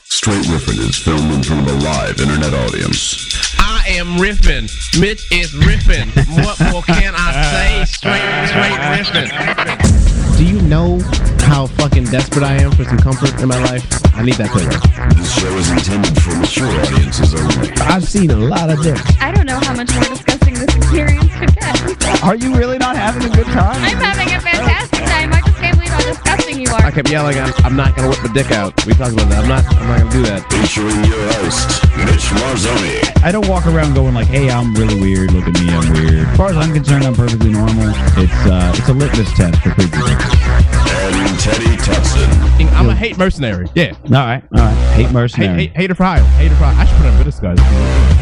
Straight Riffin is filmed in front of a live internet audience. I am riffing. Mitch is riffing. What more can I say? Straight, straight riffing. Do you know how fucking desperate I am for some comfort in my life? I need that pillow. This show is intended for mature audiences only. I've seen a lot of dick. I don't know how much more disgusting this experience could get. Are you really not having a good time? I'm having a fantastic time. I just can't believe how disgusting you I are. kept yelling, I'm, I'm not gonna whip my dick out. We talked about that. I'm not. I'm not gonna do that. Featuring your host, Mitch Marzoni. I don't walk around going like, "Hey, I'm really weird. Look at me, I'm weird." As far as I'm concerned, I'm perfectly normal. It's uh, it's a litmus test for creepiness. And Teddy Tutson. I'm a hate mercenary. Yeah. All right, all right. Hate Hate, mercenary. hate, hater for hire. Hater for hire. I should put on good disguise.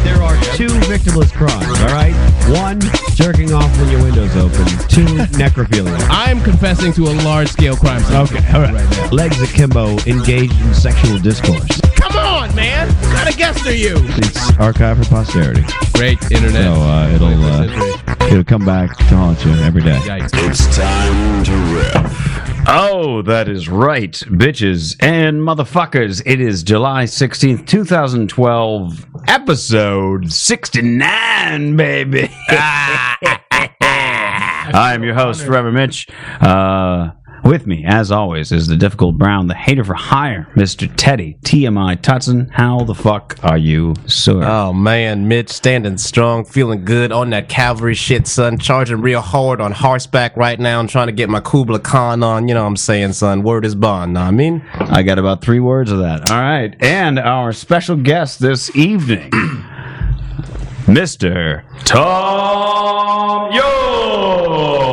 There are two victimless crimes, all right? One, jerking off when your window's open. Two, necrophilia. I am confessing to a large scale crime. scene. Okay, all right. Legs akimbo, engaged in sexual discourse. Come on, man. What kind of guest are you? It's archived for posterity, Great internet. so uh, it'll uh, it'll come back to haunt you every day. Yikes. It's time to riff. Oh, that is right, bitches and motherfuckers. It is July 16th, 2012, episode 69, baby. Ah. I am your host, Reverend Mitch. Uh, with me, as always, is the difficult Brown, the hater for hire, Mr. Teddy, TMI Tutson. How the fuck are you, sir? Oh man, Mitch standing strong, feeling good on that cavalry shit, son. Charging real hard on horseback right now and trying to get my Kubla Khan on. You know what I'm saying, son? Word is bond, know what I mean? I got about three words of that. All right. And our special guest this evening, Mr. Tom Young.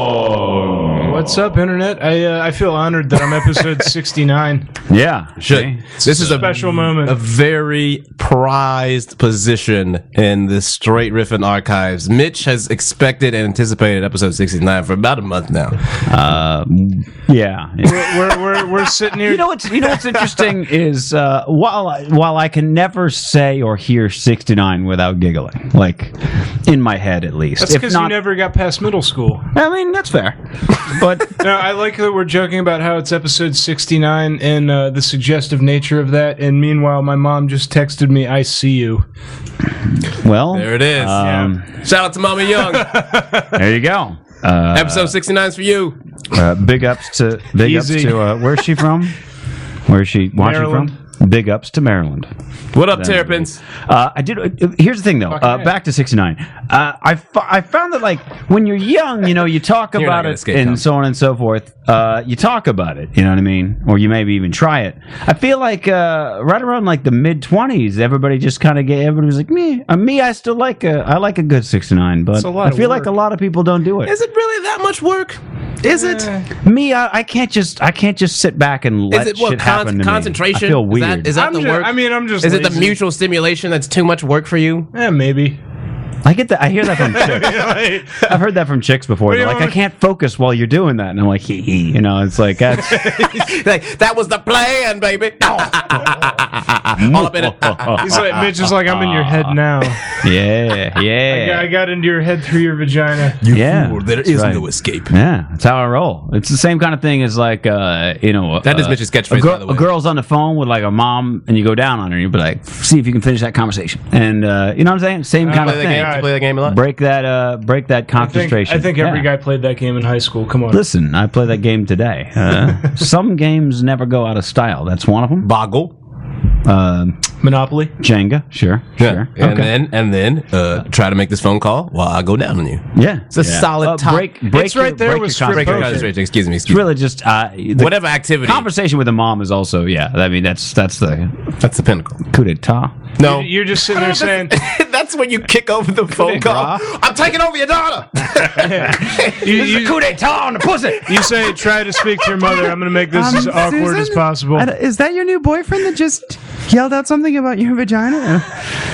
What's up, internet? I uh, I feel honored that I'm episode 69. Yeah. see? This is a Special a moment. very prized position in the straight riffing archives. Mitch has expected and anticipated episode 69 for about a month now. Uh, yeah. We're, we're, we're sitting here. You know what's you know what's interesting is uh, while I, while I can never say or hear 69 without giggling, like in my head at least. that's If because you not- never got past middle school. I mean that's fair, but No, I like that we're joking about how it's episode 69 and uh, the suggestive nature of that. And meanwhile, my mom just texted me, I see you. well There it is. um, Shout out to Mama Young. there you go. Uh, episode 69 is for you. Uh, big ups to big ups Easy. to uh, where's she from? Where's she? Where's she Maryland. from? Big ups to Maryland. What up, Terrapins? Uh, I did. Uh, here's the thing, though. Uh, back to '69. Uh, I fo- I found that like when you're young, you know, you talk You're not about gonna it escape, and Tom. so on and so forth. Uh, you talk about it. You know what I mean? Or you maybe even try it. I feel like uh, right around like the mid 20s, everybody just kind of get. Everybody was like me. Uh, me, I still like a I like a good '69, but a lot I of feel work. like a lot of people don't do it. Eh. Is it really that much work? Is it? Is Me, I, I can't just I can't just sit back and let it what shit con- happen to concentration? me. I feel Is weird. that, is that I'm the ju- work? I mean, I'm just. is it the lazy. mutual stimulation that's too much work for you? Yeah, maybe. I get that. I hear that from chicks. I've heard that from chicks before. They're you like, know- I can't focus while you're doing that, and I'm like, hee hee. You know, it's like that's like, that was the plan, baby. All up in it. He's Ah. like, Mitch is like, I'm in your head now. yeah, Yeah, I yeah, got into your head through your vagina. yeah. there is right. no escape. Yeah, that's how I roll. It's the same kind of thing as like, uh, you know, That is uh, Mitch's a, catchphrase, girl- by the way. a girl's on the phone with like a mom, and you go down on her, and you be like, see if you can finish that conversation, and uh, you know what I'm saying? Same kind play, of that thing. game, play that game a lot. Break that, uh, break that I think, concentration. I think every Yeah. guy played that game in high school. Come on. Listen, I play that game today. Uh, some games never go out of style. That's one of them. Boggle. Uh, Monopoly. Jenga, sure, sure. And okay. then and then uh, try to make this phone call while I go down on you. yeah, it's a solid top- Break, break It's right your- there break with your script concentration. poker. Excuse me. It's Excuse me. really just uh, the Whatever activity. Conversation with a mom is also yeah. I mean that's that's the That's the pinnacle. coup d'état. No. You're just sitting there saying, That's when you kick over the phone call. I'm taking over your daughter. you, you, d'état on the pussy. You say try to speak to your mother. I'm going to make this Um, as Um, awkward as possible. Is that your new boyfriend that just yelled out something about your vagina?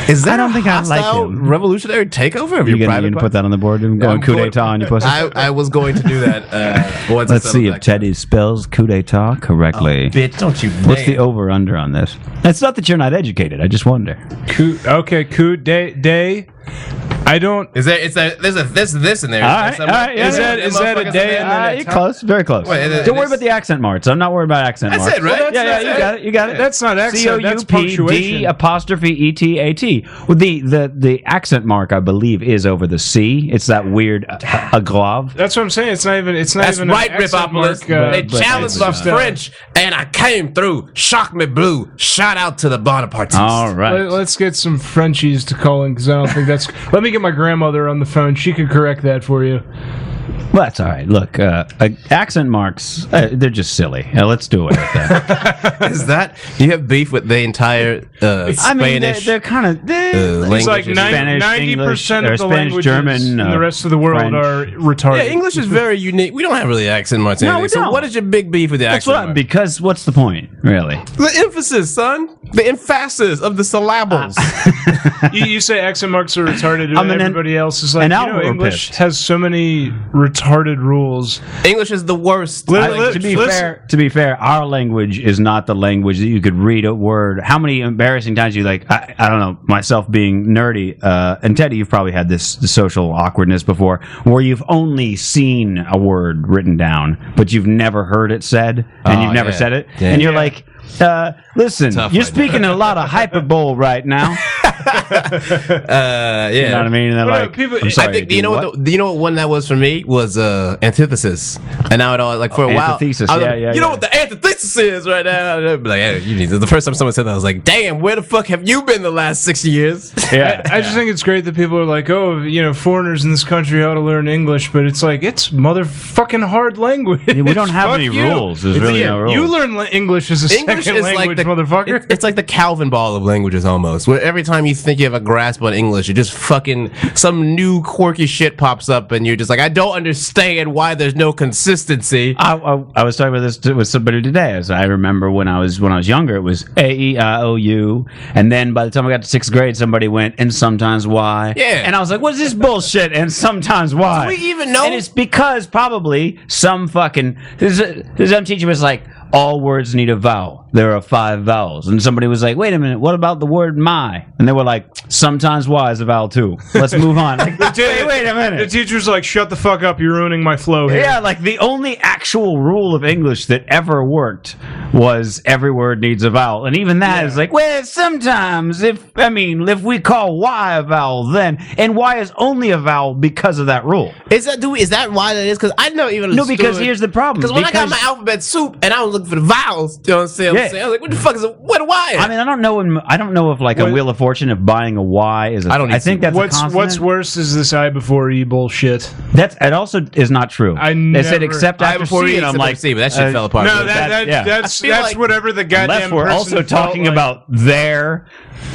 Is that I don't a think I like hostile him. revolutionary takeover of your You gonna, you private gonna part? put that on the board and go I'm on coup going- d'état on your pussy? I, I was going to do that. Uh, once I Let's settled see if back. Teddy spells coup d'état correctly. Bitch, don't you What's dare. the over under on this? It's not that you're not educated. I just wonder. Coup, okay, coup de day. I don't. Is there? It's a there's a this this in there. All right, all Somewhere- right, yeah, Is that- yeah, is that a motherfuckers in day there? in Uh, the you're close, very close. Wait, it- Don't worry it's- about the accent marks. I'm not worried about accent That's marks. it, right? yeah, yeah, That's you it. got it. You got it. That's not C O U accent. That's P D punctuation. apostrophe E T A T. Well, the the the accent mark, I believe, is over the C. It's that weird uh, aglav. That's what I'm saying. It's not even. It's not That's even. right, an accent Ripopolis. mark, uh, they but challenged it's my just, uh, French, and I came through. Shock me blue. Shout out to the Bonapartists. All Let, right. us get some Frenchies to call in because I don't think that's. let me get my grandmother on the phone. She could correct that for you. Well, that's all right. Look, uh, uh, accent marks, uh, they're just silly. Uh, let's do it. With that. Is that you have beef with the entire uh, Spanish? I mean, they're, they're kind of. Uh, language. It's like Languages. nine- Spanish, 90% English, or of the Spanish, languages German, in uh, the rest of the world French. are retarded. yeah, English is very unique. We don't have really accent marks. No, No, we So don't. what is your big beef with the That's accent? what I, mark? because what's the point, really? the emphasis, son. The emphasis of the syllables. you, you say accent marks are retarded, and I'm an- everybody else is like, an you know, outward English pissed. has so many retarded rules. English is the worst. Let- I- language. let- to be listen. fair, to be fair, our language is not the language that you could read a word. How many embarrassing times you like? I, I don't know. Myself being nerdy, uh, and Teddy, you've probably had this, this social awkwardness before, where you've only seen a word written down, but you've never heard it said, and Oh, you've never yeah. said it, Yeah. and you're like, uh, "Listen, Tough you're right speaking a lot of hyperbole right now." Uh, yeah. You know what I mean? And they're Well, like, people- "I'm sorry, I think do you know what? the, you know what one that was for me was uh antithesis, and I would always like for a while. antithesis, I was yeah, like, yeah, You yeah. know what the antithesis is right now? And I'd be like, hey, you need to- the first time someone said that, I was like, damn, where the fuck have you been the last six years? yeah. I just think it's great that people are like, oh, you know, foreigners in this country ought to learn English, but it's like it's motherfucking hard language. we don't have Fuck any you. rules. There's It's- Oh, really yeah, no rules. You learn la- English as a English second is like language, the motherfucker. it- it's like the Calvin ball of languages almost. Where every time you think you have a grasp on English, you just fucking some new quirky shit pops up, and you're just like, I don't understand why there's no consistency. I, I, I was talking about this to, with somebody today. As I remember when I was when I was younger, it was A E I O U, and then by the time I got to sixth grade, somebody went and sometimes why. Yeah. and I was like, "What's this bullshit?" And sometimes why? we even know? And it's because probably some fucking this this dumb teacher was like, "All words need a vowel. There are five vowels." And somebody was like, "Wait a minute, what about the word my?" And they were like, "Sometimes why is a vowel too. Let's move on." Like, wait, wait a minute. The teacher's like, shut the fuck up, you're ruining my flow here. Yeah, like the only actual rule of English that ever worked was every word needs a vowel. And even that is like, well, sometimes if, I mean, if we call Y a vowel, then, and Y is only a vowel because of that rule. Is that do we, is that why that is? Because I never even No, because understood- here's the problem. Because when I got Because- my alphabet soup and I was looking for the vowels, you know what I'm saying? Yeah. I'm saying, I was like, what the fuck is a, what a Y? I mean, I don't know. In, I don't know if like a What- Wheel of Fortune if buying a Y is. A, I don't I even think see- that's a What's consonant. what's worse is this I before E bullshit. That's it. Also, is not true. I they said never- except I after before C, E, and I'm except like, after C, but that shit uh, fell apart. No, that, that- that, yeah. that's I feel that's like- whatever the unless goddamn. we're person also felt talking like. about there,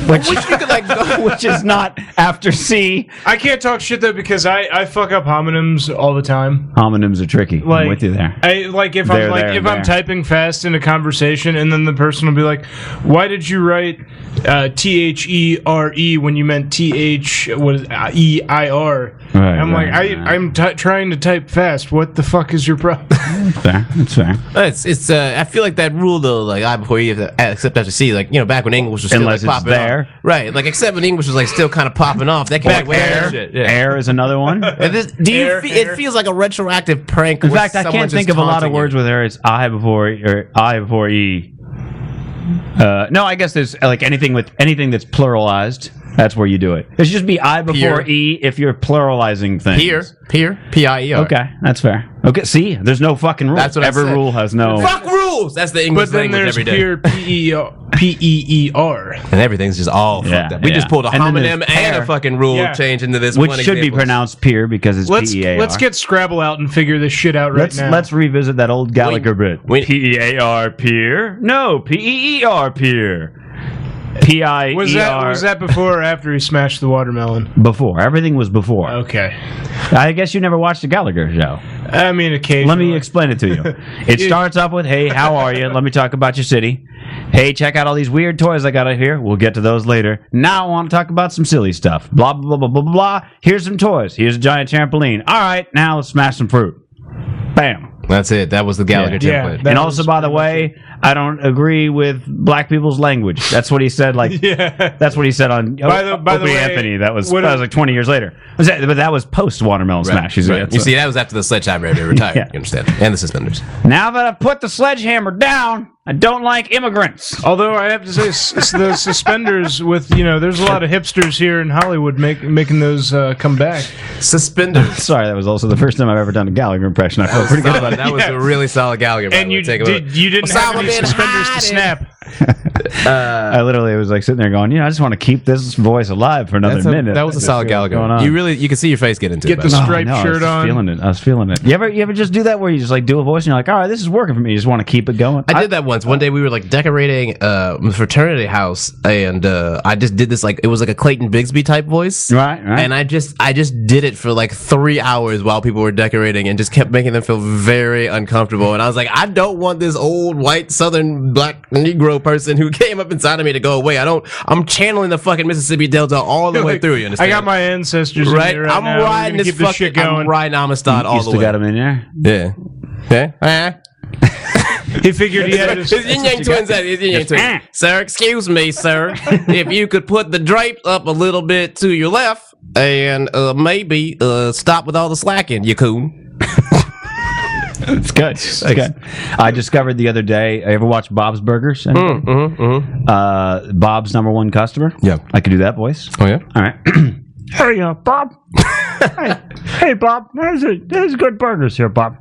which Which you could like go which is not after C. I can't talk shit though because I I fuck up homonyms all the time. Homonyms are tricky. Like, I'm with you there. I like if There, I'm like there, if I'm there. typing fast in a conversation, and then the person will be like, "Why did you write uh, T H E R E when you meant T H what is uh, E I R?" Right, I'm right, like, I, right. I'm t- trying to type fast. What the fuck is your problem? fair. That's fair. It's it's uh, I feel like that rule though, like I before E except after C, like you know, back when English was still Unless like, it's popping there. off. Right, like except when English was like still kinda popping off. That came Back way out of there. that shit. Yeah. Air is another one. And this, do you Air, fe- air. it feels like a retroactive prank. In fact, I can't think of a lot of words with air. It's I before E- or I before E. Uh, no, I guess there's like anything with anything that's pluralized. That's where you do it. It should just be I before Peer. E if you're pluralizing things. peer, peer, P I E R. Okay, that's fair. Okay, see, there's no fucking rule. That's what I Every said. rule has no. Fuck rules. That's the English but then language there's every day. pure P E R- P E E R. and everything's just all Yeah, fucked up. We yeah. just pulled a And then homonym and, there's a pear. fucking rule Yeah. change into this, Which one should be example. pronounced peer because it's Let's P-E-A-R. let's get Scrabble out and figure this shit out right E Let's now. let's revisit that old Gallagher bit. wait. P E A R peer? No, P E E R peer. P I was E that R was that before or after he smashed the watermelon? before. Everything was before. Okay, I guess you never watched the Gallagher show. I mean occasionally. Let me explain it to you. It starts off with, "Hey, how are you? Let me talk about your city. Hey, check out all these weird toys I got out here. We'll get to those later. Now I want to talk about some silly stuff. Blah blah blah blah blah blah. blah. Here's some toys. Here's a giant trampoline. All right, now let's smash some fruit. Bam. That's it. That was the Gallagher Yeah. template. That and also, was by the way, I don't agree with black people's language. That's what he said. Like, Yeah. that's what he said on oh, By the- by the Opie way, Anthony. That was what that a- was like twenty years later. Was that- but that was post Watermelon Smash. He's like, Right. You see, that was after the sledgehammer had retired. Yeah. You understand? And the suspenders. now that I've put the sledgehammer down, I don't like immigrants. Although I have to say, s- s- the suspenders with you know, there's a lot of hipsters here in Hollywood make, making those uh, come back. Suspenders. Sorry, that was also the first time I've ever done a Gallagher impression. I feel pretty good about Solid. it. That was a really solid Gallagher. by And the way. you Take a did, look. you didn't have Osama any bin suspenders to Laden. snap. I literally was like sitting there going, you know, I just want to keep this voice alive for another That's a- minute. that was a Just solid see what's going Gallagher. on. Oh, You really, you can see your face get into Get it. the by way. striped I know, I was shirt just on. Feeling it. I was feeling it. You ever you ever just do that where you just like do a voice and you're like, all right, this is working for me. You just want to keep it going. I did that once. One day we were like decorating uh fraternity house and uh I just did this like it was like a Clayton Bigsby type voice. Right, right. And I just I just did it for like 3 hours while people were decorating and just kept making them feel very uncomfortable and I was like I don't want this old white southern black negro person who came up inside of me to go away. I don't I'm channeling the fucking Mississippi Delta all the way Like, through, you I understand? got my ancestors right. right. In there right I'm now. We're riding gonna this keep fucking shit going. I'm riding Amistad all you the still way. got him in there. Yeah. Yeah. Uh-huh. Eh? He figured he had It's his. yin yang twins. that- It's yin yang twins. Sir, excuse me, sir. if you could put the drapes up a little bit to your left and uh, maybe uh, stop with all the slacking, you coon. It's good. It's good. I discovered the other day. I ever watched Bob's Burgers? Mm, Uh, Bob's number one customer. Yeah. I could do that voice. Oh, yeah? All right. hey, uh, Bob. hey, hey, Bob. There's, a, there's good burgers here, Bob.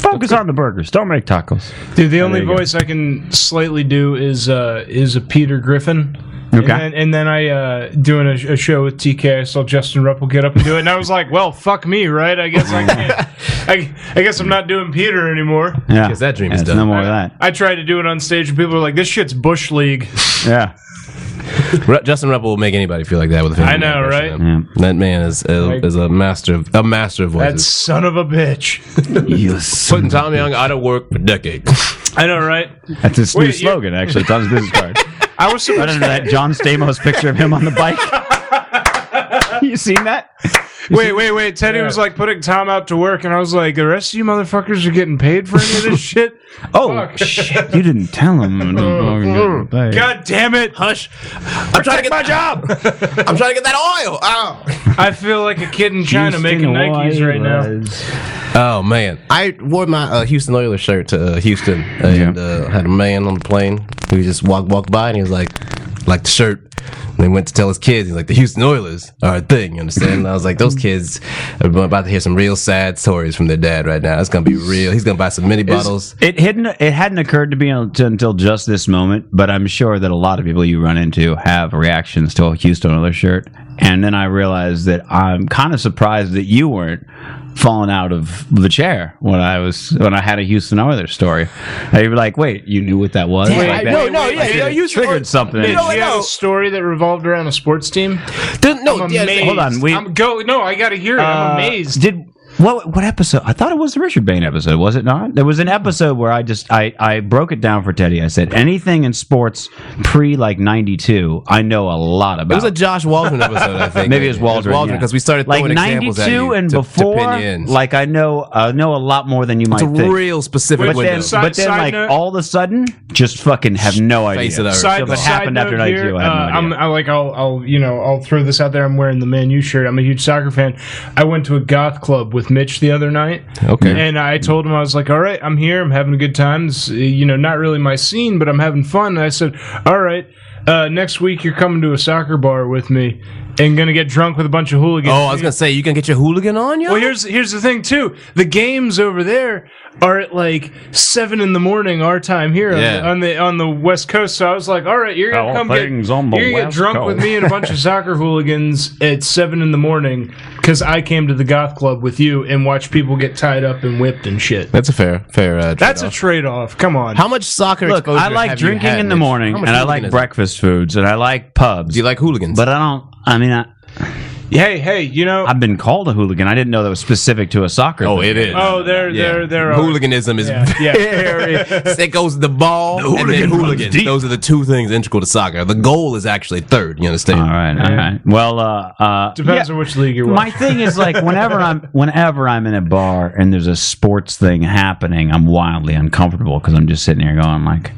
Focus on the burgers. Don't make tacos. Dude, the only you go. voice I can slightly do is uh, is a Peter Griffin. And Okay. then, and then I uh, doing a, a show with TK. I saw Justin Ruppel get up and do it, and I was like, "Well, fuck me, right? I guess I can't. I, I guess I'm not doing Peter anymore." Yeah. 'Cause Ah, that dream Yeah, is it's done. No more of that. I tried to do it on stage, and people were like, "This shit's bush league." Yeah. Ru- Justin Ruppel will make anybody feel like that with a I know, right? That man is a, is a master of a master of That voices. son of a bitch. Yes. putting Tom Young out of work for decades. I know, right? That's his Wait, new you- slogan, actually. It's on his business card. I was right surprised. under that John Stamos picture of him on the bike. you seen that? Wait, wait, wait. Teddy was like putting Tom out to work, and I was like, "The rest of you motherfuckers are getting paid for any of this shit." Oh, shit. You didn't tell him. God damn it! Hush. I'm trying to get my job. I'm trying to get that oil. Oh. I feel like a kid in China making Nikes right now. Oh man, I wore my uh, Houston Oilers shirt to uh, Houston, and uh, had a man on the plane who just walked walked by, and he was like, "Like the shirt." And they went to tell his kids, he's like, "The Houston Oilers are a thing," you understand? And I was like, "Those kids are about to hear some real sad stories from their dad right now. It's gonna be real. He's gonna buy some mini bottles." It hadn't it hadn't occurred to me until until just this moment, but I'm sure that a lot of people you run into have reactions to a Houston Oilers shirt. And then I realized that I'm kind of surprised that you weren't falling out of the chair when I was when I had a Houston Oilers story. And you were like, "Wait, you knew what that was?" Like that- no, no, yeah, it yeah, you triggered something. Did know, you I have know. a story that revolved around a sports team? Didn't- no, I'm yeah, amazed. Hold on, we- Oh, I'm go. No, I gotta hear it. I'm Uh, amazed. Did what? What episode? I thought it was the Richard Bain episode. Was it not? There was an episode where I just I I broke it down for Teddy. I said anything in sports pre like '92, I know a lot It about. was a Josh Waldron episode, I think. Maybe it was Waldron. yeah. because we started like throwing examples at you and to, before. To pin you in. like I know, I know a lot more than you might it's a think. real specific But but window. then, Side- but then side like note- all of a sudden, just fucking have no idea. Face it up. Side, So what side happened note after 92, here, I have no uh, idea. I'm I like I'll I'll you know I'll throw this out there. I'm wearing the Man U shirt. I'm a huge soccer fan. I went to a goth club with Mitch the other night. Okay. and I told him I was like, all right, I'm here. I'm having a good time. It's, uh, you know, not really my scene, but I'm having fun. And I said, all right. Uh, next week you're coming to a soccer bar with me and gonna get drunk with a bunch of hooligans. Oh, I was gonna say you can get your hooligan on you. Well, here's here's the thing too. The games over there are at like seven in the morning our time here on, Yeah. the, on the on the West Coast. So I was like, all right, you're gonna All come get, things on the you're gonna get West drunk Coast. with me and a bunch of soccer hooligans at seven in the morning because I came to the goth club with you and watched people get tied up and whipped and shit. That's a fair, fair. Uh, That's a trade off. Come on. How much soccer Look, exposure? I like have you drinking had, in the Mitch? morning, How and much I like hooliganism? breakfast foods, and I like pubs. Do you like hooligans? But I don't. I mean, I, Hey, hey, you know. I've been called a hooligan. I didn't know that was specific to a soccer. Oh, thing. it is. oh, they're Yeah. they're they're all- Hooliganism is Yeah, yeah. very. it goes the ball and then hooligan. Those are the two things integral to soccer. The goal is actually third. You understand? All right, all right. Well, uh, uh, Depends yeah. on which league you're My watching. thing is like whenever I'm whenever I'm in a bar and there's a sports thing happening, I'm wildly uncomfortable because I'm just sitting here going like,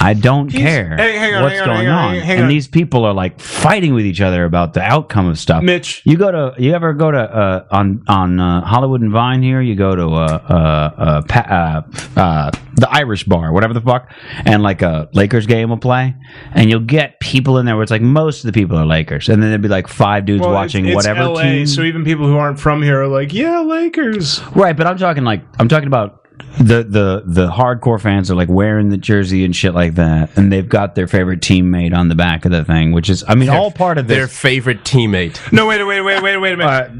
I don't care Hey, hang on, what's hang on, going hang on, on, hang- hang and on. these people are like fighting with each other about the outcome of stuff. Mitch. You go to you ever go to uh, on on uh, Hollywood and Vine here? You go to uh, uh, uh, pa- uh, uh, the Irish bar, whatever the fuck, and like a Lakers game will play, and you'll get people in there where it's like most of the people are Lakers, and then there'd be like five dudes Well, watching it's, it's whatever LA, team. So even people who aren't from here are like, yeah, Lakers. right, but I'm talking like I'm talking about. The, the the hardcore fans are like wearing the jersey and shit like that, and they've got their favorite teammate on the back of the thing, which is I mean all part of Their this favorite teammate. No, wait, wait, wait, wait, wait a minute.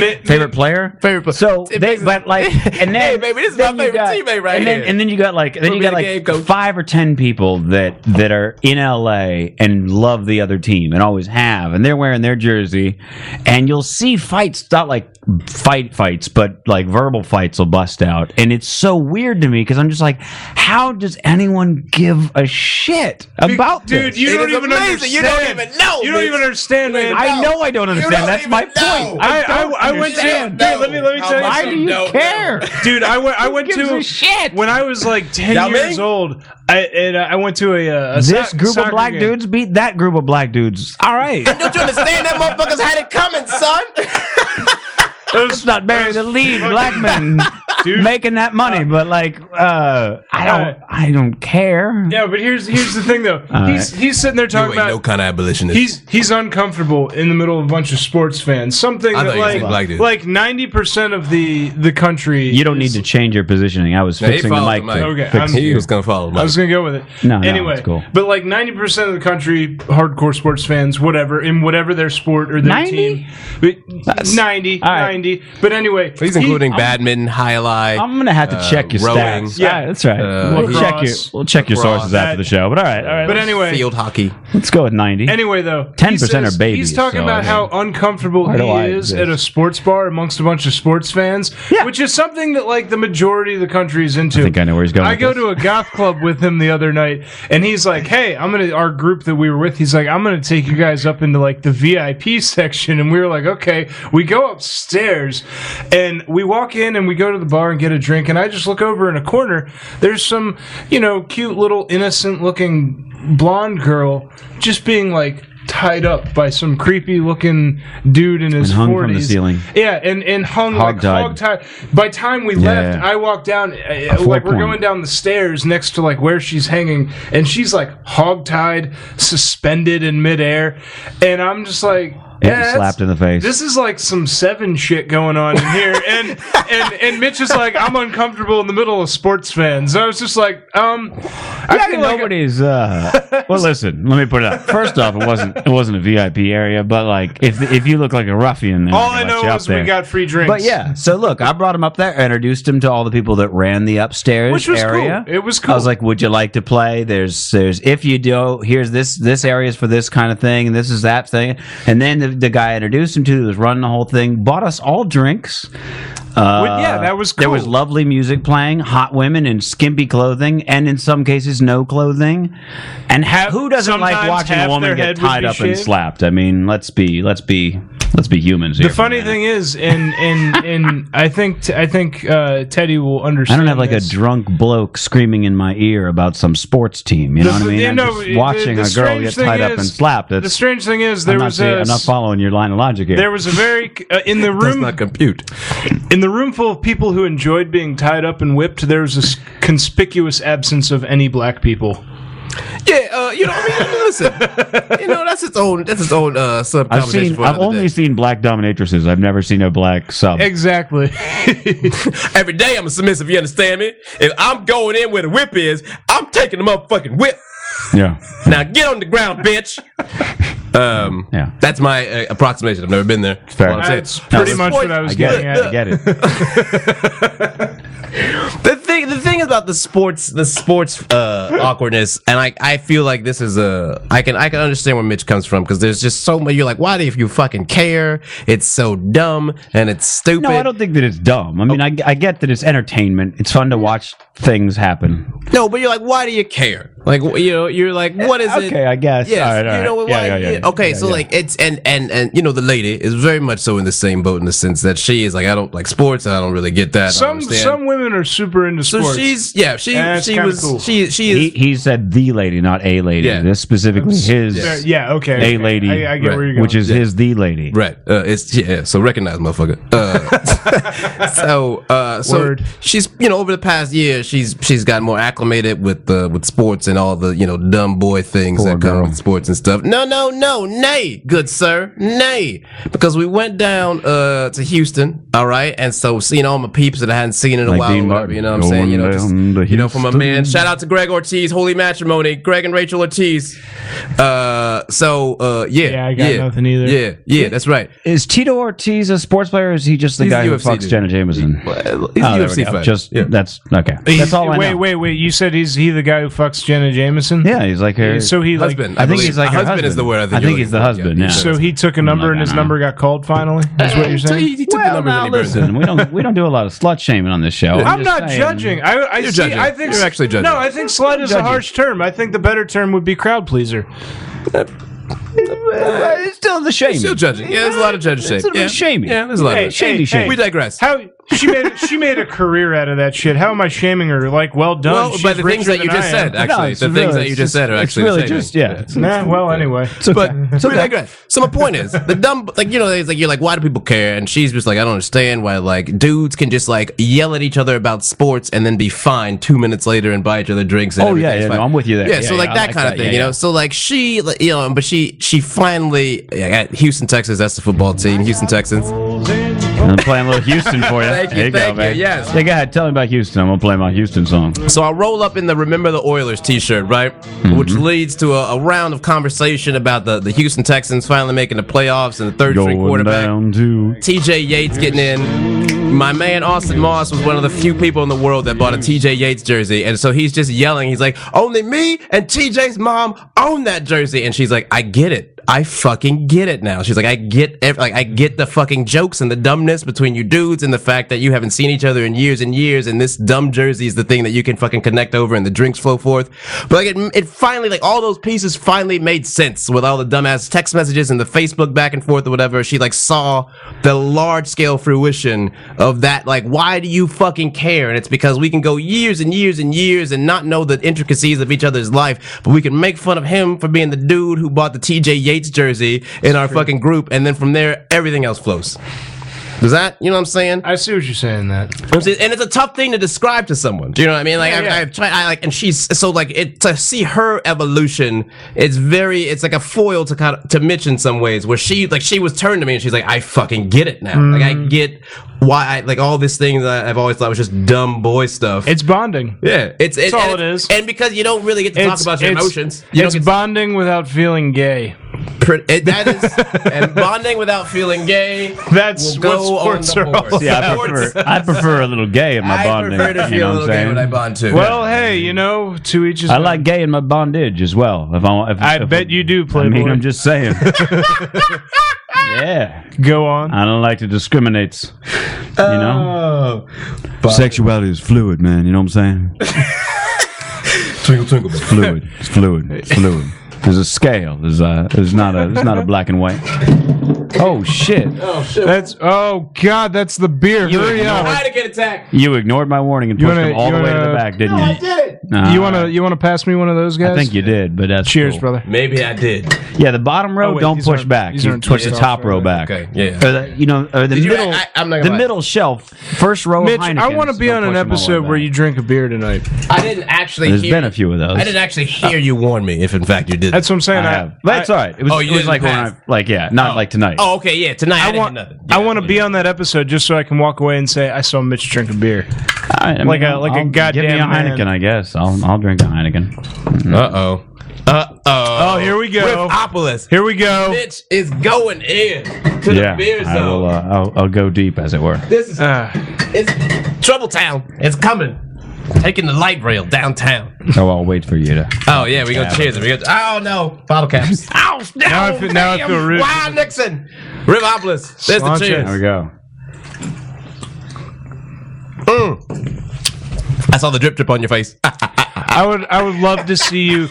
Mi- favorite player. Favorite player. So they, but like, and then Hey, baby, this is then my you favorite teammate right and then, here. And then you got like, then Put you me got in the game, like coach. five or ten people that that are in LA and love the other team and always have, and they're wearing their jersey, and you'll see fights, not like fight fights, but like verbal fights will bust out, and it's so weird to me because I'm just like, how does anyone give a shit about Dude, this? you It don't is even amazing. understand. You don't even know, You don't bitch. even understand, man. I know I don't understand. That's my even know. point. I, don't I, I went to. understand. Dude, let me let me How tell you. much Why do something. you No, no. care? Dude, I went. I went gives to a shit? when I was like ten Yao years Ming? old. I and I went to a, uh, a this soc- group of soccer black game. dudes beat that group of black dudes. All right. Don't you understand? That motherfuckers had it coming, son. It's not bearing the lead, black men Dude. making that money, but like, uh, I don't, I don't care. Yeah, but here's here's the thing though. he's he's sitting there You talking ain't about. no kind of abolitionist. He's he's uncomfortable in the middle of a bunch of sports fans. Something I thought that you like said black dude. like ninety percent of the the country. You don't need is- to change your positioning. I was Now, he fixing the followed mic. the to mic. Okay, fix I'm- he you. was gonna follow. I Mike. was gonna go with it. No, no, anyway, it's cool. but like ninety percent of the country, hardcore sports fans, whatever, in whatever their sport or their 90? team, but 90, all right. 90. But anyway, He's including badminton, highlight. I'm gonna have to uh, check your rowing. stats. Yeah. All right, that's right. Uh, we'll lacrosse. check your, we'll check your Lacrosse. sources after the show. But all right, all right. But let's, anyway, field hockey. let's go with ninety. Anyway, though, 10% he says- are babies, He's talking so, I about how uncomfortable why he do I is exist? at a sports bar amongst a bunch of sports fans, Yeah. which is something that like the majority of the country is into. I think I know where he's going. I with go this. to a goth club with him the other night, and he's like, "Hey, I'm gonna our group that we were with. He's like, I'm gonna take you guys up into like the VIP section." And we were like, "Okay." We go upstairs, and we walk in, and we go to the bar and get a drink. And I just look over in a corner. There's some, you know, cute little innocent-looking blonde girl just being like tied up by some creepy-looking dude in his And hung from the 40s. ceiling. Yeah, and and hung like Hog-tied. hog tied. By time we left, I walked down. uh, four Like we're point. going down down the stairs next to like where she's hanging, and she's like hogtied, suspended in midair, and I'm just like, It "Yeah, was that's- slapped in the face. This is like some seven shit going on in here, and and and Mitch is like, I'm uncomfortable in the middle of sports fans. I was just like, um, I Yeah, feel like nobody's. Uh, well, listen. Let me put it up. First off, it wasn't it wasn't a VIP area, but like if if you look like a ruffian, then all can I let know you up is we there. got free drinks. But yeah, so look, I brought him up there, introduced him to all the people that ran the upstairs Which was area. cool. It was I was cool. like, "Would you like to play?" There's, there's. If you do, here's this. This area is for this kind of thing, and this is that thing. And then the, the guy I introduced him to who was running the whole thing. Bought us all drinks. Uh, yeah, that was There cool. was lovely music playing, hot women in skimpy clothing, and in some cases no clothing. And ha- who doesn't like sometimes watching a half woman their get head would tied be up and shaved. slapped? I mean, let's be, let's be, let's be humans here. The for a funny minute. thing is, and and and I think t- I think uh, Teddy will I understand. don't have like this. a drunk bloke screaming in my ear about some sports team. You know what I The- mean? yeah, I'm no, just the- watching the a girl strange get thing tied up and is- slapped. The That's, strange thing is, I'm, there not was saying- a I'm not following your line of logic here. there was a very uh, in the Does room not compute. In the room full of people who enjoyed being tied up and whipped, there was a s- conspicuous absence of any black people. Yeah, uh, you know, I mean, listen, you know, that's its own, that's its own uh, sub I've seen. for I've another only day. seen black dominatrices. I've never seen a black sub. Exactly. Every day I'm a submissive. You understand me? If I'm going in where the whip is, I'm taking the motherfucking whip. yeah. Now get on the ground, bitch. Um, Yeah. that's my uh, approximation. I've never been there. Fair. Well, I'm saying- That's pretty Now, much the what I was I get getting it. I at. get it. The thing, the thing about the sports, the sports uh, awkwardness, and I, I feel like this is a, I can, I can understand where Mitch comes from because there's just so much. You're like, why do you fucking care? It's so dumb and it's stupid. No, I don't think that it's dumb. I mean, I, I get that it's entertainment. It's fun to watch things happen. No, but you're like, why do you care? Like, wh- you know, you're like, what is it? Okay, I guess. Yes, All right, all you know right. what? Yeah, yeah, yeah. okay, Yeah, so yeah. like it's and and and you know the lady is very much so in the same boat in the sense that she is like, I don't like sports, and I don't really get that. I don't Some understand. some women are super into So sports. she's yeah, she And it's she kinda was cool. she she is He, he said the lady, not a lady. Yeah. This specifically his Fair- Uh, yeah, okay. a okay. lady, I, I get where you're going. which is his the lady. Right. Uh, it's yeah. So recognize, motherfucker. Uh, so uh, so Word. she's you know over the past year she's she's gotten more acclimated with uh, with sports and all the you know dumb boy things that come with sports and stuff. No, no, no, nay, good sir, nay, because we went down uh, to Houston, all right, and so seeing all my peeps that I hadn't seen in a Like while, or Dean whatever, Martin, you know what I'm saying, you know, going just, down to you know, from a Houston. man. Shout out to Greg Ortiz, Holy Matrimony, Greg and Rachel Ortiz. Uh, so uh, yeah, Yeah, I got nothing either. Yeah, yeah, that's right. Is Tito Ortiz a sports player? or Is he just the He's guy a who UFC fucks dude. Jenna Jameson? Well, Oh, there we UFC go. fight. Just Yeah. that's okay. He's- That's all I wait, know. wait, wait. You said he's he the guy who fucks Jenna Jameson? Yeah, he's like her. So he like, husband. I, think he's like her husband, is the word. I think, you're he's the looking for. husband. Yeah. Yeah. So he took a number and his no, no. number got called finally? That's what you're So saying? he, he took the well, number now that he burned. listen, we don't we don't do a lot of slut shaming on this show. I'm just not saying. judging. I, I see, judging. I think You're actually judging. No, I think slut is a harsh term. I think the better term would be crowd pleaser. Uh, It's still the shame. Still judging. Yeah, there's a lot of judge shame. It's a little yeah. bit shamey. Yeah, there's a lot Hey, of shame. hey, shame. hey. We digress. How she made she made a career out of that shit. How am I shaming her? Like, well done. well, she's by the things richer that you than just I said, am. actually, it's the really- things that you it's just said are it's actually really the same. just yeah. it's- Nah, well, anyway. But we digress. So my point is the dumb, like you know, it's like you're like, why do people care? And she's just like, I don't understand why like dudes can just like yell at each other about sports and then be fine two minutes later and buy each other drinks. And Oh, yeah, everything's yeah, fine. no, I'm with you there. Yeah, Yeah, so like yeah, I that like kind that. of thing, Yeah, you know. yeah. So like she, like, you know, but she she finally yeah, Houston, Texas. That's the football team, Houston Texans. I'm playing a little Houston for you. Thank you, There thank you, yes. Yeah, go ahead. Tell me about Houston. I'm gonna play my Houston song. So I roll up in the Remember the Oilers T-shirt, right, Mm-hmm. which leads to a, a round of conversation about the, the Houston Texans finally making the playoffs and the third string Going quarterback. down to TJ Yates getting in. My man Austin Moss was one of the few people in the world that bought a TJ Yates jersey. And so he's just yelling. He's like, only me and TJ's mom own that jersey. And she's like, I get it. I fucking get it now. She's like, I get ev- like I get the fucking jokes and the dumbness between you dudes and the fact that you haven't seen each other in years and years and this dumb jersey is the thing that you can fucking connect over and the drinks flow forth. But like it, it finally like all those pieces finally made sense with all the dumbass text messages and the Facebook back and forth or whatever. She like saw the large scale fruition of that. Like, why do you fucking care? And it's because we can go years and years and years and not know the intricacies of each other's life, but we can make fun of him for being the dude who bought the TJ Yates jersey in our fucking group, and then from there everything else flows. Does that you know what I'm saying? I see what you're saying. That I'm saying- And it's a tough thing to describe to someone. Do you know what I mean? Like Yeah, I, yeah. I've tried, I like, and she's so like it to see her evolution. It's very, it's like a foil to kind of to Mitch in some ways, where she like she was turned to me and she's like, I fucking get it now. Like I Mm. get why I like all these things that I've always thought was just dumb boy stuff. it's bonding. yeah, it's it's all and it it's- is. and because you don't really get to talk It's, about your it's- emotions, you it's don't get bonding without feeling gay. to, pr- it, that is and bonding without feeling gay. That's will go what sports on are the all board. Yeah, I Sports. prefer, I prefer a little gay in my I bonding. prefer to feel you a know what I'm little gay saying? when I bond too. Well, hey, you know, to each his. I like gay in my bondage as well. If I, want- if, I if- bet you do, I Playboy. mean, I'm just saying. yeah, Go on. I don't like to discriminate. You know, Oh. sexuality is fluid, man. You know what I'm saying? Twinkle, twinkle, baby. Fluid. It's fluid. It's fluid. There's a scale. There's a. There's not a. There's not a black and white. Oh shit! That's oh god, that's the beer. You Hurry ignore up. Hurricane attack. You ignored my warning and pushed wanna- him all you the way to the wanna- back, didn't you? did. Nah, You wanna you wanna pass me one of those guys? Uh, I think you did, but that's Cheers, cool. brother. Maybe I did. Yeah, the bottom row, Oh, wait, don't these push aren't- back. these You aren't push the twist top off, row right? back. Okay, yeah. Or the, you know, or the Did you- middle, I- I'm not gonna the lie. middle shelf, first row. Mitch, of Heinekens, I want to be don't on an push 'em all the way episode where back. you drink a beer tonight. I didn't actually. There's hear been you. a few of those. I didn't actually hear you warn me. If in fact you did. That's what I'm saying. I I- have. That's I- all right. It was, Oh, you it was didn't like when I, pass. like yeah, not like tonight. Oh, okay, yeah. Tonight I, I didn't want, hear nothing. I want to be on that episode just so I can walk away and say I saw Mitch drink a beer. I, I mean, like a- I'll- like a I'll- goddamn Give me a man. Heineken, I guess. I'll I'll drink a Heineken. Uh oh. Uh oh. Oh, here we go. Riffopolis. Here we go. Bitch is going in to yeah, the beer zone. I will. Uh, I'll, I'll go deep, as it were. this is Ah, it's trouble town. It's coming. Taking the light rail downtown. Oh, I'll wait for you to. Oh yeah, we gonna cheers it. We gonna, oh no, bottle caps. oh no, Now I feel- now I feel rude. Wild Nixon, Rivopolis. There's the Launch cheers. There we go. I saw the drip drip on your face. I would I would love to see you.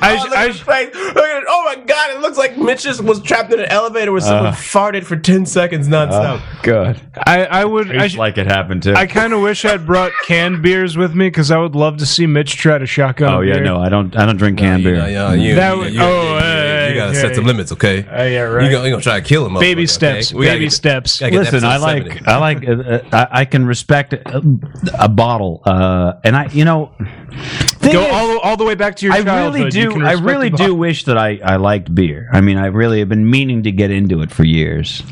I, oh, look I- at his face. Look at it. Oh my god, it looks like Mitch just was trapped in an elevator where someone Uh. farted for 10 seconds nonstop. Good. I, I would I, It's sh- like it happened too. I kind of wish I'd brought canned beers with me because I would love to see Mitch try to shotgun. oh a yeah, beer. no, I don't. I don't drink canned beer. Yeah, yeah, you, That you- would- you- oh, you- hey, you gotta hey. set some limits, okay? Oh, yeah, right. You're gonna, you gonna try to kill him. Baby motherfucker, steps, We gotta baby get- steps. gotta get to Listen, episode I like, 70. I like, uh, I, I can respect a, a bottle, uh, and I, you know, thing Go is- all, all the way back to your I childhood. really You do. can I respect really the do bo- wish that I, I liked beer. I mean, I really have been meaning to get into it for years,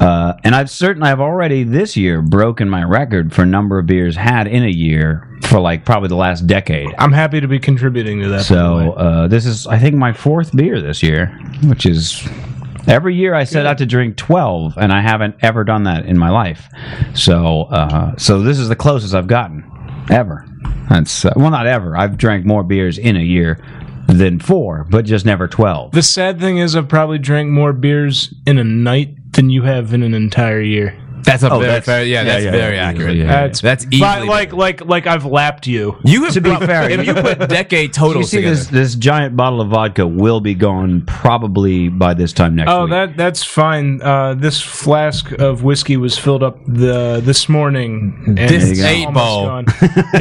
uh, and I've certain I've already this year broken my record for number of beers had in a year for like probably the last decade. I'm happy to be contributing to that. So uh, this is, I think, my fourth beer this year, which is every year I set out to drink twelve, and I haven't ever done that in my life. So, uh, so this is the closest I've gotten ever. That's uh, well, not ever. I've drank more beers in a year than four, but just never twelve. the sad thing is, I've probably drank more beers in a night than you have in an entire year. Oh, That's a very that's- fair. Yeah, yeah, that's yeah, very yeah, accurate. yeah, yeah. That's that's easily. But like, like, like I've lapped you. you have to be brought- fair, if you- you put decade You totals see, together, this this giant bottle of vodka will be gone probably by this time next Oh, week. that that's fine. Uh, this flask of whiskey was filled up the this morning. And This it's eight almost ball. gone.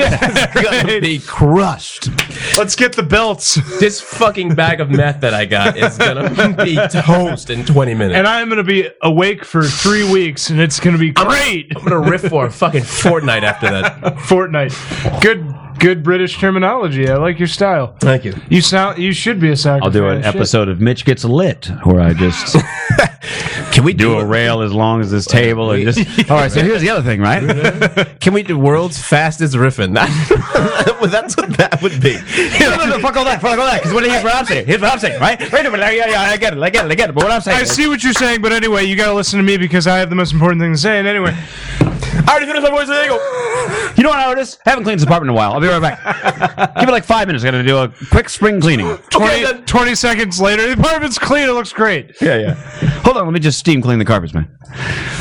gonna be crushed. Let's get the belts. This fucking bag of meth that I got is gonna be toast in 20 minutes. And I'm gonna be awake for three weeks, and it's gonna be great. I'm gonna riff for a fucking fortnight after that. Fortnite. Good, good British terminology. I like your style. Thank you. You sound. You should be a soccer. I'll do fan. an Shit. episode of Mitch Gets Lit where I just Can we do a rail as long as this table and just. All right, so here's the other thing, right? Can we do world's fastest riffing? Well, That's what that would be. no, no, no, fuck all that, fuck all that. Because what, here's what I'm saying. Here's what I'm saying, right? Right, but I, I, I get it, I get it, I get it. But what I'm saying I see what you're saying, but anyway, you gotta listen to me because I have the most important thing to say. And anyway, I already finished my voice of the eagle. You know what I noticed? I haven't cleaned this apartment in a while. I'll be right back. Give it like five minutes. I gotta do a quick spring cleaning. 20, 20 seconds later, the apartment's clean. It looks great. Yeah, yeah. Hold on, let me just steam clean the carpets, man. All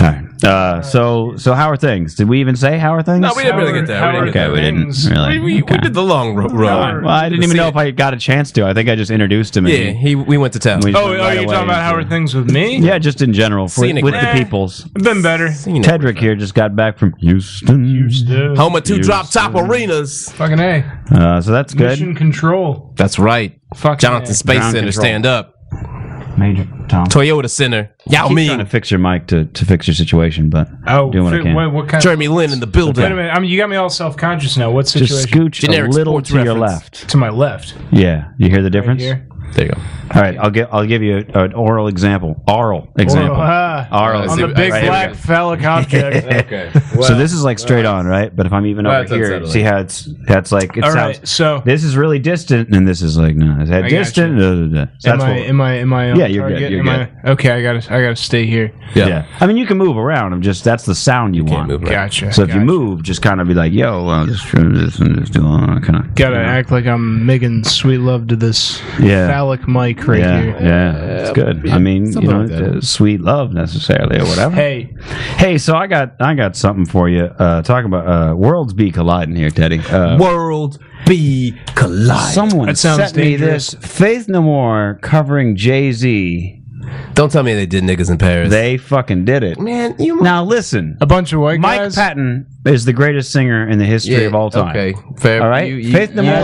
right. Uh, so, so how are things? Did we even say how are things? No, we didn't really get there. We didn't Okay, get we there. didn't Things. really. We, we, okay. we did the long ro- road. Well, I didn't even know if I got a chance to. I think I just introduced him. and Yeah, he, we went to town. we just Oh, went are right you away talking about how are into- things with me? Yeah, just in general for, Scenic with route. the peoples. I've been better. Tedrick here just got back from Houston. Houston. Home of two Yes. drop top arenas. Fucking a. Uh, so that's Mission good. control. That's right. Fucking Johnson A. Space Ground Center, control. stand up. Major Tom. Toyota Center. Yao I'm trying to Ming. fix your mic to, to fix your situation, but Oh, doing what I fi- can. What, what kind? Jeremy Lin in the Wait a building. minute. I mean, you got me all self-conscious now. What situation? just scooch Generic a little sports to your reference. left. to my left. Yeah, you hear the difference? Here. There you go. All right, I'll get I'll give you an oral example. Oral example. Ah, Oral. on the Right, big here we black go. phallic object. Okay. so this is like straight on, right? But if I'm even Well, over it's here, unsettling. see how it's that's like it All sounds. right, so This is really distant, and this is like no, it's that got distant. da, da, da. So am that's I, what, am I am I on Yeah, you're good, target? you're Am I- okay, I gotta I gotta stay here. Yeah. yeah. I mean, you can move around. I'm just that's the sound you, Can't want. move. Right. Gotcha. So if you gotcha. move, just kind of be like, yo, well, just do this and just do all that kind of. gotta you know. act like I'm making sweet love to this Yeah. phallic mic right Yeah, here. yeah, it's good. I mean, you know, it's, uh, sweet love necessarily or whatever. Hey, Hey, so I got I got something for you. Uh, talking about uh, worlds be colliding here, Teddy. Uh, World B Collide. someone That sounds sent dangerous. me this Faith No More covering Jay Z. Don't tell me they did niggas in Paris. They fucking did it. Man, you Now listen, a bunch of white Mike guys. Patton is the greatest singer in the history Yeah, of all time. Okay, fair. All right, You- you- Faith No More.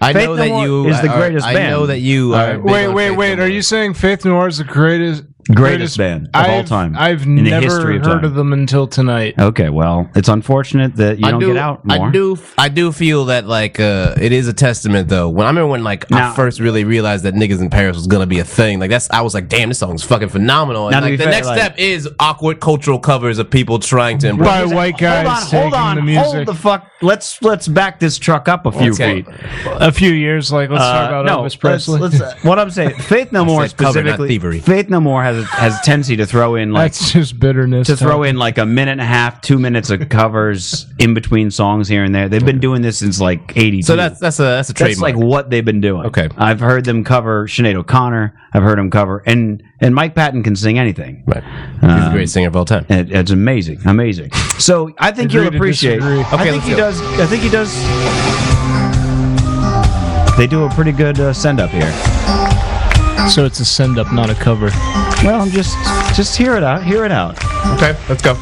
I Faith know No that More you is the are- greatest I band. know that you. Are All right. big Wait, on wait, Faith wait. No Are More. you saying Faith Noir is the greatest Greatest band of all I've, time. I've in the never history of heard time. of them until tonight. Okay, well, it's unfortunate that you I don't do, get out more. I do. I do feel that like uh, it is a testament though. When I remember when like Now- I first really realized that niggas in Paris was gonna be a thing. Like that's I was like, damn, this song's fucking phenomenal. And, Now, to be like, the fair, next like- step is awkward cultural covers of people trying to embrace. By white guys hold taking on, the hold music. on, hold the fuck. Let's let's back this truck up a few Okay. feet. a few years, like let's Uh, talk about Elvis let's- uh, Presley. let's- what I'm saying, Faith No More said cover, not specifically, thievery. Faith No More has a a, has a tendency to throw in like That's just bitterness. to throw in like a minute and a half, two minutes of covers in between songs here and there. They've been doing this since like '82. So that's that's a that's a That's trademark. like what they've been doing. Okay. I've heard them cover Sinead O'Connor. I've heard them cover and and Mike Patton can sing anything. right. Um, He's a great singer of all time. It, it's amazing, amazing. So I think Agree you'll to appreciate. disagree. I Okay, think let's he go. does. I think he does. They do a pretty good uh, send up here. So it's a send up, not a cover. Well, I'm just just hear it out. Hear it out. Okay, let's go.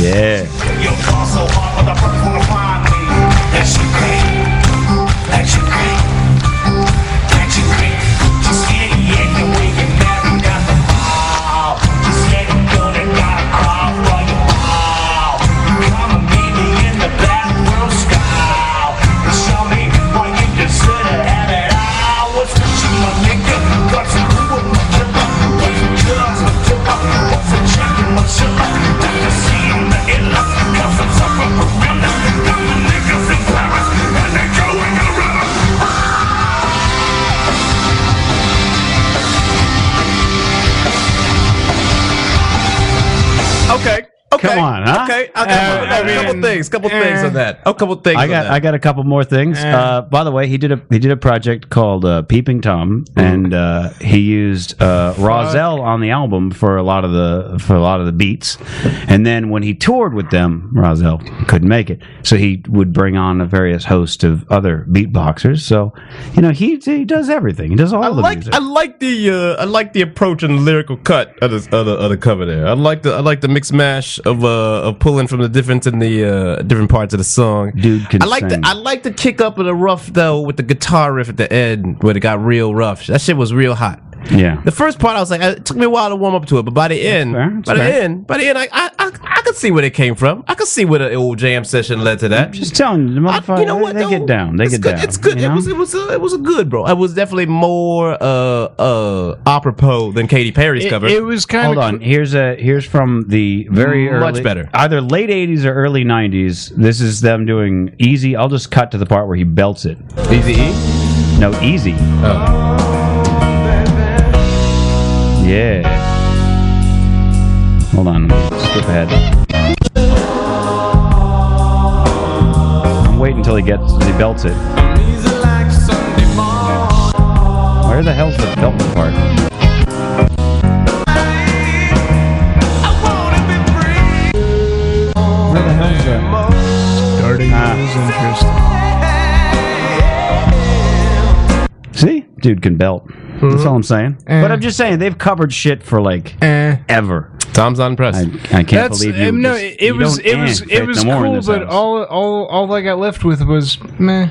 Yeah. Okay. Okay. Come on, huh? Okay. I Uh, I got a couple mean, things. Couple eh. things on that. A couple things. I on got that. I got a couple more things. Eh. Uh, by the way, he did a he did a project called uh, Peeping Tom, Mm-hmm. and uh, he used uh, Rozelle on the album for a lot of the for a lot of the beats. And then when he toured with them, Rozelle couldn't make it, so he would bring on a various host of other beatboxers. So you know he he does everything. He does all I the like music. I like the uh, I like the approach and the lyrical cut of the of the, of the cover there. I like the I like the mix mash of uh of pulling from the difference in the uh, different parts of the song. Dude can I like sing. the I like the kick up of the rough though with the guitar riff at the end where it got real rough. That shit was real hot. yeah. The first part I was like uh, it took me a while to warm up to it, but by the end, fair, that's by fair. the end, by the end, I I, I I could see where it came from. I could see where the old jam session led to that. Just telling you, the I- motherfucker, they, though? get down. They it's get good. down. It's good. you It know? was. It was. A, it was a good, bro. It was definitely more uh uh apropos than Katy Perry's It, cover. it was kind Hold of on. Here's a here's from the very early, Much better. either late '80s or early '90s. This is them doing easy. I'll just cut to the part where he belts it. Easy E. No, easy. Oh. Yeah. Hold on. Skip ahead. I'm waiting until he gets he belts it. Where the hell's the belt part? Where the hell's the starting Ah. his interest. See, dude can belt. Hmm. That's all I'm saying. But I'm just saying they've covered shit for like Eh. ever. Tom's not impressed. I, I can't believe you. um, no, just- it, it you was don't it was eh, it Faith was No More in cool, this but house. all all all I got left with was meh.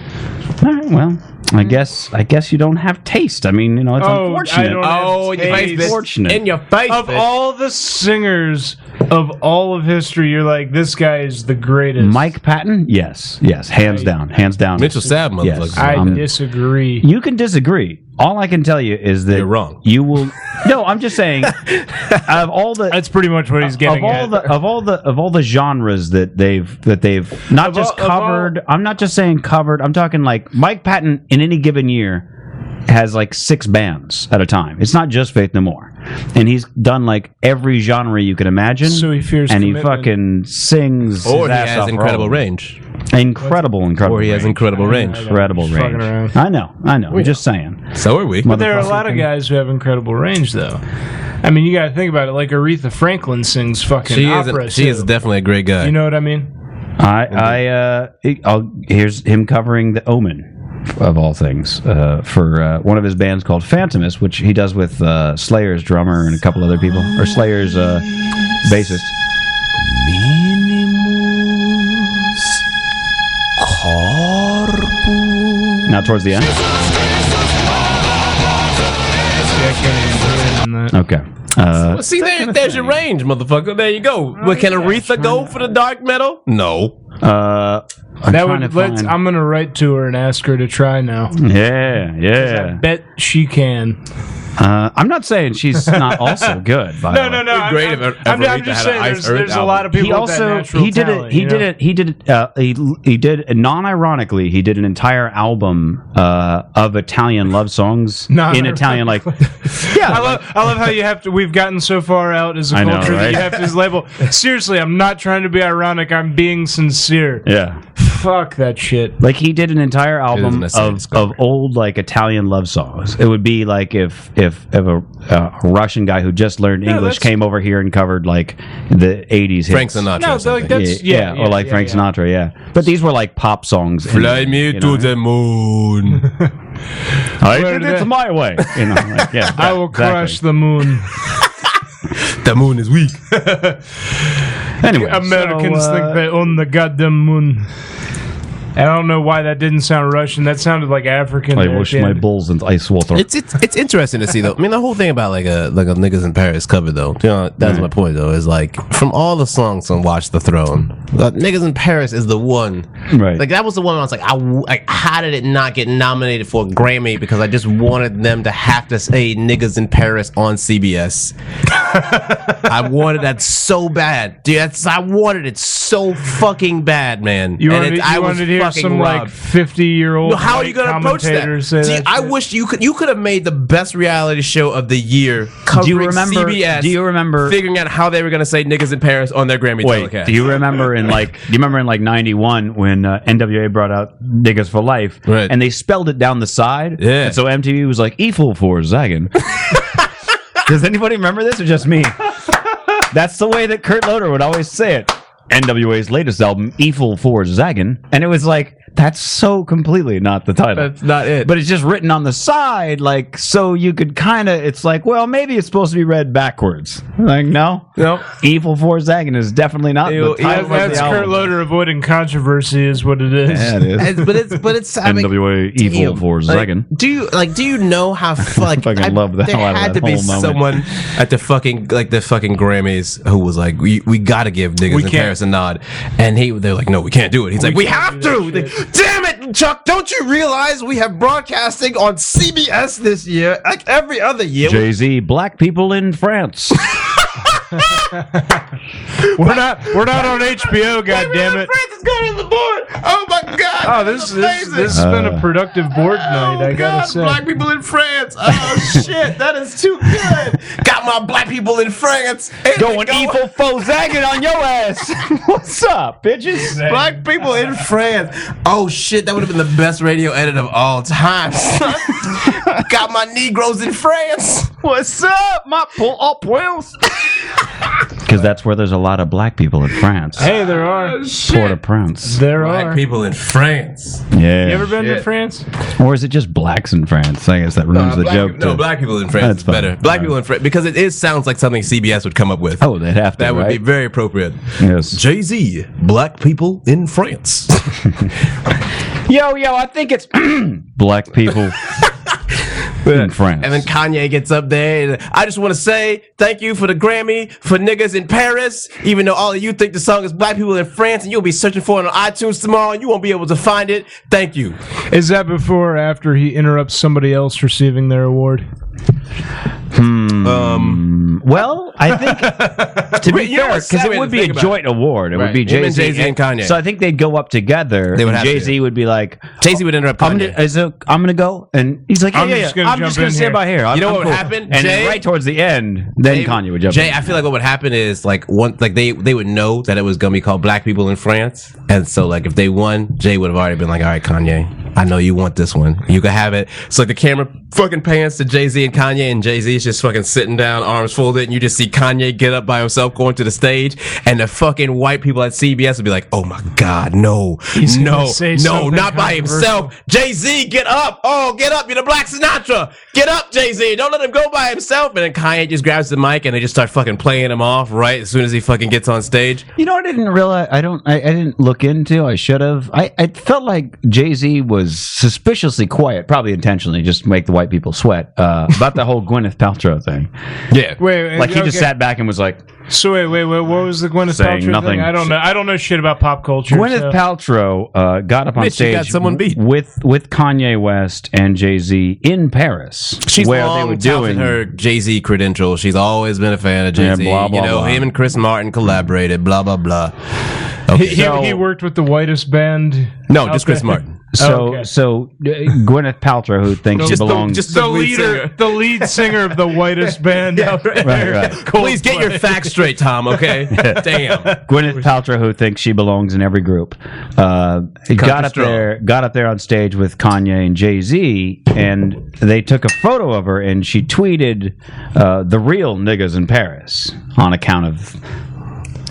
All right, well, I guess I guess you don't have taste. I mean, you know, it's Oh, I unfortunate. don't- Oh, in your face, bitch. Unfortunate. In your face. Of bitch. all the singers of all of history, you're like this guy is the greatest. Mike Patton, yes, yes, hands down, hands down. Mitchell Sab, motherfucker. Yes. I um, disagree. you can disagree. All I can tell you is that You're wrong. You will. No, I'm just saying. of all the That's pretty much what he's of getting all at. the of all the of all the genres that they've that they've not Of all- just of all- covered. I'm not just saying covered. I'm talking like Mike Patton in any given year has like six bands at a time. It's not just Faith No More, and he's done like every genre you can imagine. So he fears and he commitment. Oh, fucking sings. or his he ass has off incredible all. range. Incredible, incredible. Or he has range. incredible range. incredible Just fucking range. around. I know, I know. I'm just saying. So are we. There are a Motherfucker lot of can- guys who have incredible range, though. I mean, you got to think about it. Like Aretha Franklin sings fucking She is. opera. A, she too. is definitely a great guy. You know what I mean? I, I, uh, I'll, here's him covering the Omen, of all things, uh, for uh, one of his bands called Phantomus, which he does with uh, Slayer's drummer and a couple other people, or Slayer's uh, bassist. Now towards the end. Okay. Uh, Well, see, there, there's your range, motherfucker. There you go. Oh, but can Aretha go for the dark metal? No. uh, I'm That trying would. to Let's, find- I'm gonna write to her and ask her to try now. yeah, yeah. Bet she can. Uh, I'm not saying she's not also good. By No, the way. no, no, It'd be I'm- great if I'm- Ever- I'm- I'm Aretha just had an saying Ice there's- Earth there's a lot album. of people He with also that natural he did talent, it. He you did know? it. He did it. Uh, he he did non-ironically. He did an entire album uh, of Italian love songs in Non-ironically. Italian, like Yeah, I love, I love how you have to. We've gotten so far out as a I know, culture that right? you have to label. Seriously, I'm not trying to be ironic. I'm being sincere. yeah. Fuck that shit. Like he did an entire album necessary of, of old like Italian love songs. It would be like if if if a, uh, a Russian guy who just learned No, English that's- came over here and covered like the eighties Frank hits. Sinatra. No, or something. like that's yeah, yeah, or like Frank Sinatra, yeah. But these were like pop songs. and, Fly me you to know, the moon. I Where did the- it my way. You know, like, yeah, I will exactly. crush the moon. the moon is weak. Anyway, Americans so, uh, think they own the goddamn moon. I don't know why that didn't sound Russian. That sounded like African. I there at wash the my end. balls in ice water. It's, it's it's interesting to see though. I mean, the whole thing about like a like a niggas in Paris cover though. You know, that's Mm-hmm. my point though. Is like from all the songs on Watch the Throne, like, niggas in Paris is the one. right. Like that was the one I was like, I w- like, how did it not get nominated for a Grammy? Because I just wanted them to have to say niggas in Paris on CBS. I wanted that so bad, dude. That's, I wanted it so fucking bad, man. You and wanted, it, you I was wanted to hear fucking some like robbed. fifty-year-old. Well, how are you going to approach that? See, I wish you could you could have made the best reality show of the year covering Do you remember? CBS. Do you remember? figuring out how they were going to say niggas in Paris on their Grammy Wait, telecast? do you remember in like do you remember in like '91 when uh, NWA brought out "Niggas for Life" Right. and they spelled it down the side? Yeah. And so MTV was like "Evil for Zagan." Does anybody remember this or just me? That's the way that Kurt Loder would always say it. NWA's latest album, "Evil for Zagan," and it was like that's so completely not the title. That's not it. but it's just written on the side, like so you could kind of. It's like, well, maybe it's supposed to be read backwards. Like, no, Nope. Evil for Zagan is definitely not Ew, the title of That's the Kurt album. Loder avoiding controversy, is what it is. Yeah, it is. It's- but it's but it's I mean, NWA Evil damn. for Like, Zagan. do you like do you know how fu- like Fucking love the there hell out of had that to be whole moment. someone at the fucking like the fucking Grammys who was like we, we got to give niggas We in can't. Paris a nod and he they're like no we can't do it he's like we have to They- damn it Chuck don't you realize we have broadcasting on CBS this year like every other year Jay Z, black people in France. We're not. We're not on HBO. God damn it. Francis going on the board oh my god Oh, this this, amazing. this has been Uh. a productive board night. I Oh, gotta God, say. black people in France. Oh shit, that is too good. Got my black people in France. And Going Evil for Zagan on your ass. What's up, bitches? Black people in France. Oh shit, that would have been the best radio edit of all time. son. Got my Negroes in France. What's up, my pull up wheels? Because that's where there's a lot of black people in France. Hey, there are. Port-au-Prince. There are. Black people in France. You Yeah. ever been to Shit. France? or is it just blacks in France? I guess that ruins the black, joke. no, too. black people in France That's is better. fine. Black people in France because it is sounds like something CBS would come up with. Oh, they'd have to. that would right? be very appropriate. Yes. Jay Z, black people in France. Yo, yo, I think it's black people in France. And then Kanye gets up there. And I just want to say thank you for the Grammy for niggas in Paris. Even though all of you think the song is black people in France, and you'll be searching for it on iTunes tomorrow, and you won't be able to find it. Thank you. Is that before or after he interrupts somebody else receiving their award? well, I think to be Wait, you know fair, what's because sad it way would to be a think about joint award. It would Right. be Him and Jay Z Jay-Z and Kanye. So I think they'd go up together. They would have to. Jay Z would be like, Jay Z would interrupt I'm Kanye. gonna, is it, I'm gonna go, and he's like, yeah, I'm yeah, just yeah, gonna I'm jump just gonna in stay here. by here. I'm, You know I'm what would cool. happen? And Jay- right towards the end, then They- Kanye would jump. Jay, in. I feel like what would happen is like one, like they they would know that it was gonna be called Black People in France, and so like if they won, Jay would have already been like, all right, Kanye, I know you want this one, you can have it. So like the camera fucking pans to Jay Z and Kanye, and Jay Z is just fucking sitting down, arms folded, and you just see Kanye get up by himself going to the stage, and the fucking white people at CBS would be like, oh my god, no, gonna no, Oh, say no, something not by himself. Jay Z, get up. Oh, get up. You're the Black Sinatra. Get up, Jay Z. Don't let him go by himself. And then Kanye just grabs the mic and they just start fucking playing him off right as soon as he fucking gets on stage. You know, I didn't realize. I don't. I, I didn't look into. I should have. I, I felt like Jay Z was was suspiciously quiet, probably intentionally, just to make the white people sweat uh, about the whole Gwyneth Paltrow thing. Yeah, Wait, like he just okay. sat back and was like, So wait, wait, wait. What was the Gwyneth Saying Paltrow thing? nothing. I don't know. I don't know shit about pop culture. Gwyneth so- Paltrow uh, got up on Bitch, you stage got someone beat. with with Kanye West and Jay Z in Paris, She's where long they were touting doing her Jay Z credentials. She's always been a fan of Yeah, Jay Z. blah, blah, you know, blah. him and Chris Martin collaborated. Blah blah blah. He, Okay. he- he worked with the whitest band. No, out just Chris there. Martin. So so uh, Gwyneth Paltrow, who thinks she Just the- belongs, just the, leader, the lead singer of the whitest band out there. Right, right. Please get your facts straight, Tom. Okay. Damn. Gwyneth Paltrow, who thinks she belongs in every group, uh, got up strong. there, got up there on stage with Kanye and Jay Z, and they took a photo of her, and she tweeted uh, the real niggas in Paris on account of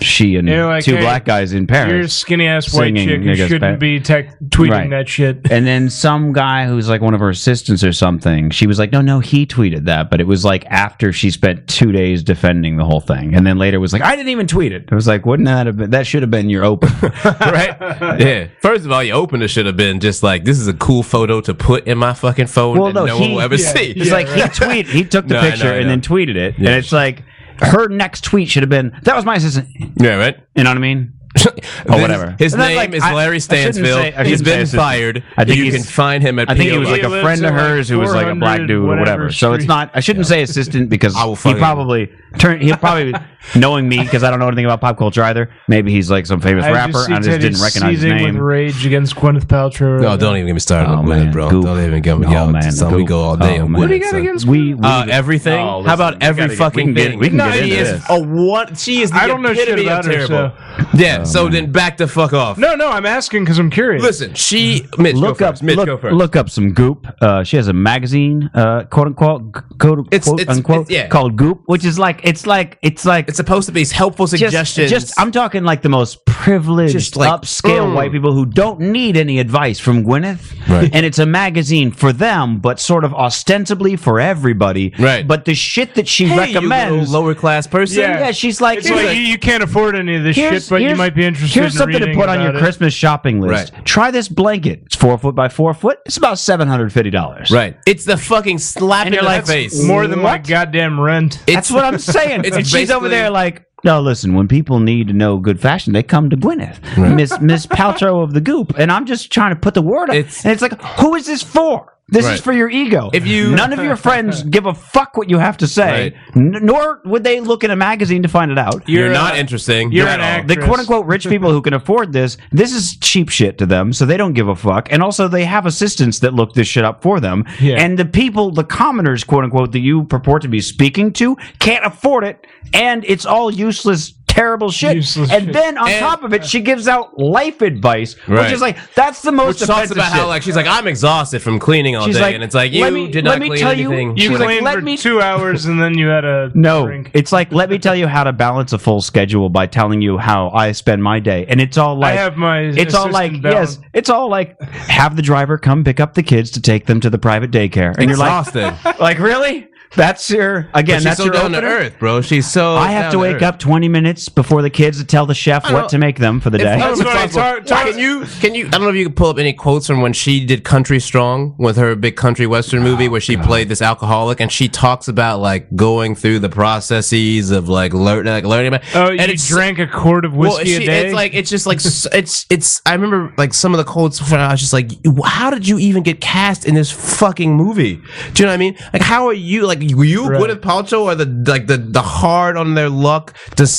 she and You're like, two hey, black guys in Paris. Your skinny ass white singing chick who niggas shouldn't back. be tech tweeting Right. that shit. And then some guy who's like one of her assistants or something, she was like, no, no, he tweeted that. But it was like after she spent two days defending the whole thing. And then later was like, I didn't even tweet it. It was like, wouldn't that have been, that should have been your open. right? Yeah. First of all, your opener should have been just like, this is a cool photo to put in my fucking phone well, that no, no, he, one will ever yeah, see. It's like he tweet, he took the No, I picture know, I and know. then tweeted it. Yeah. And it's like, her next tweet should have been, that was my assistant. Yeah, right? You know what I mean? or This- whatever. His And then, name like, is I- I Larry shouldn't say- I Stansfield. shouldn't he's say been assistant. fired. I think you he's- can find him at I think he PO was like He a lives friend in, of like, hers who was like a black dude or 400 whatever. So it's street. not. I shouldn't say assistant because I will he fucking- probably turned. He probably knowing me because I don't know anything about pop culture either. Maybe he's like some famous I rapper. just see and I just Teddy didn't recognize his seething with name. rage against Gwyneth Paltrow. No, don't even get me started Oh, on man. Gwyneth, bro. Goop. Don't even get me. Oh, yo, man. son, we Goop. go all day Oh, on man. What do Gwyneth. you got son. against We, we Uh, everything. Oh, How listen, we about every gotta get- fucking we can get- thing? we can no, get he into is this. a one. She is. The I don't know shit epitome about of her, terrible. Oh, Yeah. so then back the fuck off. No, no, I'm asking because I'm curious. Listen, she. Mitch, go look up first. Mitch, look, go first. look up some Goop. Uh, she has a magazine, uh, quote unquote, g- quote It's- quote it's- unquote, it's- yeah. called Goop, which is like it's like it's like It's supposed to be helpful just, suggestions. just I'm talking like the most privileged, Just like, upscale mm. white people who don't need any advice from Gwyneth. Right. And it's a magazine for them, but sort of ostensibly for everybody. Right. But the shit that she hey, you recommends. little lower class person. yeah. she's like, It's like, you, you can't afford any of this shit, but you here's- might be interested. Here's in something to reading put on your about it. Christmas shopping list. Right. Try this blanket. It's four foot by four foot. It's about seven hundred fifty dollars. Right. It's the fucking slap And in you're the like, face. More than my What? goddamn rent. That's what I'm saying. it's and she's over basically- there like, no, listen. When people need to know good fashion, they come to Gwyneth, Miss Miss Paltrow of the Goop, and I'm just trying to put the word. out. It's- and it's like, who is this for? This Right. is for your ego. If you- none of your friends give a fuck what you have to say, Right. n- nor would they look in a magazine to find it out. You're, You're not a- interesting. you're at an all. actor. the Chris. quote unquote rich people who can afford this, this is cheap shit to them, so they don't give a fuck. And also, they have assistants that look this shit up for them. Yeah. And the people, the commoners, quote unquote, that you purport to be speaking to, can't afford it, and it's all useless. Terrible shit, Useless and shit. then on And- top of it, she gives out life advice, Right. which is like that's the Which most talks offensive about shit. how like she's like I'm exhausted from cleaning all She's day, like, and it's like you "Let me- did let not me clean tell you- anything. you You She's like, claimed "Let for me- two hours and then you had a No, Drink. it's like let me tell you how to balance a full schedule by telling you how I spend my day, and it's all like I have my. it's all assistant like down. yes, it's all like have the driver come pick up the kids to take them to the private daycare, and you're like, exhausted. like really? That's your But again. she's That's so your down to opener? earth, bro. She's so. I have down to wake earth. up 20 minutes before the kids to tell the chef I what don't- to make them for the day. That's That's what I responsible. tar- tar- can you can you I don't know if you can pull up any quotes from when she did Country Strong with her big country western movie Oh, where she played this alcoholic and she talks about like going through the processes of like, lear- like learning about Oh, and you it's drank a quart of whiskey she- a day. It's like it's just like s- it's it's. I remember like some of the quotes. Where I was just like, how did you even get cast in this fucking movie? Do you know what I mean? Like, how are you? Like, you Right. Gwyneth Paltrow are the like the the hard on their luck,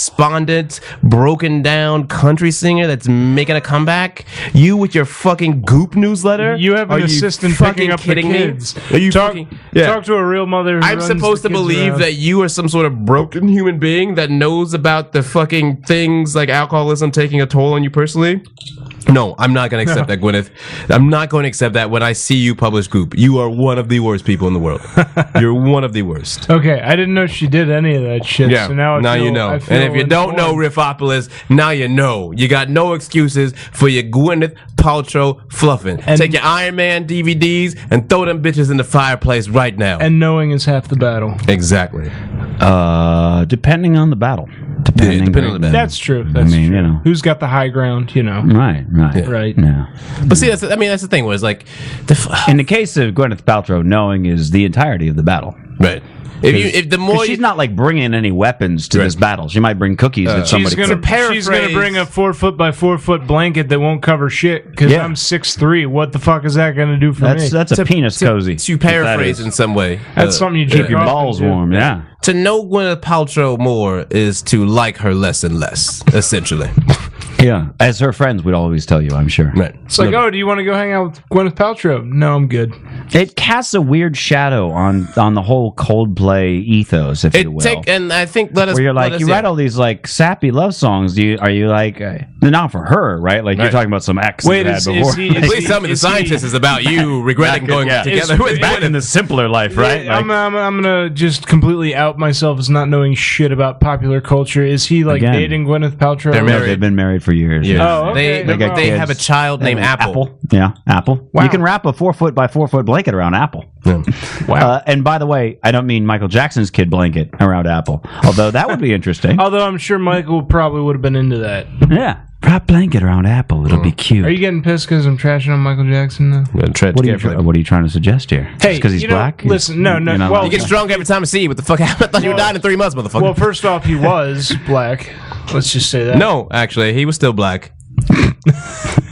despondent, broken down country singer that's making a comeback. You with your fucking goop newsletter. you have Are an assistant fucking picking up the kidding me? kids. Are you talk, fucking- Yeah. talk to a real mother. Who I'm runs the supposed to kids believe around. that you are some sort of broken human being that knows about the fucking things like alcoholism taking a toll on you personally. No, I'm not going to accept that, Gwyneth. I'm not going to accept that when I see you publish Goop. You are one of the worst people in the world. You're one of the worst. Okay, I didn't know she did any of that shit. Yeah. So now, I feel- you know. I And feel if you don't know informed. Riffopoulos, now you know. You got no excuses for your Gwyneth Paltrow fluffing. Take your Iron Man DVDs and throw them bitches in the fireplace right now. And knowing is half the battle. Exactly. Uh, depending on the battle. Depending, depending on the battle. That's true. That's I mean, you know. Who's got the high ground? You know. Right, right, Right. Yeah. But see, that's I mean, that's the thing. Was like, the f- In the case of Gwyneth Paltrow, knowing is the entirety of the battle. right? If you, if the 'Cause more you, she's not like bringing any weapons to this battle, she might bring cookies Uh, that somebody. She's gonna, she's gonna bring a four foot by four foot blanket that won't cover shit because Yeah. I'm six three. What the fuck is that gonna do for me? that's that's a penis cozy. to if that paraphrase is. in some way, That's something you jerk keep your off balls into. warm. Yeah. to know Gwyneth Paltrow more is to like her less and less, essentially. Yeah. As her friends would always tell you, I'm sure. Right. It's like, oh, do you want to go hang out with Gwyneth Paltrow? No, I'm good. It casts a weird shadow on on the whole Coldplay ethos, if It you will. take and I think let us. where you're let like, us- you yeah. write all these like sappy love songs. Do you are you like uh, not for her, right? Like you're Right. talking about some ex. Wait, you had is- is before. he- Like, Please tell me the Is he- scientist is about you regretting going yeah. together Is- with back in the simpler life, right? Yeah, I'm, Like, I'm, I'm gonna just completely out myself as not knowing shit about popular culture. Is he like Again. dating Gwyneth Paltrow? They're no, married. they've been married for years. Oh, They, okay. They they, got have a kids. child named Apple. Yeah, Apple. You can wrap a four foot by four foot blanket around Apple. Wow. Uh, and by the way, I don't mean Michael Jackson's kid blanket around Apple, although that would be interesting. Although I'm sure Michael probably would have been into that. yeah. Wrap blanket around Apple. It'll Mm. be cute. Are you getting pissed because I'm trashing on Michael Jackson though? what, are you try- what are you trying to suggest here? Hey, because he's you know, black? listen, no, no, You're not well, You like get that. drunk every time I see you. What the fuck happened? I thought you Well- died in three months, motherfucker. Well, first off, he was black. Let's just say that. no, actually, he was still black.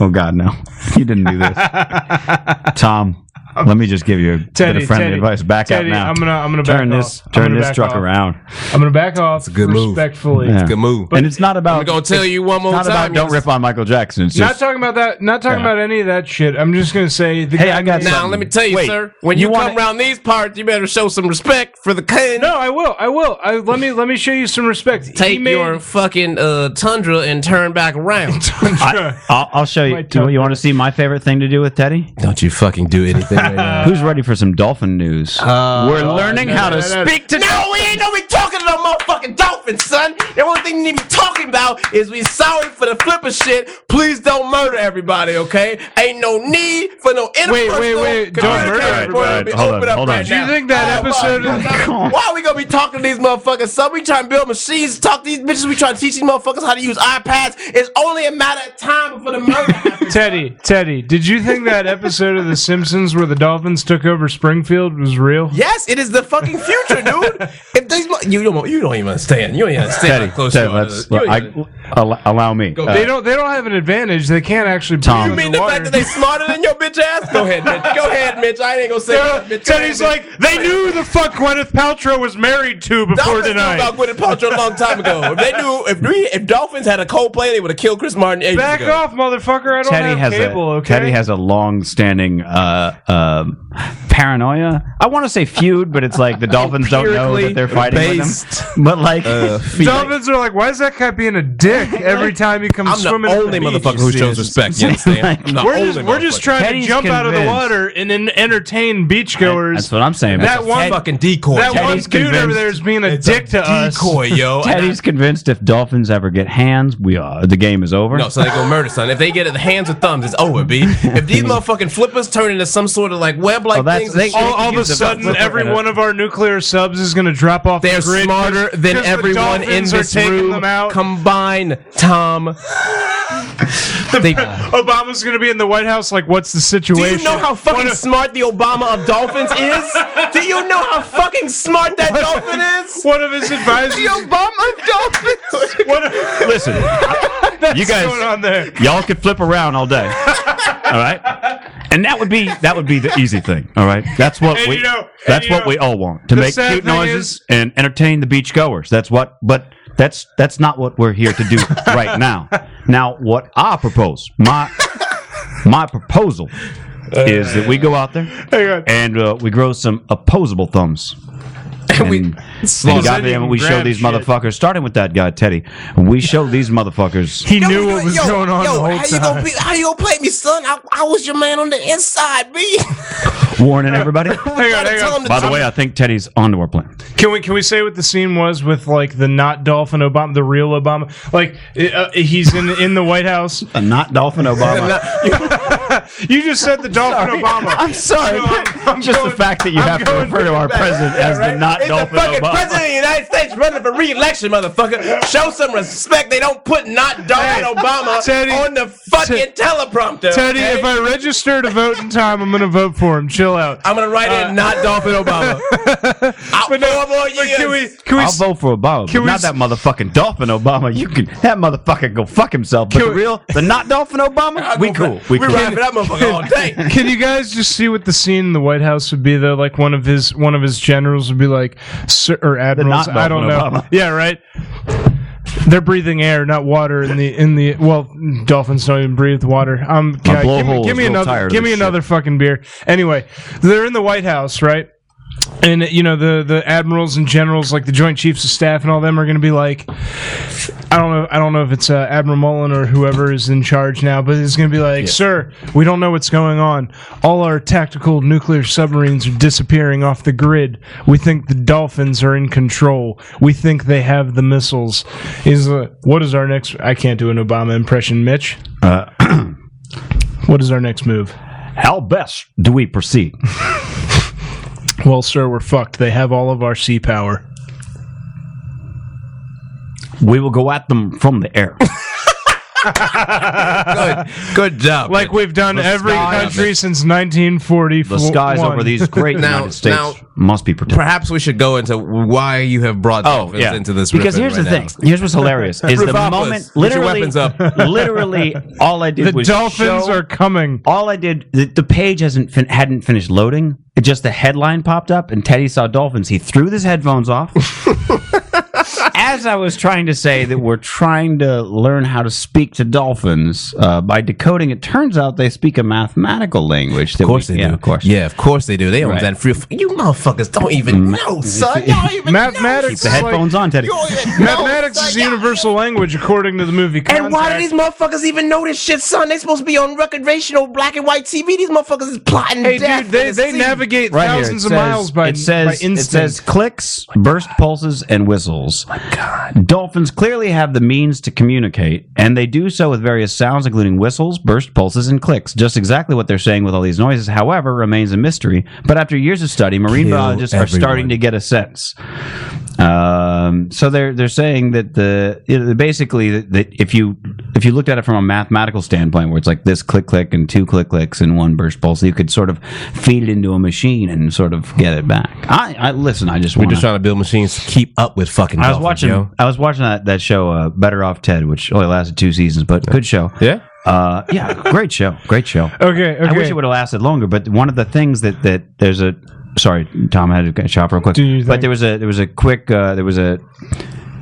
Oh God, no! You didn't do this, Tom. Let me just give you a bit Teddy, of friendly Teddy, advice. Back Teddy, out now. I'm gonna- I'm gonna turn back this off. I'm turn gonna this back truck off. around. I'm gonna back off good move. respectfully. Yeah. Good move. and it's not about. I'm gonna tell you one more It's not time. about yes. don't rip on Michael Jackson. It's Not just talking about that. Not talking Yeah. about any of that shit. I'm just gonna say the hey, guy I got Now something. let me tell you, Wait, sir. When you, wanna- come around these parts, you better show some respect for the king. No, I will. I will. I, let me let me show you some respect. he Take made, your fucking uh, tundra and turn back around. I, I'll, I'll show you. My You, want to see my favorite thing to do with Teddy? Don't you fucking do anything right now. Who's ready for some dolphin news? Uh, We're learning how to speak to. No, we ain't no be talking to no motherfucking dolphins, son. The only thing you need to be talking about is we sorry for the flipper shit. Please don't murder everybody, okay? Ain't no need for no interpersonal. wait, wait, communication don't murder for it to everybody. be Hold open on, up hold right on. Do you now. think that Oh, episode- fuck. Why are we gonna be talking to these motherfuckers, son? We trying to build machines, talk to these bitches. We trying to teach these motherfuckers how to use iPads. It's only a matter of time before the murder happens. Teddy, Teddy, did you think that episode of The Simpsons where the Dolphins took over Springfield was real? Yes, it is the fucking future, dude. If these mo- you don't you don't even understand. You don't even understand Teddy, how close Teddy, you are. to let's, the- you I, don't even- al- allow me. Go- Uh, They don't. They don't have an advantage. They can't actually. Tom. You mean the fact that they smarter than your bitch ass? Go ahead, Mitch. Go ahead, Mitch. I ain't gonna say nothing, Mitch. Go Teddy's ahead, Mitch. like they knew the fuck Gwyneth Paltrow was married to before Dolphins knew about tonight. Gwyneth Paltrow a long time ago. If they knew, if we, if Dolphins had a Coldplay, they would have killed Chris Martin ages Back ago. off, motherfucker! I don't Teddy has have cable. a okay. Teddy has a long-standing uh, um paranoia. I want to say feud, but it's like the Dolphins don't know that they're fighting based, Uh, with them. But like, Dolphins are like, why is that guy being a dick every time he comes I'm the swimming? in only beach?" motherfucker who shows respect. You understand? I'm the We're only just, we're just motherfucker. trying Teddy's to jump out of the convinced. water and then entertain beachgoers. that's what I'm saying. That but one- Ted- fucking decoy. that Teddy's one dude over convinced there is being a It's dick to us. decoy, yo. Teddy's convinced if Dolphins ever get hands, we are the game is over. No, so they go murder, son. If they get it, the hands or thumbs, it's over, B. If these motherfucking flippers turn into some sort of like web like Oh, that's- things, they- and shit, All, all of a Use the sudden, flipper every and a- one of our nuclear subs is going to drop off. they're the grid smarter 'cause- than 'cause the everyone in Dolphins are this taking room. Them out. Combine, Tom. They- Obama's going to be in the White House. Like, what's the do situation? you know how fucking What if- smart the Obama of Dolphins is? Do you know how fucking smart that dolphin is? one of his advisors? The Obama of Dolphins. what if- Listen, you what's going guys, on there? y'all could flip around all day. All right. And that would be that would be the easy thing. All right, that's what And we you know- and that's you what know, we all want to the make sad cute thing noises is- and entertain the beachgoers. That's what, but that's that's not what we're here to do right now. Now, what I propose, my my proposal Uh, is that we go out there Hang on. and uh, we grow some opposable thumbs. And, we- and Slow- goddamn it, we show grab these shit. motherfuckers. Starting with that guy Teddy, we show these motherfuckers He knew what was yo, going on yo, the whole how time. you gonna be, how you gonna play me, son? I, I was your man on the inside, B. warning everybody. Hang on, hang on. By the way, I think Teddy's onto our plan. Can we can we say what the scene was with like the not dolphin Obama, the real Obama? Like uh, he's in in the White House. A not dolphin Obama. you just said the dolphin Obama. I'm sorry. So I'm, I'm Just going- the fact that you I'm have to going refer to our back. president Yeah, as the right. not it's dolphin the fucking Obama. president of the United States running for re-election, motherfucker. Show some respect. They don't put not Donald Obama Teddy, on the fucking teleprompter. Teddy, okay? if I register to vote in time, I'm going to vote for him. Chill out. I'm gonna write in not Dolphin Obama. I'll But no, four more but years. can we can we I'll vote for Obama, Can but we not s- that motherfucking Dolphin Obama. You can that motherfucker go fuck himself. But Can the we- real, the not Dolphin Obama, we cool. We we cool. ride for that motherfucker all day. Can you guys just see what the scene in the White House would be though? Like one of his one of his generals would be like, Sir, or admirals. not I don't know. Dolphin Obama. Yeah, right. They're breathing air, not water. In the in the well, dolphins don't even breathe water. Um, can My I- give me, blowhole give is me real tired another, of give me this shit. another fucking beer. Anyway, they're in the White House, right? And you know the the admirals and generals, like the Joint Chiefs of Staff and all them, are going to be like, I don't know. I don't know if it's uh, Admiral Mullen or whoever is in charge now, but it's going to be like, "Sir, we don't know what's going on. All our tactical nuclear submarines are disappearing off the grid. We think the Dolphins are in control. We think they have the missiles." Is uh, what is our next? I can't do an Obama impression, Mitch. Uh, what is our next move? How best do we proceed? Well, sir, we're fucked. They have all of our sea power. We will go at them from the air. Good, good job. Like we've done every sky- country since 1940. The skies over these great Now- United States now- must be protected. Perhaps we should go into why you have brought Oh dolphins yeah, into this. because riffing here's right the now. thing. Here's what's hilarious is the Revolvers, moment. get your Literally, weapons up. literally, all I did The was dolphins show- are coming. all I did, the, the page hasn't fin- hadn't finished loading. It just the headline popped up, and Teddy saw dolphins. He threw his headphones off. As I was trying to say that we're trying to learn how to speak to dolphins uh, by decoding, it turns out they speak a mathematical language. That Of course we, they yeah, do. Of course, Yeah, of course they do. They don't Right. that free. You motherfuckers don't even know, son. Y'all don't even Mathematics. The is like- headphones on, Teddy. Mathematics is universal language according to the movie. Contact. And why do these motherfuckers even know this shit, son? They supposed to be on recreational black and white TV. These motherfuckers is plotting Hey, death. dude, they, in the they sea. navigate Right here, it thousands says, of miles by it says by it instinct. says clicks, burst pulses, and whistles. Dolphins clearly have the means to communicate, and they do so with various sounds, including whistles, burst pulses, and clicks. Just exactly what they're saying with all these noises, however, remains a mystery. But after years of study, marine Kill biologists are everyone. starting to get a sense. Um, so they're they're saying that the it- basically that, that if you if you looked at it from a mathematical standpoint, where it's like this click click and two click clicks and one burst pulse, you could sort of feed it into a machine and sort of get it back. I, I listen. I just We're wanna- just trying to build machines to keep up with fucking. I was dolphins, watching. yo. I was watching that that show, uh, Better Off Ted, which only lasted two seasons, but good show. Yeah? uh, yeah, great show, great show. okay, okay. I wish it would have lasted longer, but one of the things that that there's a sorry, Tom, I had to get shop real quick. Do you But think- there was a there was a quick uh, there was a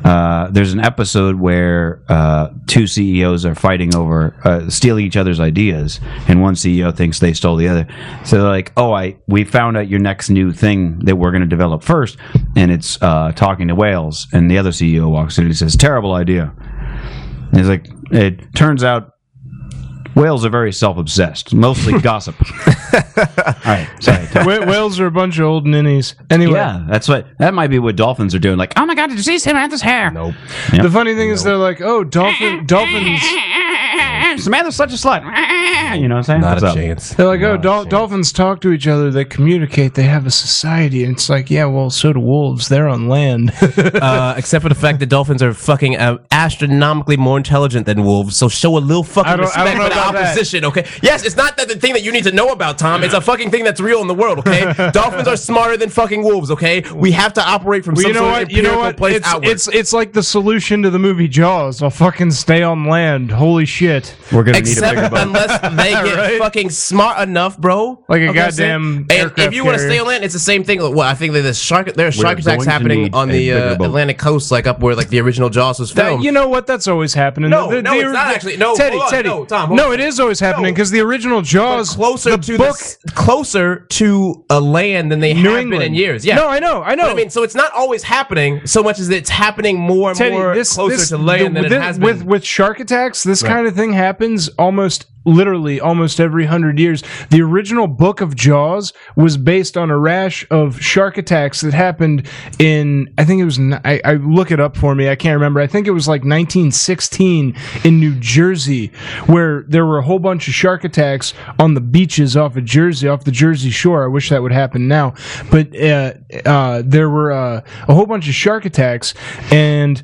uh, there's an episode where uh, two CEOs are fighting over uh, stealing each other's ideas, and one CEO thinks they stole the other. So they're like, "Oh, I we found out your next new thing that we're going to develop first, and it's uh, talking to whales." And the other CEO walks in and he says, "Terrible idea." And he's like, "It turns out." Whales are very self-obsessed, mostly gossip. All right, sorry. Tom. Wh- whales are a bunch of old ninnies. Anyway, Yeah, that's what that might be what dolphins are doing. Like, oh my god, did you see Samantha's hair? Nope. the funny thing is they're like, oh, dolphin, dolphins. Samantha's such a slut. You know what I'm saying? Not What's a up? chance. They're like, oh, dol- dolphins talk to each other. They communicate. They have a society. And it's like, yeah, well, so do wolves. They're on land. Uh, except for the fact that dolphins are fucking um, astronomically more intelligent than wolves. So show a little fucking I don't- I respect don't know for the about that. opposition, okay? Yes, it's not that the thing that you need to know about, Tom. It's a fucking thing that's real in the world, okay? dolphins are smarter than fucking wolves, okay? We have to operate from Well, some you know sort what? of You empirical know what? place It's, outward. it's it's like the solution to the movie Jaws. I'll fucking stay on land. Holy shit! We're gonna need a Except bigger boat. unless they get Right? fucking smart enough, bro. Like a what I'm saying? goddamn And if aircraft you want to carrier. stay on land, it's the same thing. Well, I think that there's shark there's We're shark attacks going to happening need on a the bigger uh, boat. Atlantic coast, like up where like the original Jaws was That- filmed. you know what? That's always happening. No, The- no, the- it's not the- actually- no, Teddy, hold on. Teddy, No, Tom, hold no, on. it is always happening No. because the original Jaws, closer the to the book, s- closer to a land than they New have England been in years. Yeah. No, I know, I know. But I mean, so it's not always happening so much as it's happening more and Teddy, more this closer this, to land the- than thi- it has with been. with shark attacks. This Right. kind of thing happens almost literally almost every hundred years. The original book of Jaws was based on a rash of shark attacks that happened in I think it was n- I, I look it up for me I can't remember I think it was like 1916 in New Jersey where there were a whole bunch of shark attacks on the beaches off of Jersey off the Jersey shore. I wish that would happen now, but uh, uh, there were uh, a whole bunch of shark attacks and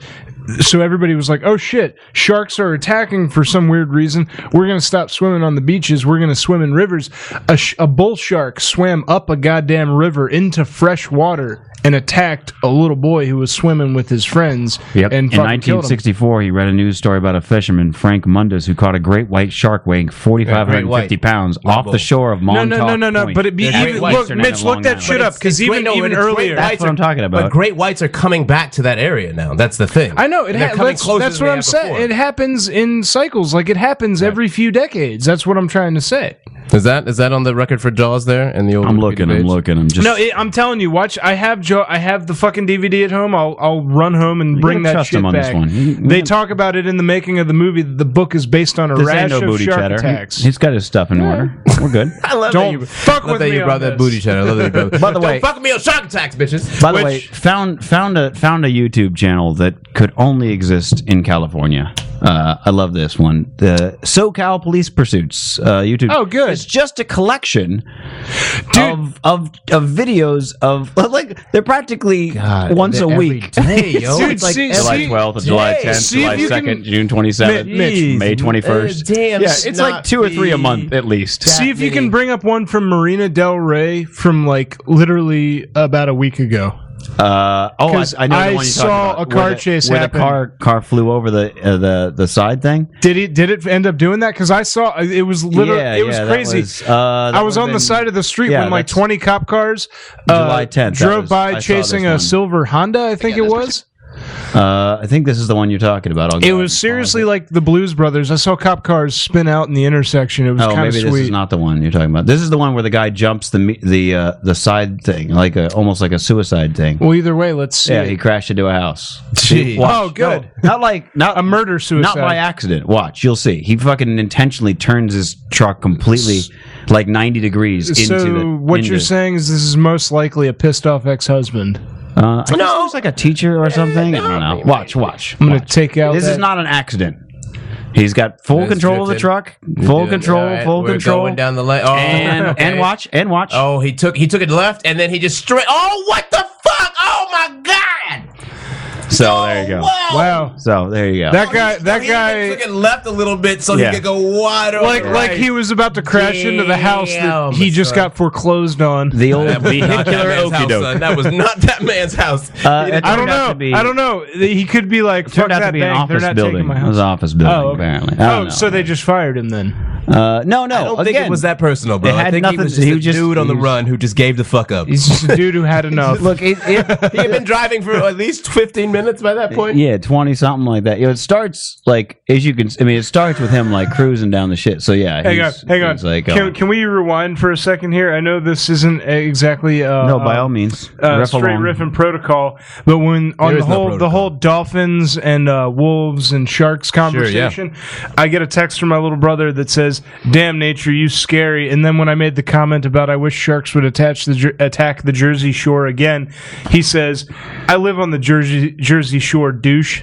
so everybody was like, "Oh shit, sharks are attacking for some weird reason. We're gonna stop swimming on the beaches. We're gonna swim in rivers." A, sh- a bull shark swam up a goddamn river into fresh water and attacked a little boy who was swimming with his friends. Yep. and in fucking killed him. 1964, he read a news story about a fisherman, Frank Mundus, who caught a great white shark weighing Yeah, great 4,550 white. pounds off the shore of No, Montauk no, no, no, no. Point. But it be There's even great whites look, in and Mitch, along look that that shit way. up because even no, even it's great earlier. whites That's what I'm are- talking about. But great whites are coming back to that area now. That's the thing. I know it. And they're Ha- coming that's, closer that's than what they I'm have saying. before. It happens in cycles. Like it happens every few decades. That's what I'm trying to say. Is that is that on the record for Jaws there? And the old I'm looking, I'm looking, I'm just. no, it, I'm telling you. Watch. I have Joe. I have the fucking DVD at home. I'll I'll run home and bring can that trust shit him on this back. one. You- you They can- talk about it in the making of the movie. That the book is based on a this ain't rash no of booty shark chatter. attacks. He's got his stuff in order. We're good. I love Don't that you, fuck love with that me you brought on that this. booty shot. I love that you brought. By the Don't way- fuck me on shark attacks, bitches. By the Which- way, found found a found a YouTube channel that could only exist in California. Uh, I love this one. The SoCal Police Pursuits uh, YouTube. Oh, good. It's just a collection of, of of videos of like they're practically God, once a every week. day, yo. Dude, It's like see- every- see- July see if you can- June twenty Mitch, Mitch, twenty uh, damn yeah, it's like two or three a snot month at least. See if you many. can bring up one from Marina Del Rey from like literally about a week ago. Uh, oh, I, 'Cause I know I the one you saw a car where the, chase where happen. the car car flew over the uh, the the side thing. Did it? Did it end up doing that? Because I saw it was literally yeah, it was yeah, that crazy. was, uh, that I was would've on the been- side of the street yeah, when like that's- 20 cop cars uh, July 10th, that drove was- I saw by chasing this a one. silver Honda, I think it was. Uh, I think this is the one you're talking about. I'll go It ahead was and seriously pause like the Blues Brothers. I saw cop cars spin out in the intersection. It it. was Oh, kind of maybe this sweet. is not the one you're talking about. This is the one where the guy jumps the me- the uh, the side thing, like a, almost like a suicide thing. well, either way, let's see. yeah, it. he crashed into a house. Jeez. oh, good. Not like not A murder suicide. Not by accident. Watch, you'll see. He fucking intentionally turns his truck completely, like ninety degrees into so the. what into- you're saying is this is most likely a pissed off ex-husband. Uh, I guess no. was like a teacher or something. I don't know. Watch, watch. I'm going to watch. take out. This is that- not an accident. He's got full It's control of the drifted. truck. Full Dude, control. all right, full we're control. Going down the lane. Oh, and okay. and watch and watch. Oh, he took he took it left, and then he just straight. Oh, what the fuck? Oh my god! so Oh, there you go. Wow. Wow. So there you go. That guy. That He even guy. took it left a little bit so Yeah. he could go wide over. Like like right. he was about to crash into the house that Damn, he just son. got foreclosed on. the old That was not that vehicular man's okie house, son. That was not that man's house. Uh, I don't know. I don't know. He could be like. Turned Fuck out that to be an bank. They're office not building. taking my It was house. an office building, Oh, okay. apparently. I Oh, don't so know. they just fired him then. Uh, no, no. I don't again, think it was that personal, bro. It I had think nothing he was to- just he a was just- dude on the he was- run who just gave the fuck up. He's just a dude who had enough. Look, it, it, He had been driving for at least 15 minutes by that point. yeah, twenty something like that. You know, it starts like as you can. I mean, it starts with him like cruising down the shit. So yeah, hang on, he's- hang on. he's Like, can, uh, can we rewind for a second here? I know this isn't exactly uh, no, by uh, all means, uh, riff straight along. riffing protocol, but when on There the is no whole the protocol. whole dolphins and uh, wolves and sharks conversation, I get a text from my little brother that says, "Damn nature, you scary." And then when I made the comment about I wish sharks would attach the Jer- attack the Jersey Shore again, he says, "I live on the Jersey Jersey Shore, douche."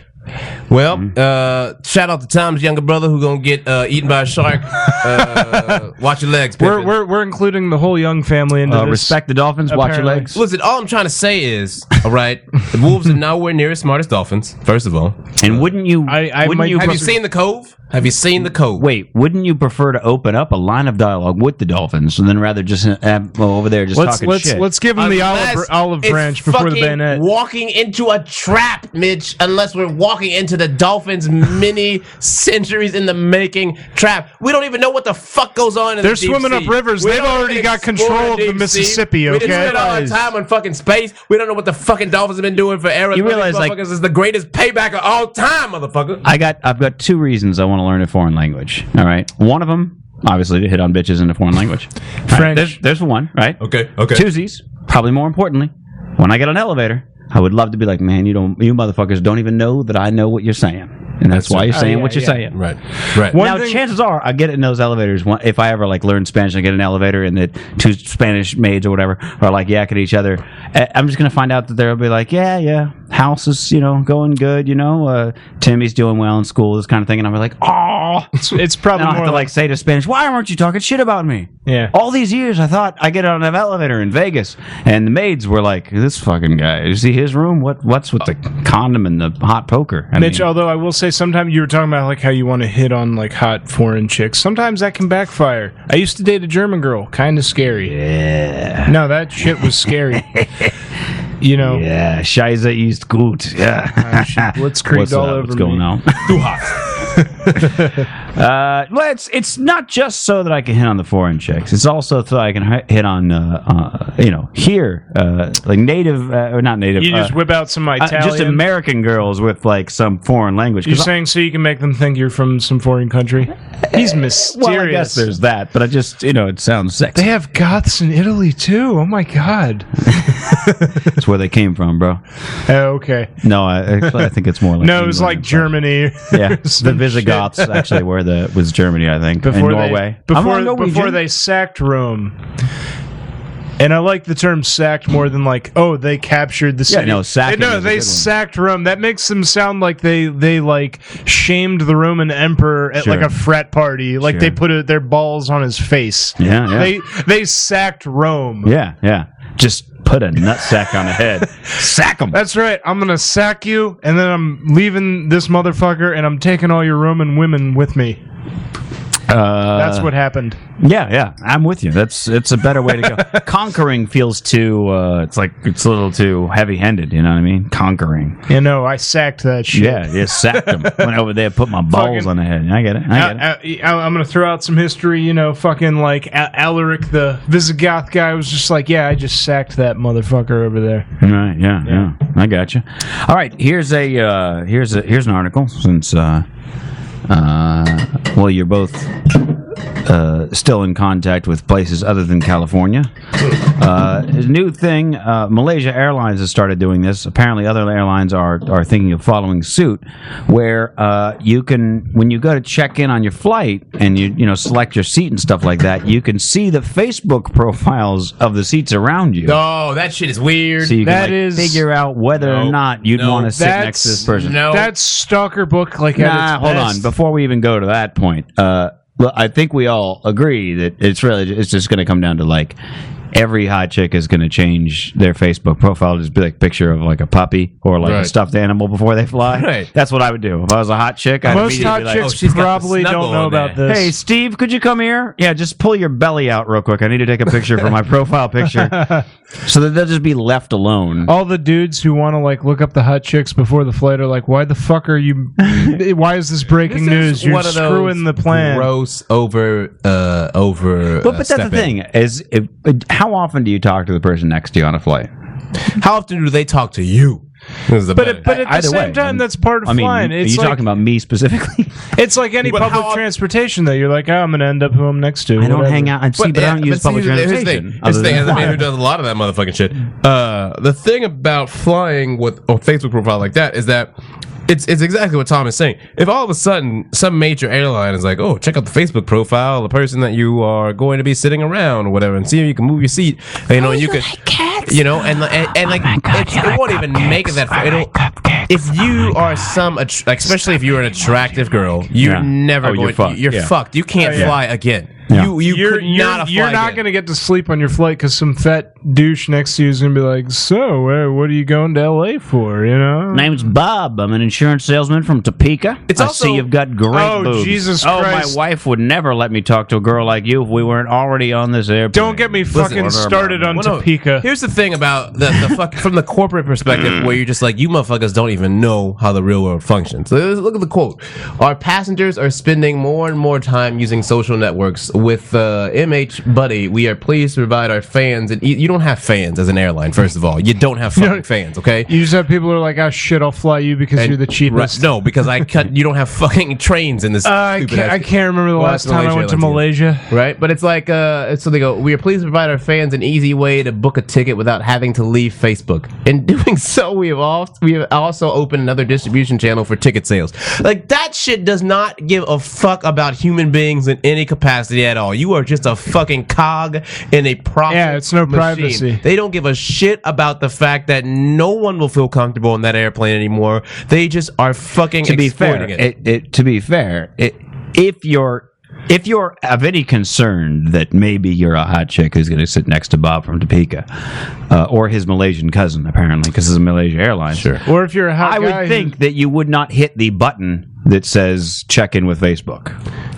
Well, Mm-hmm. uh, shout out to Tom's younger brother who gonna get uh, eaten by a shark. Uh, watch your legs. We're, Pippin. we're, we're including the whole young family into Uh, this. respect the dolphins. Watch your apparently. legs. Listen, all I'm trying to say is, all right, the wolves are nowhere near as smart as dolphins. First of all, And wouldn't you? I- I wouldn't might- you? have prefer- you seen the cove? Have you seen the cove? Wait, wouldn't you prefer to open up a line of dialogue with the dolphins, and then rather just have, well, over there just Let's talking let's shit? let's give him the Unless olive olive it's branch before the fucking bayonet. Walking into a trap, Mitch. Unless we're walking into the dolphins' many centuries in the making trap. We don't even know what the fuck goes on. In They're the deep swimming up sea. rivers. We They've don't already got explore control of the deep sea. Mississippi, We didn't okay? spend all our Guys. time on fucking space. We don't know what the fucking dolphins have been doing for eras. You But these realize, like- motherfuckers is the greatest payback of all time, motherfucker. I got. I've got two reasons I want to learn a foreign language. All right, one of them obviously to hit on bitches in a foreign language. All right, French. there's, there's one. Right. Okay, okay. Tuesdays, probably more importantly, when I get on an elevator, I would love to be like, man, you don't, you motherfuckers don't even know that I know what you're saying. and that's why you're Oh, saying yeah, what you're yeah. saying. Right. Right. now, chances are, I get in those elevators. one- If I ever like learn Spanish, I get in an elevator, and the two Spanish maids or whatever are like yak at each other. I- I'm just gonna find out that they'll be like, "Yeah, yeah, house is you know going good. You know, uh, Timmy's doing well in school, this kind of thing." And I'm like, "Oh, it's, it's probably I have more to like- like say to Spanish, why aren't you talking shit about me? Yeah. All these years, I thought I get on an elevator in Vegas, and the maids were like, "This fucking guy. You see his room? What? What's with the condom and the hot poker?" I Mitch, mean- although I will say, sometimes you were talking about like how you want to hit on like hot foreign chicks. Sometimes that can backfire. I used to date a German girl, kind of scary. Yeah. No, that shit was scary. you know. Ah, Yeah, Scheiße ist gut. Yeah. What's creeped What's all up? over What's going me. on? Too hot. Uh, let's. It's not just so that I can hit on the foreign chicks. It's also so I can hi- hit on, uh, uh, you know, here, uh, like native uh, or not native. You just uh, whip out some uh, Italian. just American girls with like some foreign language. 'Cause You're I- saying so you can make them think you're from some foreign country? He's mysterious. well, I guess there's that, but I just you know it sounds They sexy. have Goths in Italy too. Oh my god. That's where they came from, bro. Oh, okay. No, I, actually, I think it's more like no, it was England like and stuff. Germany. yeah, the Visigoths actually were the was Germany, I think, and before Norway. They, I'm a before, Norwegian. before they sacked Rome. And I like the term sacked more than like, oh, they captured the city. no, sacking is No, a good they one. sacked Rome. That makes them sound like they they like shamed the Roman emperor at like Sure. a frat party. Like Sure. they put a, their balls on his face. Yeah, yeah. They they sacked Rome. Yeah, yeah. Just put a nutsack on the head. Sack him. That's right. I'm gonna sack you, and then I'm leaving this motherfucker, and I'm taking all your Roman women with me. That's what happened. Uh, Yeah, yeah. I'm with you. That's it's a better way to go. Conquering feels too. Uh, it's like it's a little too heavy-handed. You know what I mean? Conquering. You know, I sacked that shit. Yeah, yeah. Sacked him. Went over there, put my balls Fucking- on the head. I get it. I get it. I, I, e, I'm going to throw out some history. You know, fucking like Al- Alaric the Visigoth guy was just like, yeah, I just sacked that motherfucker over there. Right. Yeah. Yeah. I got you. All right. Here's a uh, here's a here's an article since uh, uh, well you're both uh, still in contact with places other than California. Uh, new thing. Uh, Malaysia Airlines has started doing this. Apparently, other airlines are are thinking of following suit, where uh, you can when you go to check in on your flight and you you know select your seat and stuff like that, you can see the Facebook profiles of the seats around you. Oh, that shit is weird. So you can That like, is- figure out whether No, or not you'd no, want to sit next to this person. No. That's stalker book. Like, at nah, its hold best. on. Before we even go to that point, uh, well, I think we all agree that it's really it's just going to come down to like every hot chick is going to change their Facebook profile to just be like picture of like a puppy or like a Right. stuffed animal before they fly. Right. That's what I would do if I was a hot chick. I'd Most hot immediately be like, chicks she's got the probably snuggle don't know on about there. this. Hey, Steve, could you come here? Yeah, just pull your belly out real quick. I need to take a picture for my profile picture, so that they'll just be left alone. all the dudes who want to like look up the hot chicks before the flight are like, why the fuck are you? why is this breaking news? You're screwing the plan. Gross over uh over. But, uh, but that's the stepping. thing is, if, but how often do you talk to the person next to you on a flight? How often do they talk to you? This is the But better- it, but at Either the same way, time, that's part of I mean, flying. are It's you like, talking about me specifically? It's like any But public how- transportation, though. You're like, oh, I'm going to end up who I'm next to. I don't whatever. hang out. I see, but, I don't use see, public here's the thing- transportation. Here's other the thing, than as a man who flying. does a lot of that motherfucking shit, uh, the thing about flying with a Facebook profile like that is that it's it's exactly what Tom is saying. If all of a sudden some major airline is like, oh, check out the Facebook profile, of the person that you are going to be sitting around or whatever, and see if you can move your seat, and, Oh, you Oh know, and you can, you know, and and, and like, it's, it won't even make it that far. It'll- If you are some, att- like, especially if you're an attractive girl, you're Yeah. never Oh, going. you're You're, fucked. fucked. you're Yeah. fucked. You can't yeah. fly again. Yeah. You you You're, could not you're not, have you're fly not again. going to get to sleep on your flight because some fat douche next to you is going to be like, so, uh, what are you going to L.A. for, you know? Name's Bob. I'm an insurance salesman from Topeka. It's I also- see you've got great Oh, boobs. Jesus oh, Christ. my wife would never let me talk to a girl like you if we weren't already on this airplane. Don't get me fucking Listen, started on Well, no, Topeka. Here's the thing about the, the fuck from the corporate perspective, where you're just like, you motherfuckers don't even know how the real world functions. So, Look at the quote: Our passengers are spending more and more time using social networks with uh, MH Buddy, we are pleased to provide our fans. And you you don't have fans as an airline, first of all. You don't have fucking fans, okay? You just have people who are like, "Oh shit, I'll fly you because you're the cheapest." Right, no, because I cut. You don't have fucking trains in this. Uh, I stupid can't, ass- I can't remember the Well, last that's time I went to Airlines either. Malaysia. Right, but it's like uh, so they go. We are pleased to provide our fans an easy way to book a ticket without having to leave Facebook. In doing so, we have all we have also opened another distribution channel for ticket sales. Like that shit does not give a fuck about human beings in any capacity at all. You are just a fucking cog in a profit. Yeah, it's no privacy. They don't give a shit about the fact that no one will feel comfortable in that airplane anymore. They just are fucking to be fair, exploiting it. it, it, to be fair, it, if you're if you're of any concern that maybe you're a hot chick who's going to sit next to Bob from Topeka, uh, or his Malaysian cousin, apparently, because it's a Malaysia airline. Sure. Or if you're a hot I guy would think that you would not hit the button that says check in with Facebook.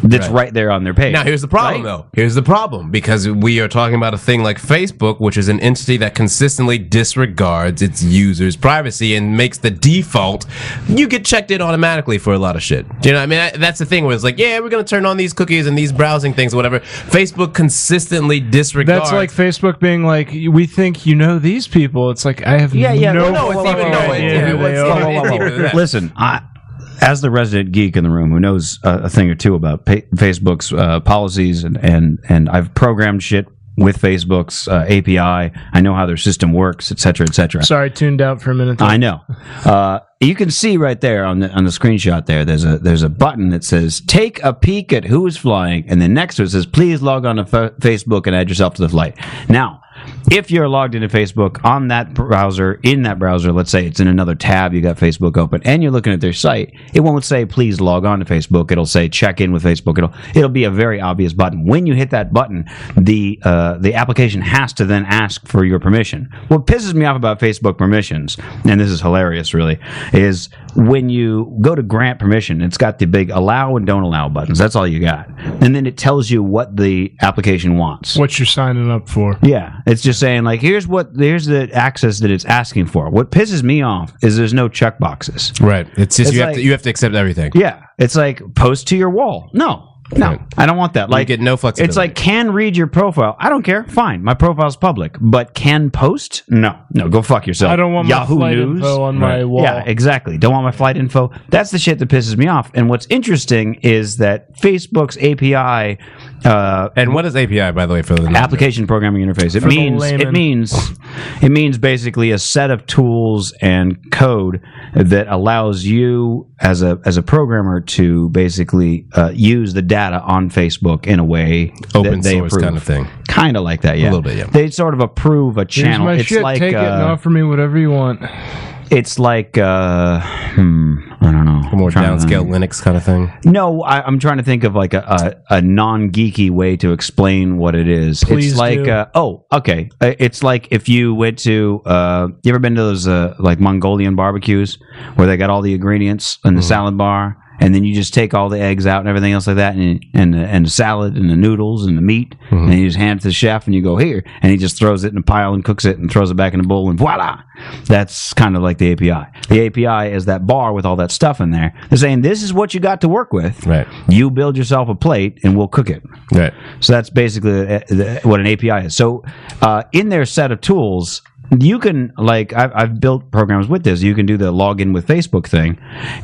That's right, Right. there on their page. Now here's the problem, though. Here's the problem because we are talking about a thing like Facebook, which is an entity that consistently disregards its users' privacy and makes the default you get checked in automatically for a lot of shit. Do you know? what I mean, I, that's the thing where it's like, yeah, we're gonna turn on these cookies and these browsing things, or whatever. Facebook consistently disregards. That's like Facebook being like, "We think you know these people." It's like I have Yeah, yeah, no, no, no, it's fucking even- no, it's idea even- who they it's are. even- it's even- that. Listen, I, as the resident geek in the room who knows a, a thing or two about pa Facebook's uh, policies, and, and, and I've programmed shit with Facebook's uh, API, I know how their system works, et cetera, et cetera. Sorry, tuned out for a minute. there. I know. Uh, you can see right there on the on the screenshot there. There's a there's a button that says "Take a peek at who is flying," and then next to it says "Please log on to fa- Facebook and add yourself to the flight." Now, if you're logged into Facebook on that browser, in that browser, let's say it's in another tab, you got Facebook open, and you're looking at their site, it won't say "Please log on to Facebook." It'll say "Check in with Facebook." It'll it'll be a very obvious button. When you hit that button, the uh, the application has to then ask for your permission. What pisses me off about Facebook permissions, and this is hilarious, really, is when you go to grant permission, it's got the big allow and don't allow buttons. That's all you got, and then it tells you what the application wants. What you're signing up for? Yeah, it's just saying like here's what here's the access that it's asking for. What pisses me off is there's no check boxes. right. It's just It's you like- have to you have to accept everything. Yeah, it's like post to your wall. No. No, I don't want that. Like get no flexibility. It's like can read your profile. I don't care. Fine, my profile's public, but can post? No, no, go fuck yourself. I don't want my Yahoo flight News info on my wall. Yeah, exactly. Don't want my flight info. That's the shit that pisses me off. And what's interesting is that Facebook's API uh, And what is API by the way for the application programming interface. Mm-hmm. It For the means it layman. means it means basically a set of tools and code that allows you as a as a programmer to basically uh, use the data on Facebook in a way Open that they source approve. kind of thing. Kind of like that, yeah. little bit, yeah. They sort of approve a Here's channel. my it's shit. like Take it and uh, offer me whatever you want. it's like uh, hmm, I don't know. more Trying to- downscale Linux kind of thing? No, I, I'm trying to think of like a, a, a non geeky way to explain what it is. Please it's like, do. uh, oh, okay. Uh, It's like if you went to, uh, you ever been to those uh, like Mongolian barbecues where they got all the ingredients and the salad bar, and then you just take all the eggs out and everything else like that, and and the, and the salad and the noodles and the meat, and you just hand it to the chef, and you go here, and he just throws it in a pile and cooks it and throws it back in a bowl, and voila. That's kind of like the API. The API is that bar with all that stuff in there. They're saying this is what you got to work with. Right. You build yourself a plate and we'll cook it. Right. So that's basically uh, the- what an API is. So uh, in their set of tools, you can like I've, I've built programs with this. You can do the login with Facebook thing,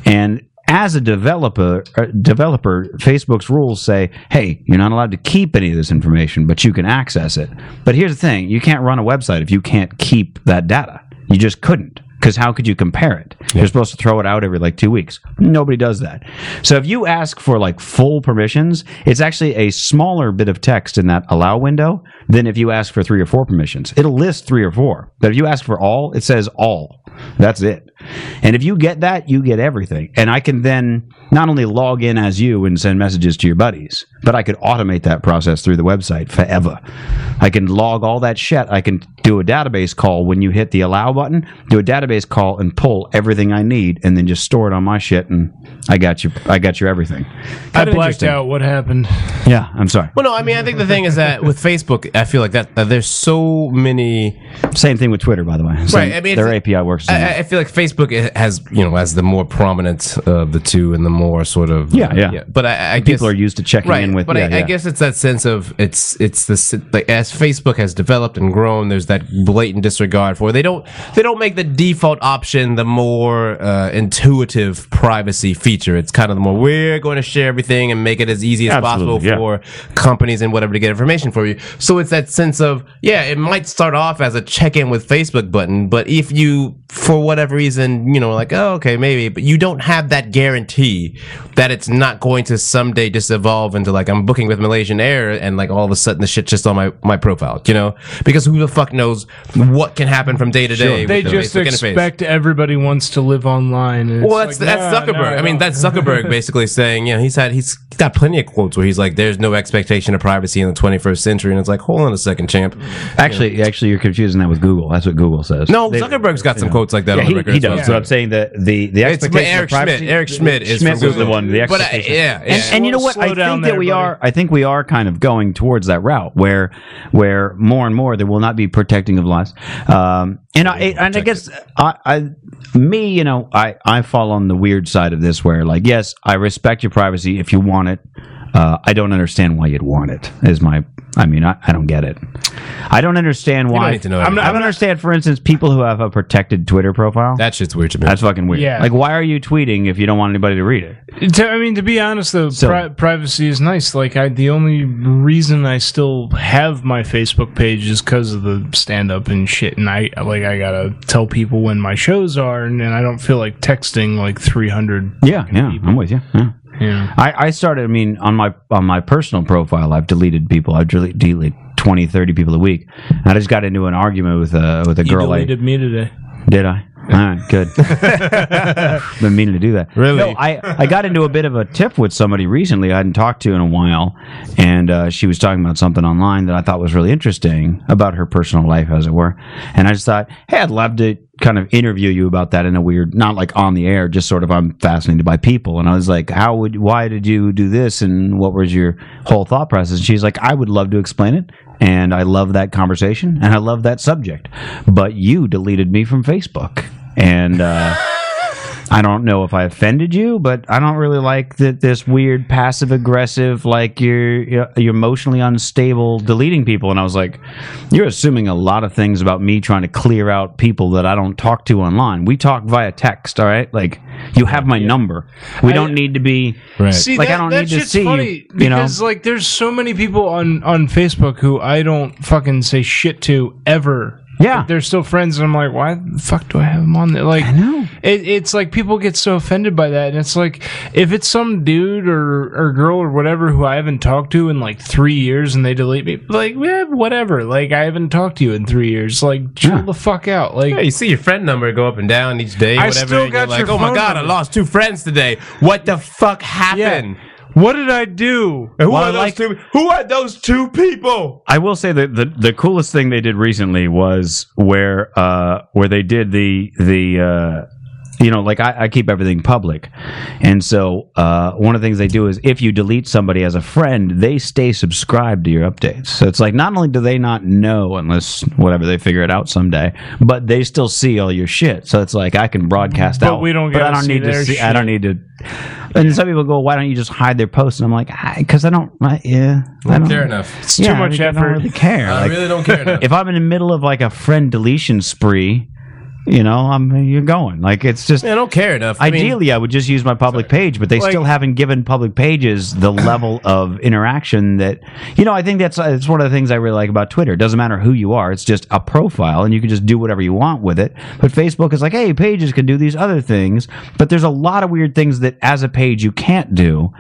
and as a developer, uh, developer, Facebook's rules say, "Hey, you're not allowed to keep any of this information, but you can access it." But here's the thing: you can't run a website if you can't keep that data. You just couldn't because how could you compare it? You're supposed to throw it out every like two weeks. Nobody does that. So if you ask for like full permissions, it's actually a smaller bit of text in that allow window than if you ask for three or four permissions. It'll list three or four, but if you ask for all, it says all. That's it. And if you get that, you get everything. And I can then not only log in as you and send messages to your buddies, but I could automate that process through the website forever. I can log all that shit. I can do a database call when you hit the allow button, do a database call and pull everything I need and then just store it on my shit and I got you I got you everything. I Kind of blacked interesting. out. What happened? Yeah, I'm sorry. Well, no, I mean, I think the thing is that with Facebook, I feel like that, that there's so many. Same thing with Twitter, by the way. Same- right. I mean, their it's- API works. the same. I, I- I feel like Facebook i- has, you know, has the more prominent of the two and the more sort of. Yeah, yeah. But I, I People guess are used to checking right, in with- But I, yeah, I yeah. guess it's that sense of it's it's the s- like as Facebook has developed and grown, there's that blatant disregard for they don't they don't make the default option the more uh, intuitive privacy feature. It's kind of the more we're going to share everything and make it as easy as Absolutely, possible yeah. for or companies and whatever to get information for you. So it's that sense of, yeah, it might start off as a check in with Facebook button, but if you, for whatever reason, you know, like, oh, okay, maybe, but you don't have that guarantee that it's not going to someday just evolve into like, I'm booking with Malaysian Air and like all of a sudden the shit's just on my, my profile, you know? Because who the fuck knows what can happen from day to day? with They the just Facebook interface. expect everybody wants to live online. and it's Well, that's like, that's nah, nah, Zuckerberg. I mean, nah. that's Zuckerberg basically saying, you know, he's had he's got plenty of quotes where he's like, "There's no expectation of privacy in the 21st century," and it's like, hold on a second, champ. Actually, actually, you're confusing that with Google. That's what Google says. No, Zuckerberg's got some quotes like that Yeah, on the he, record. he as well. does. But I'm saying that the the It's expectation of Eric privacy- Schmidt. Eric Schmidt is Schmidt from was the Google. one. The But I- expectation. yeah, yeah. And, and you know what? Slow I think down that there, we buddy. are. I think we are kind of going towards that route where where more and more there will not be protecting of lives. Um, and I and I guess I, I me you know I I fall on the weird side of this where like yes I respect your privacy if you want it. Uh, I don't understand why you'd want it. Is my I mean I, I don't get it. I don't understand why. need to know I'm not, I everything. don't understand. For instance, people who have a protected Twitter profile. That shit's weird to me. That's fucking weird. Yeah. Like, why are you tweeting if you don't want anybody to read it? To- I mean, to be honest, though, So- pri- privacy is nice. Like, I, the only reason I still have my Facebook page is because of the stand up and shit. And I, like, I gotta tell people when my shows are, and, and I don't feel like texting like 300. Yeah, yeah, I'm with you. Yeah. Yeah. I, I started. I mean, on my on my personal profile, I've deleted people. I've dele- deleted 20, 30 people a week. I just got into an argument with a with a You girl. I, deleted me today. did I? All right, good. Been meaning to do that. Really? No, I, I got into a bit of a tiff with somebody recently I hadn't talked to in a while, and uh, she was talking about something online that I thought was really interesting about her personal life, as it were. And I just thought, hey, I'd love to kind of interview you about that in a weird, not like on the air, just sort of I'm fascinated by people. And I was like, how would, why did you do this, and what was your whole thought process? And she's like, I would love to explain it, and I love that conversation, and I love that subject, but you deleted me from Facebook, and. Uh, I don't know if I offended you, but I don't really like that this weird passive aggressive, like you're you're emotionally unstable, deleting people. And I was like, you're assuming a lot of things about me trying to clear out people that I don't talk to online. We talk via text, all right? Like you have my number. We don't need to be Right. See, like that, I don't that need to shit's see funny you. You know, because like there's so many people on on Facebook who I don't fucking say shit to ever. Yeah. But they're still friends, and I'm like, why the fuck do I have them on there? Like, I know. It, it's like people get so offended by that, and it's like if it's some dude or or girl or whatever who I haven't talked to in like three years, and they delete me, like eh, whatever. Like I haven't talked to you in three years. Like chill the fuck out. Like Yeah, you see your friend number go up and down each day. I whatever, still and you're got like, your Oh my phone god, I number." lost two friends today. What the fuck happened? what did I do? And Who Well, I are those like- two? Who are those two people? I will say that the, the coolest thing they did recently was where uh, where they did the the uh, you know like I, I keep everything public, and so uh, one of the things they do is if you delete somebody as a friend, they stay subscribed to your updates. So it's like not only do they not know unless whatever they figure it out someday, but they still see all your shit. So it's like I can broadcast But out, we don't but I gotta don't see need to their see. I don't need to. And some people go, why don't you just hide their posts? And I'm like, because I, don't. I, yeah, I don't Fair enough. It's too much because I effort. don't really care. I Like, really don't care. enough. if I'm in the middle of like a friend deletion spree, you know, I'm you're going. Like it's just I don't care enough. I mean- ideally I would just use my public page, but they Like- still haven't given public pages the level of interaction that you know. I think that's it's one of the things I really like about Twitter. It doesn't matter who you are; it's just a profile, and you can just do whatever you want with it. But Facebook is like, hey, pages can do these other things, but there's a lot of weird things that as a page you can't do,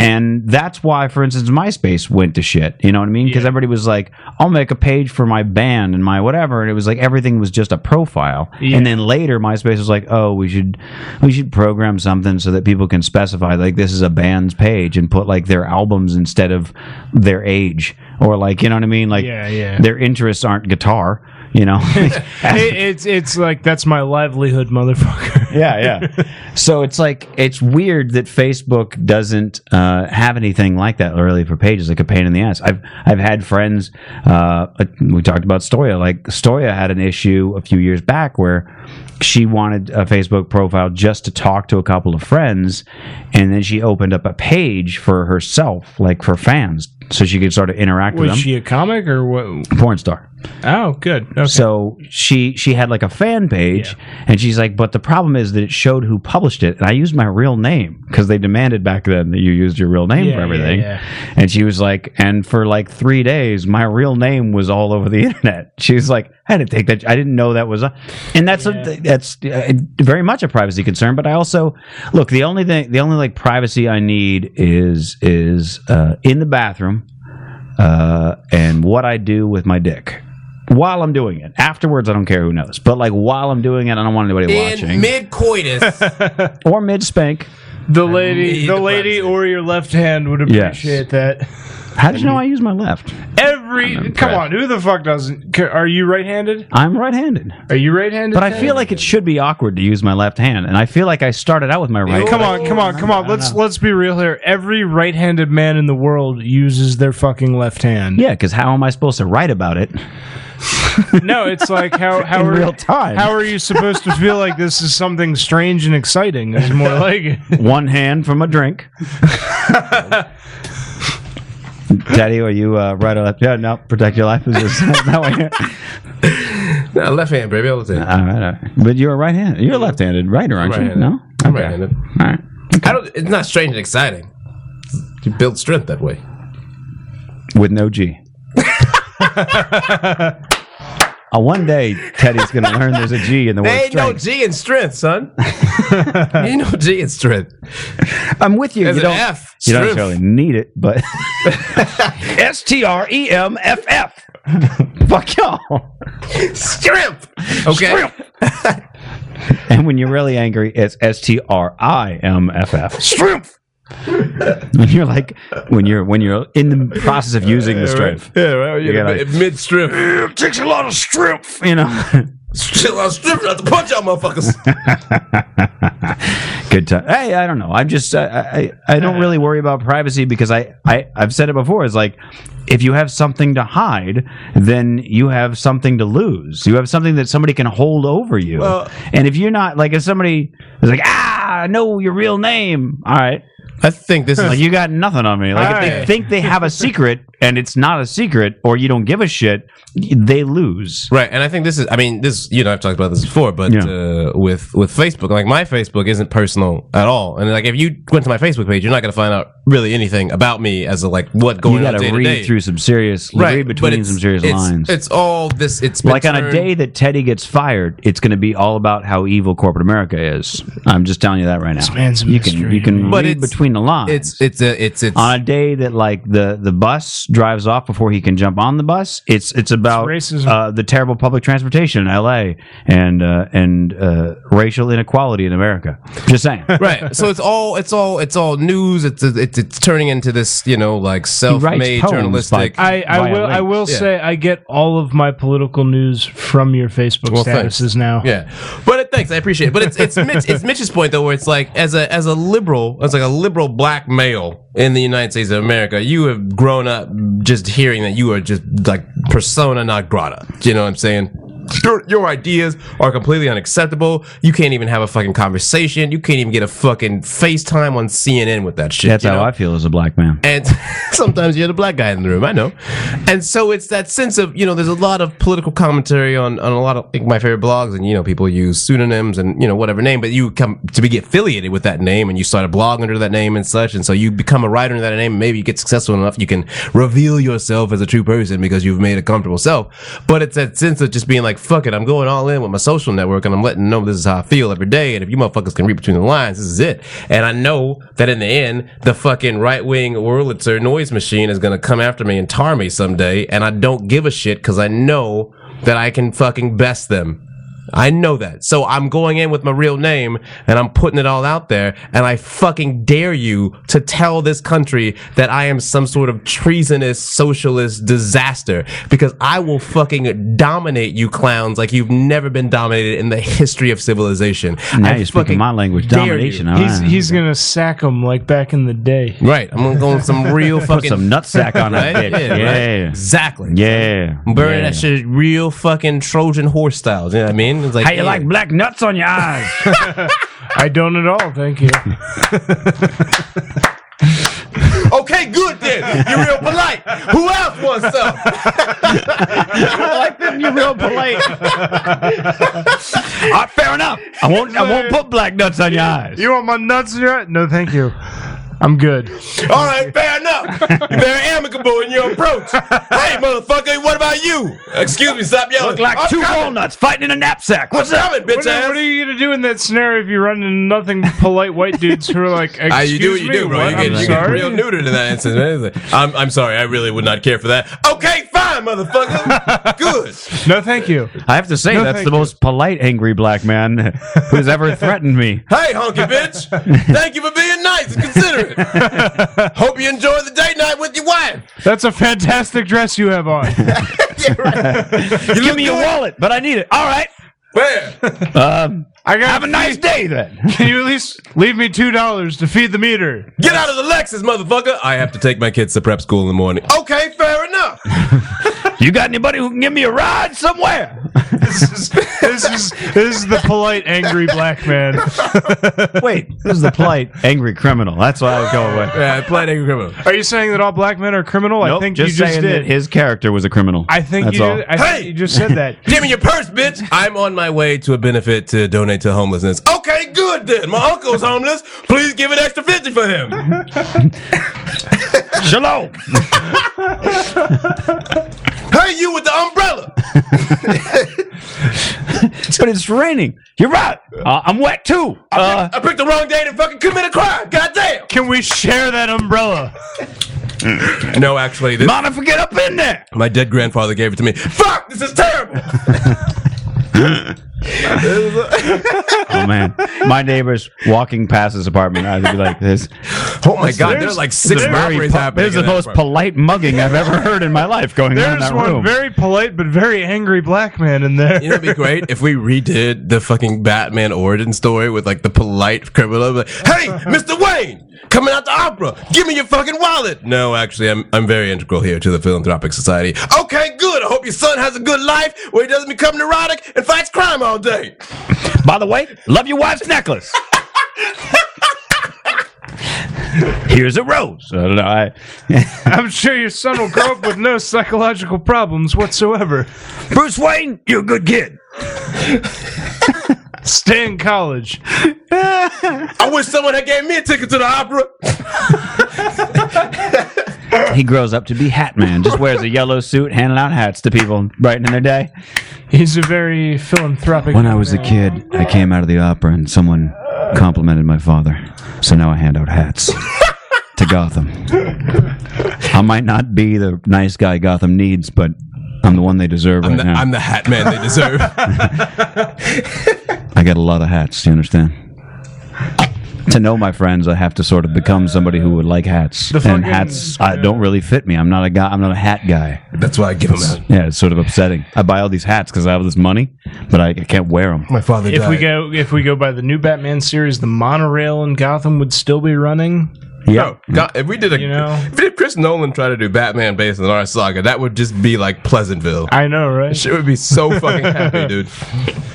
and that's why, for instance, MySpace went to shit. You know what I mean? Because everybody was like, I'll make a page for my band and my whatever, and it was like everything was just a profile, and then later MySpace was like, oh, we should we should program something so that people can specify like this is a band's page and put like their albums instead of their age or like you know what I mean like Yeah, yeah. their interests aren't guitar you know It, it's it's like that's my livelihood, motherfucker. yeah, yeah. so it's like it's weird that Facebook doesn't uh, have anything like that really for pages, like a pain in the ass. I've I've had friends. Uh, we talked about Stoya. Like Stoya had an issue a few years back where she wanted a Facebook profile just to talk to a couple of friends, and then she opened up a page for herself, like for fans, so she could sort of interact with Was them. she a comic or what? porn star. Oh, good. Okay. So she she had like a fan page, and she's like, but the problem is that it showed who published it, and I used my real name because they demanded back then that you used your real name Yeah, for yeah, everything. yeah. And she was like, and for like three days, my real name was all over the internet. She was like, I didn't take that. I didn't know that was, a, and that's a, that's uh, very much a privacy concern. But I also look the only thing the only like privacy I need is is uh, in the bathroom uh, and what I do with my dick while I'm doing it. Afterwards, I don't care who knows. But like while I'm doing it, I don't want anybody watching. mid coitus. or mid spank. The lady, need the the lady, or your left hand would Yes. appreciate that. How did you know I use my left? Every come on, who the fuck doesn't? c- Are you right-handed? I'm right-handed, Are you right-handed? but I Ted? feel like it should be awkward to use my left hand, and I feel like I started out with my right. Come on, come on, come on. Let's let's be real here. Every right-handed man in the world uses their fucking left hand. Yeah, because how am I supposed to write about it? No, it's like how how In are, real time. How are you supposed to feel like this is something strange and exciting? It's more like it. One hand from a drink. Daddy, are you uh, right or left? Yeah, no, protect your life. Is this, that no, left hand, baby. All the time. all right, all right. But you're right handed. You're left handed, right? Aren't you? Right-handed. No? I'm right-handed. All right. I don't. It's not strange and exciting. You build strength that way. With no G. Uh, one day, Teddy's going to learn there's a G in the There word ain't no strength. G in strength, son. there ain't no G in strength. I'm with you. There's you an don't, F. you don't Strength. necessarily need it, but S T R E M F F. Fuck y'all. Strength. Okay. And when you're really angry, it's S T R I M F F. Strength. When you're like, when you're when you're in the process of using the strength, Yeah, right. You gotta- Mid- Mid strength. It takes a lot of strength. you know. Shit, a lot of strength not to punch out motherfuckers. Good time. Hey, I don't know. I'm just I I, I don't really worry about privacy because I, I I've said it before. It's like if you have something to hide, then you have something to lose. You have something that somebody can hold over you. and if you're not like if somebody is like ah I know your real name, all right. I think this Like you got nothing on me. Like if they Alright. think they have a secret and it's not a secret, or you don't give a shit, they lose. Right, and I think this is. I mean, this you know I've talked about this before, but Yeah. uh, with with Facebook, like my Facebook isn't personal at all, and like if you went to my Facebook page, you're not going to find out really anything about me as a like what You going got on day to to read day. through some serious, right, read but between it's- some serious it's- lines. It's all this. It's been like on a turned- day that Teddy gets fired, it's going to be all about how evil corporate America is. I'm just telling you that right now. man's a you can mystery you to can But read it's- between the lines. It's it's a it's it's on a day that like the the bus drives off before he can jump on the bus. It's it's about It's racism. Uh, the terrible public transportation in L.A. and uh, and uh, racial inequality in America. Just saying. right. So it's all it's all it's all news. It's it's it's turning into this you know like self made poems, journalistic. like- I, I Via will I will Yeah. say I get all of my political news from your Facebook Well, statuses thanks. now. Yeah, but it, thanks, I appreciate it. But it's it's Mitch, it's Mitch's point though, where it's like as a as a liberal, as like a liberal black male in the United States of America, you have grown up just hearing that you are just like persona non grata. You know what I'm saying? Your, your ideas are completely unacceptable. You can't even have a fucking conversation. You can't even get a fucking FaceTime on CNN with that shit. That's you how know? I feel as a black man. and sometimes you're the black guy in the room. I know, and so it's that sense of you know. There's a lot of political commentary on on a lot of like, my favorite blogs, and you know people use pseudonyms and you know whatever name, but you come to be affiliated with that name, and you start a blog under that name and such, and so you become a writer under that name. And maybe you get successful enough, you can reveal yourself as a true person because you've made a comfortable self. But it's that sense of just being like, fuck it, I'm going all in with my social network, and I'm letting them know this is how I feel every day, and if you motherfuckers can read between the lines, this is it. And I know that in the end, the fucking right wing Wurlitzer noise machine is gonna come after me and tar me someday, and I don't give a shit because I know that I can fucking best them. I know that. So I'm going in with my real name and I'm putting it all out there. And I fucking dare you to tell this country that I am some sort of treasonous socialist disaster because I will fucking dominate you clowns like you've never been dominated in the history of civilization. Now I you're speaking fucking my language. dare you. Domination. All He's right. he's gonna sack him like back in the day. Right. I'm gonna go with some real Put fucking some nutsack on that Right? bitch. Yeah, right. Yeah. Exactly. Yeah. I'm burning yeah. that shit real fucking Trojan horse styles. You know what I mean? It's like How you yeah. like black nuts on your eyes? I don't at all, thank you. Okay, good then. You're real polite. Who else wants some? I like them. You're real polite. All right, fair enough. I won't. I won't put black nuts on your eyes. You want my nuts in your eye? No, thank you. I'm good. All right, fair enough. You're very amicable in your approach. Hey, motherfucker, what about you? Excuse me, stop yelling. Look like I'm two coming. walnuts fighting in a knapsack. What's What's up? coming, bitch What are, what are ass? you gonna do in that scenario if you run into nothing but polite white dudes who are like, excuse Ah, you do what you me, do, bro. what? You get, I'm you get sorry. real neutered in that instance. man. It's like, I'm, I'm sorry. I really would not care for that. Okay, fine, motherfucker. Good. No, thank you. I have to say No, that's thank the you. most polite angry black man who's ever threatened me. Hey, honky bitch. Thank you for being nice and considerate. Hope you enjoy the date night with your wife. That's a fantastic dress you have on. Give me your wallet, but I need it. All right. Where? Um, I got. have a nice day then. Can you at least leave me two dollars to feed the meter? Get out of the Lexus, motherfucker. I have to take my kids to prep school in the morning. Okay, fair enough. You got anybody who can give me a ride somewhere? This is this is this is the polite angry black man. Wait, this is the polite angry criminal. That's what I was going with. Yeah, playing angry criminal. Are you saying that all black men are criminal? I Nope, think just you just saying did. that his character was a criminal. I think That's you all. did. I think Hey! you just said that. Give me your purse, bitch. I'm on my way to a benefit to donate to homelessness. Okay, good then. My uncle's homeless. Please give an extra 50 for him. Shalom. Hey, you with the umbrella. but it's raining. You're right. Uh, I'm wet too. Uh, I picked the wrong date and fucking commit a crime. Goddamn. Can we share that umbrella? No, actually, this, Monica, get up in there. my dead grandfather gave it to me. Fuck, this is terrible. Oh man, my neighbors walking past this apartment, I'd be like this. Oh my god, there's There's- like six there's- robberies po- happening. this is the in that most apartment. polite mugging I've ever heard in my life going on in There's that one room. very polite but very angry black man in there. You know, it'd be great if we redid the fucking Batman origin story with like the polite criminal. Like, hey, Mr. Wayne, coming out the opera, give me your fucking wallet. No, actually, I'm, I'm very integral here to the philanthropic society. Okay, good. I hope your son has a good life where he doesn't become neurotic and fights crime all day. By the way, love your wife's necklace. Here's a rose. I don't know. I, I'm sure your son will grow up with no psychological problems whatsoever. Bruce Wayne, you're a good kid. Stay in college. I wish someone had gave me a ticket to the opera. He grows up to be Hat Man. Just wears a yellow suit, handing out hats to people, brightening their day. He's a very philanthropic. When I was a kid, I came out of the opera and someone complimented my father. So now I hand out hats to Gotham. I might not be the nice guy Gotham needs, but I'm the one they deserve I'm right the, now. I'm the hat man they deserve. I got a lot of hats, do you understand? to know my friends, I have to sort of become somebody who would like hats. and fucking- hats uh, don't really fit me. I'm not a guy. I'm not a hat guy. That's why I give him out. Yeah, it's sort of upsetting. I buy all these hats because I have this money, but I, I can't wear them. My father if died. we go if we go by the new Batman series, the monorail in Gotham would still be running. No, God, if we did a, You know? if did Chris Nolan try to do Batman based on our saga, that would just be like Pleasantville. I know, right? Shit would be so fucking happy, dude.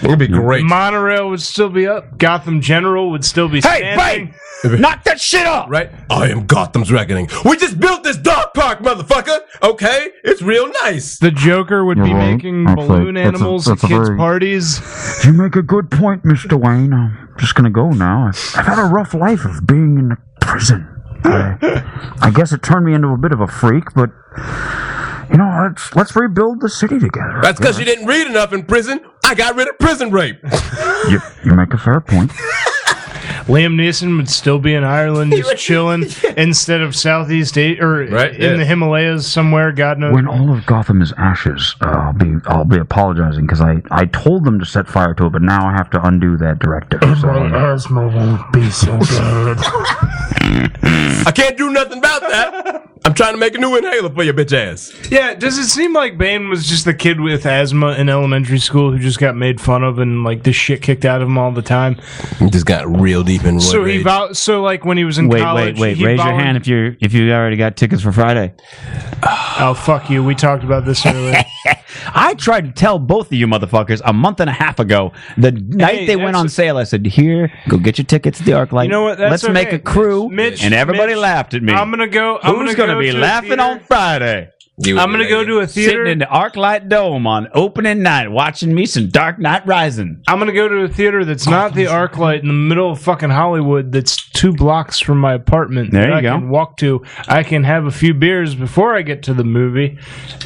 It would be great. Monorail would still be up. Gotham General would still be Hey, standing. Bane! Knock that shit off! Right? I am Gotham's reckoning. We just built this dog park, motherfucker. Okay, it's real nice. The Joker would be Right. making That's a- balloon that's a- animals that's a at kids' very- parties. You make a good point, Mr. Wayne. I'm just gonna go now. I've, I've had a rough life of being in a prison. I, I guess it turned me into a bit of a freak, but you know, let's let's rebuild the city together. That's because you didn't read enough in prison. I got rid of prison rape. You, you make a fair point. Liam Neeson would still be in Ireland, just chilling instead of Southeast A- or Right, in yeah. the Himalayas somewhere. God knows. When all of Gotham is ashes, uh, I'll be I'll be apologizing because I, I told them to set fire to it, but now I have to undo that directive. So. asthma won't be so bad. I can't do nothing about that. I'm trying to make a new inhaler for your bitch ass. Yeah, does it seem like Bane was just the kid with asthma in elementary school who just got made fun of and like the shit kicked out of him all the time? He just got real deep in. so he vou- so like when he was in wait, college, wait, wait. he Raise your volun- hand if you're if you already got tickets for Friday. Oh fuck you. We talked about this earlier. I tried to tell both of you motherfuckers a month and a half ago. The night they went that's on a- sale, I said, "Here, go get your tickets to the ArcLight. You know what? That's Let's make okay. a crew." Mitch, and everybody Mitch, laughed at me. I'm gonna go. I'm Who's gonna, go be to a laughing theater. on Friday? would I'm be gonna go to a theater- sitting in the ArcLight Dome on opening night, watching me some Dark Knight Rising. I'm gonna go to a theater that's Oh, not the ArcLight in the middle of fucking Hollywood. That's two blocks from my apartment. There that you I go. Can walk to. I can have a few beers before I get to the movie.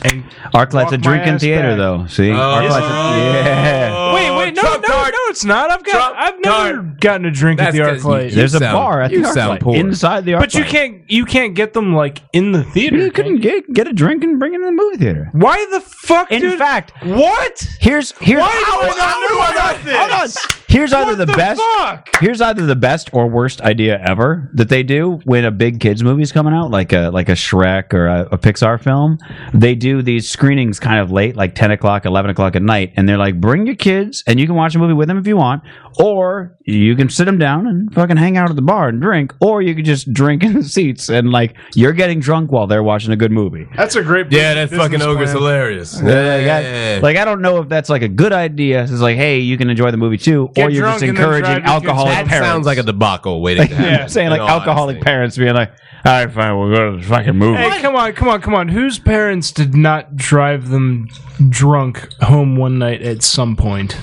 And ArcLight's a walk my drinking ass theater, back. though. See, ArcLight's a, yeah. Wait, wait, no, no, no, it's not. I've got, I've never gotten a drink at That's the 'cause you- ArcLight. you There's a sound- bar at the you ArcLight, sound poor. inside the But you ArcLight. can't, you can't get them like in the theater. You couldn't get get a drink and bring it in the movie theater. Why the fuck? In dude? fact, what? Here's here's Why do I not know about this? Here's either the, best. fuck? Here's either the best or worst idea ever that they do when a big kids movie's coming out, like a like a Shrek or a, a Pixar film. They do these screenings kind of late, like ten o'clock, eleven o'clock at night, and they're like, "Bring your kids, and you can watch a movie with them if you want, or you can sit them down and fucking hang out at the bar and drink, or you can just drink in the seats and like you're getting drunk while they're watching a good movie." That's a great. Yeah, that business fucking ogre's plan. hilarious. Yeah, like, I, like I don't know if that's like a good idea. It's like, hey, you can enjoy the movie too, or you're just encouraging alcoholic That parents. sounds like a debacle waiting to happen. I'm saying like In all alcoholic parents being like, all right, fine, we'll go to the fucking movie. Hey, come on, come on, come on. Whose parents did not drive them drunk home one night at some point?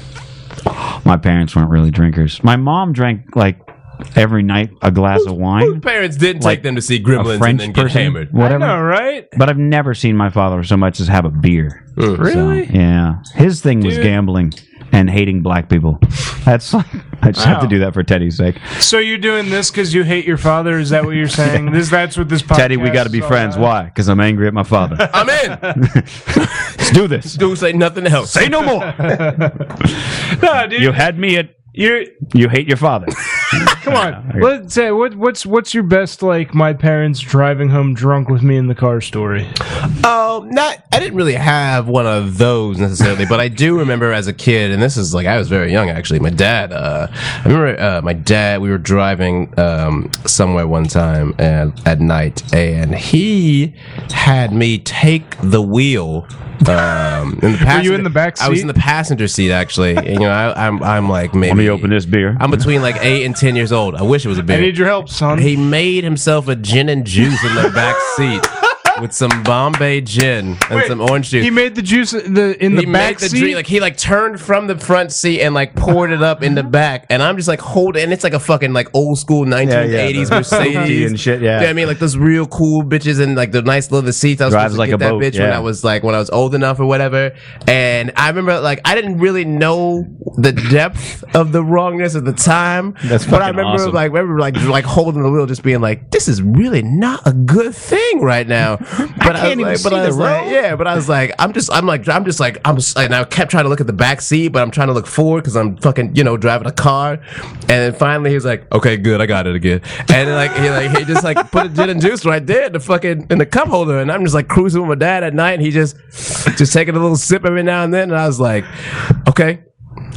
My parents weren't really drinkers. My mom drank like every night a glass of wine. Parents didn't Like take them to see a Gremlins and French then get person, hammered. whatever. I know, right? But I've never seen my father so much as have a beer. Really? So, yeah. His thing was Dude. gambling and hating black people. That's like I just have to Wow. do that for Teddy's sake. So you're doing this because you hate your father? Is that what you're saying? This that's what this podcast. Teddy, we got to be is all friends. about. Why? Because I'm angry at my father. I'm in. Let's do this. Dude, say nothing else. Say no more. No, dude. You had me at you're you hate your father. come on. Let's say what what's what's your best like my parents driving home drunk with me in the car story? Oh, not. I didn't really have one of those necessarily, but I do remember as a kid, and this is like I was very young actually. My dad, uh, I remember uh, my dad. We were driving um, somewhere one time and, at night, and he had me take the wheel. Um, in the Were you in passenger- the back I was in seat? the passenger seat actually. And, you know, I, I'm I'm like maybe. Let me open this beer. I'm between like eight and ten years old. I wish it was a beer. I need your help, son. He made himself a gin and juice in the back seat with some Bombay gin and Wait, some orange juice. He made the juice in the in He the back the seat. drink- like he like turned from the front seat and like poured it up in the back, and I'm just like holding. And it's like a fucking like old school 1980s the hoodie Mercedes and shit, yeah. You know what I mean, like those real cool bitches and like the nice leather seats. I was Drives supposed to like get a that boat, bitch when yeah. I was like when I was old enough or whatever. And I remember like I didn't really know the depth of the wrongness at the time. That's but I fucking remember awesome. like remember like like holding the wheel, just being like, this is really not a good thing right now. But I, can't even was like, see but I the was like, road. yeah, yeah, but I was like, I'm just, I'm like, I'm just like, I'm, s- and I kept trying to look at the back seat, but I'm trying to look forward because I'm fucking, you know, driving a car. And then finally, he was like, okay, good, I got it again. And then like, he like, he just like put a gin and juice right there in the fucking in the cup holder, and I'm just like cruising with my dad at night, and he just, just taking a little sip every now and then, and I was like, okay.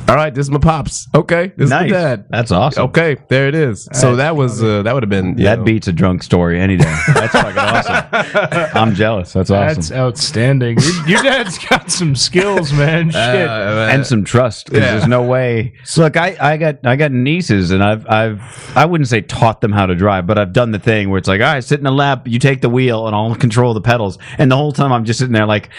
All right, this is my pops. Okay, this Nice. is my dad. That's awesome. Okay, there it is. So that was uh, that would have been you That know, beats a drunk story any day. That's fucking awesome. I'm jealous. That's awesome. That's outstanding. Your, your dad's got some skills, man. Shit. Uh, and some trust because Yeah. there's no way. So look, I, I got I got nieces and I've I've I wouldn't say taught them how to drive, but I've done the thing where it's like, all right, sit in the lap, you take the wheel, and I'll control the pedals. And the whole time I'm just sitting there like,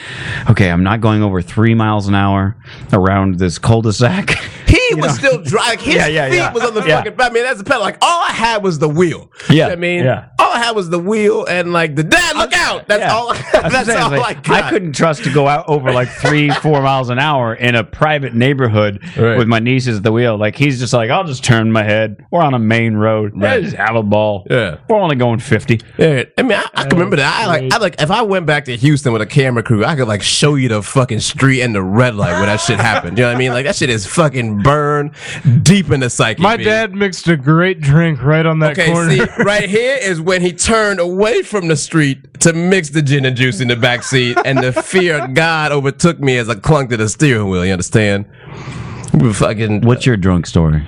okay, I'm not going over three miles an hour around this cul-de-sac. He was still dry. Like, his Yeah, yeah, feet yeah. was on the Yeah. fucking. I mean, that's a pedal. Like all I had was the wheel. Yeah, You know what I mean, yeah. all I had was the wheel and like the dad. Look out! That's all. was That's saying, all like, I got. I couldn't trust to go out over like three, four miles an hour in a private neighborhood with my nieces at the wheel. Like he's just like, I'll just turn my head. We're on a main road. I just have a ball. Yeah, we're only going fifty. Yeah, I mean, I, I can remember that. I like, I like, if I went back to Houston with a camera crew, I could like show you the fucking street and the red light where that shit happened. You know what I mean? Like that shit is fucking burned deep in the psyche. My man. dad mixed a great drink right on that Okay, corner. see, right here is when he turned away from the street to mix the gin and juice in the back seat, and the fear of God overtook me as I clung to the steering wheel. You understand? We were fucking. What's your drunk story,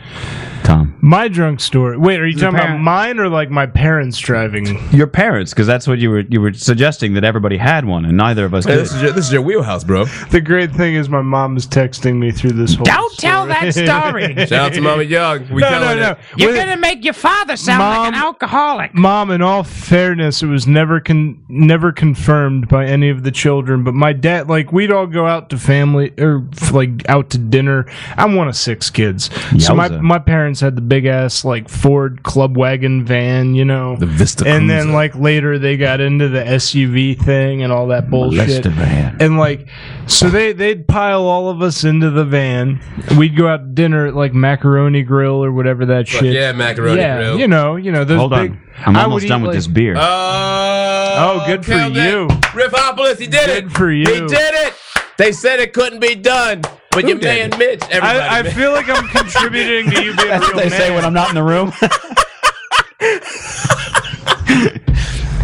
Tom? My drunk story. Wait, are you The talking about parent- mine or like my parents driving? Your parents, because that's what you were you were suggesting that everybody had one, and neither of us Hey, did. this is your, this is your wheelhouse, bro. The great thing is my mom is texting me through this whole. Don't tell that story. Shout out to Mama Young. no, no, no. You're gonna make your father sound like Mom- an alcoholic. Mom, in all fairness, it was never con- never confirmed by any of the children. But my dad, like, we'd all go out to family or f- like out to dinner. I'm one of six kids, so my Yowza. my parents had the big ass like Ford club wagon van, you know, the Vista, and then like later they got into the SUV thing and all that bullshit. Molester van. And like, so they they'd pile all of us into the van. We'd go out to dinner at like Macaroni Grill or whatever that Fuck shit. yeah, Macaroni yeah, Grill. You know, you know those Hold big. on, I'm I almost would done eat, with like- this beer. Oh, good for count that. you. Riffopolis, he did it. for you. He did it. They said it couldn't be done, but Who your did man it? Mitch. Everybody. I, I feel like I'm contributing to you being a That's real what they man. say when I'm not in the room.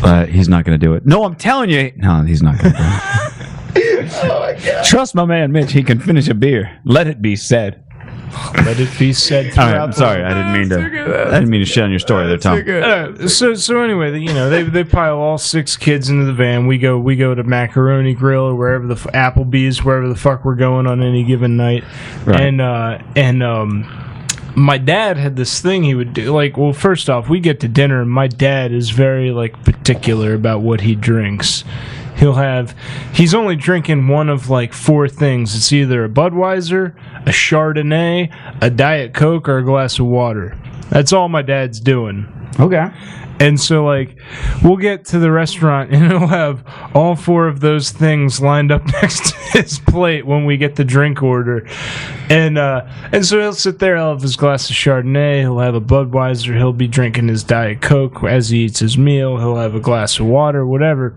Uh, he's not going to do it. No, I'm telling you. No, he's not going to do it. Oh, Trust my man Mitch. He can finish a beer. Let it be said. Let it be said. All right, I'm sorry. I didn't mean to. I didn't mean to shit on your story there, Tom. Uh, so so anyway, you know they they pile all six kids into the van. We go we go to Macaroni Grill or wherever the f- Applebee's, wherever the fuck we're going on any given night, Right. and uh, and um. My dad had this thing he would do. Like, well, first off, we get to dinner, and my dad is very like particular about what he drinks. He'll have, he's only drinking one of like four things. It's either a Budweiser, a Chardonnay, a Diet Coke, or a glass of water. That's all my dad's doing. Okay. And so, like, we'll get to the restaurant and it'll have all four of those things lined up next to his plate when we get the drink order. And uh, and so he'll sit there, he'll have his glass of Chardonnay, he'll have a Budweiser, he'll be drinking his Diet Coke as he eats his meal, he'll have a glass of water, whatever.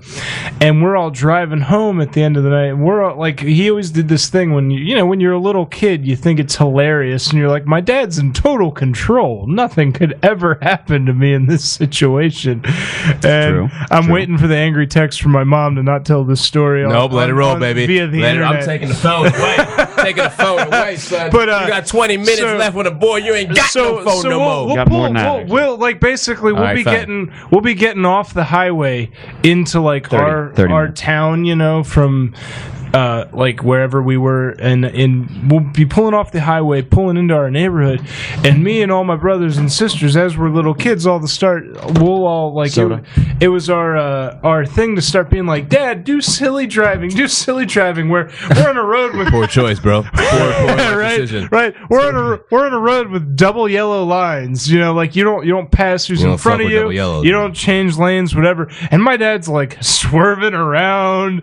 And we're all driving home at the end of the night. And we're all, like, he always did this thing when you, you know, when you're a little kid, you think it's hilarious and you're like, my dad's in total control. Nothing could ever happen to me in this situation. And True, I'm waiting for the angry text from my mom to not tell this story. on- Nope, let it on- roll, on- baby. Via the Let it- internet. I'm taking the phone away. taking the phone away, son. But, uh, you got 20 minutes so- left with a boy. You ain't got so, no phone so no we'll, more. We'll, pull- we'll, we'll, like basically we'll All right, be fine. getting we'll be getting off the highway into like 30, our 30 our town, you know, from uh, like wherever we were, and and we'll be pulling off the highway, pulling into our neighborhood, and me and all my brothers and sisters, as we're little kids, all the start, we'll all like it, Soda. it was our uh, our thing to start being like, Dad, do silly driving, do silly driving, where we're on a road with Poor choice, bro. Poor, poor right, decision. right. We're on a we're on a road with double yellow lines. You know, like you don't you don't pass who's You in don't front fuck of with you. double yellow, you don't change lanes, whatever. And my dad's like swerving around.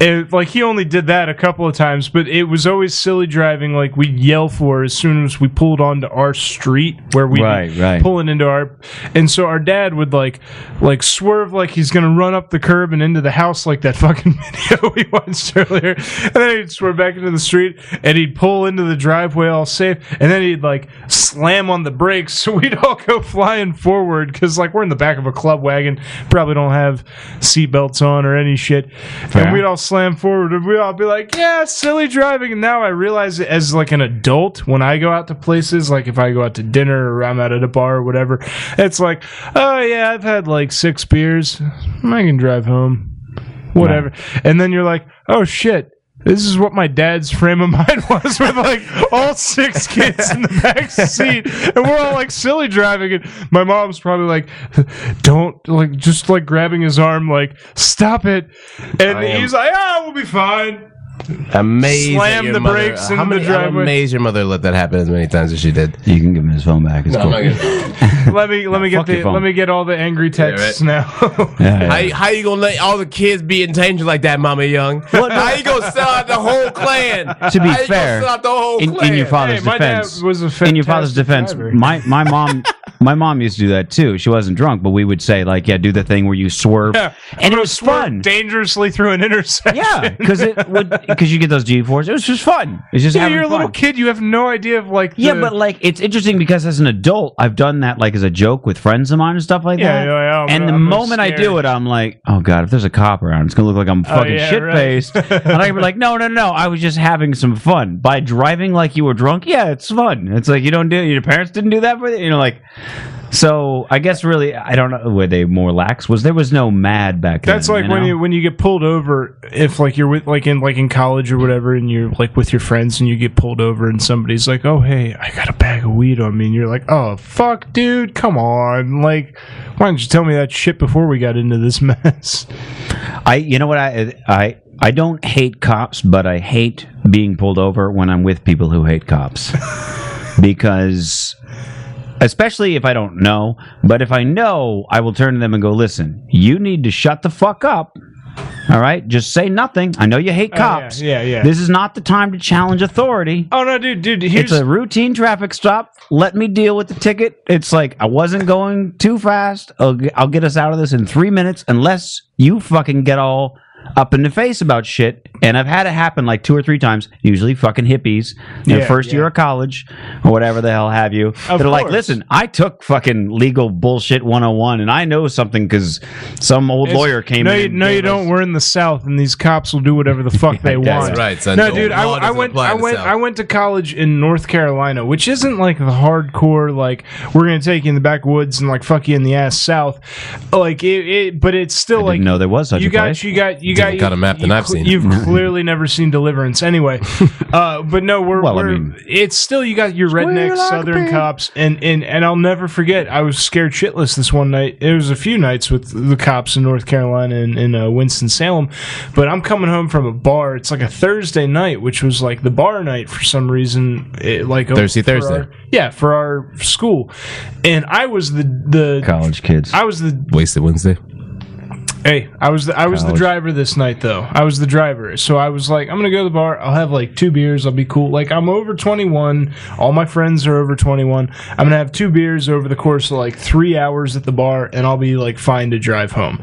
And like he only did that a couple of times, but it was always silly driving. Like we'd yell for as soon as we pulled onto our street where we Right, right. pulling into our and so our dad would like like swerve like he's gonna run up the curb and into the house like that fucking video we watched earlier and then he'd swerve back into the street and he'd pull into the driveway all safe and then he'd like slam on the brakes so we'd all go flying forward because like we're in the back of a club wagon probably don't have seatbelts on or any shit Fair. and we'd all slam forward and we'd all be like yeah silly driving and now I realize it as like an adult when I go out to places like if I go out to dinner or I'm out at a bar or whatever it's like oh yeah I've had like six beers I can drive home whatever. And then you're like, oh shit. This is what my dad's frame of mind was with like all six kids in the back seat, and we're all like silly driving it. My mom's probably like, "Don't like," just like grabbing his arm, like, "Stop it!" And I am- he's like, "Ah, we'll be fine." Amazed. that Slam your the mother- brakes how into the many- I'm driveway. amazed your mother let that happen as many times as she did. You can give him his phone back. It's no, cool. I'm not gonna- let me let me get fuck your the phone. let me get all the angry texts now. How, how you gonna let all the kids be in danger like that, Mama Young? How you gonna sell out the whole clan? to be How you gonna fair, sell out the whole in, clan? in your father's defense, in your father's defense, driver. my my mom. My mom used to do that too. She wasn't drunk, but we would say like, "Yeah, do the thing where you swerve," Yeah. and it was fun dangerously through an intersection. Yeah, because it would because you get those G forces. It was just fun. It's just yeah, having you're a fun. little kid. You have no idea of like. Yeah, the- but like it's interesting because as an adult, I've done that like as a joke with friends of mine and stuff like Yeah, that. yeah, yeah, I'm- and the I'm moment I do scared. Oh, it, I'm like, oh god, if there's a cop around, it's gonna look like I'm fucking yeah, shit faced. right. and I'd be like, no, no, no, I was just having some fun by driving like you were drunk. Yeah, it's fun. It's like you don't do your parents didn't do that for you, you know, like. So I guess really I don't know were they more lax was there was no mad back then. That's like when know? you when you get pulled over if like you're with like in like in college or whatever and you're like with your friends and you get pulled over and somebody's like, "Oh, hey, I got a bag of weed on me." And you're like, "Oh, fuck, dude, come on. Like, why didn't you tell me that shit before we got into this mess?" I you know what I I I don't hate cops, but I hate being pulled over when I'm with people who hate cops. because especially if I don't know, but if I know, I will turn to them and go, "Listen, you need to shut the fuck up." All right, just say nothing. I know you hate Oh, yeah, cops. yeah, yeah. This is not the time to challenge authority. Oh no, dude, dude, here's It's a routine traffic stop. Let me deal with the ticket. It's like I wasn't going too fast. I'll get, I'll get us out of this in three minutes, unless you fucking get all up in the face about shit. And I've had it happen like two or three times. Usually, fucking hippies, their Yeah, first year of college or whatever the hell have you. They're like, course. listen, I took fucking legal bullshit 101, and I know something because some old It's- lawyer came no, in. You, and no, gave you us- don't. We're in the South, and these cops will do whatever the fuck they that's want. right, son. No, The dude, I, law I doesn't went. apply I in the went. South. I went to college in North Carolina, which isn't like the hardcore, like we're gonna take you in the backwoods and like fuck you in the ass South. Like it, it but it's still like know there was such you a got, place. You got. You Different got. kind of map than you, I've seen. You've clearly never seen Deliverance, anyway. Uh, but no, we're. Well, I we're mean- it's still you got your redneck like a Southern pig. cops, and and and I'll never forget. I was scared shitless this one night. It was a few nights with the cops in North Carolina and in uh, Winston Salem, but I'm coming home from a bar. It's like a Thursday night, which was like the bar night for some reason. It, like Thirsty for Thursday. our- yeah, for our school, and I was the the college kids. I was the Wasted Wednesday. Hey, I was the, I was the College. driver this night though. I was the driver, so I was like, I'm gonna go to the bar. I'll have like two beers. I'll be cool. Like I'm over 21. All my friends are over 21. I'm gonna have two beers over the course of like three hours at the bar, and I'll be like fine to drive home.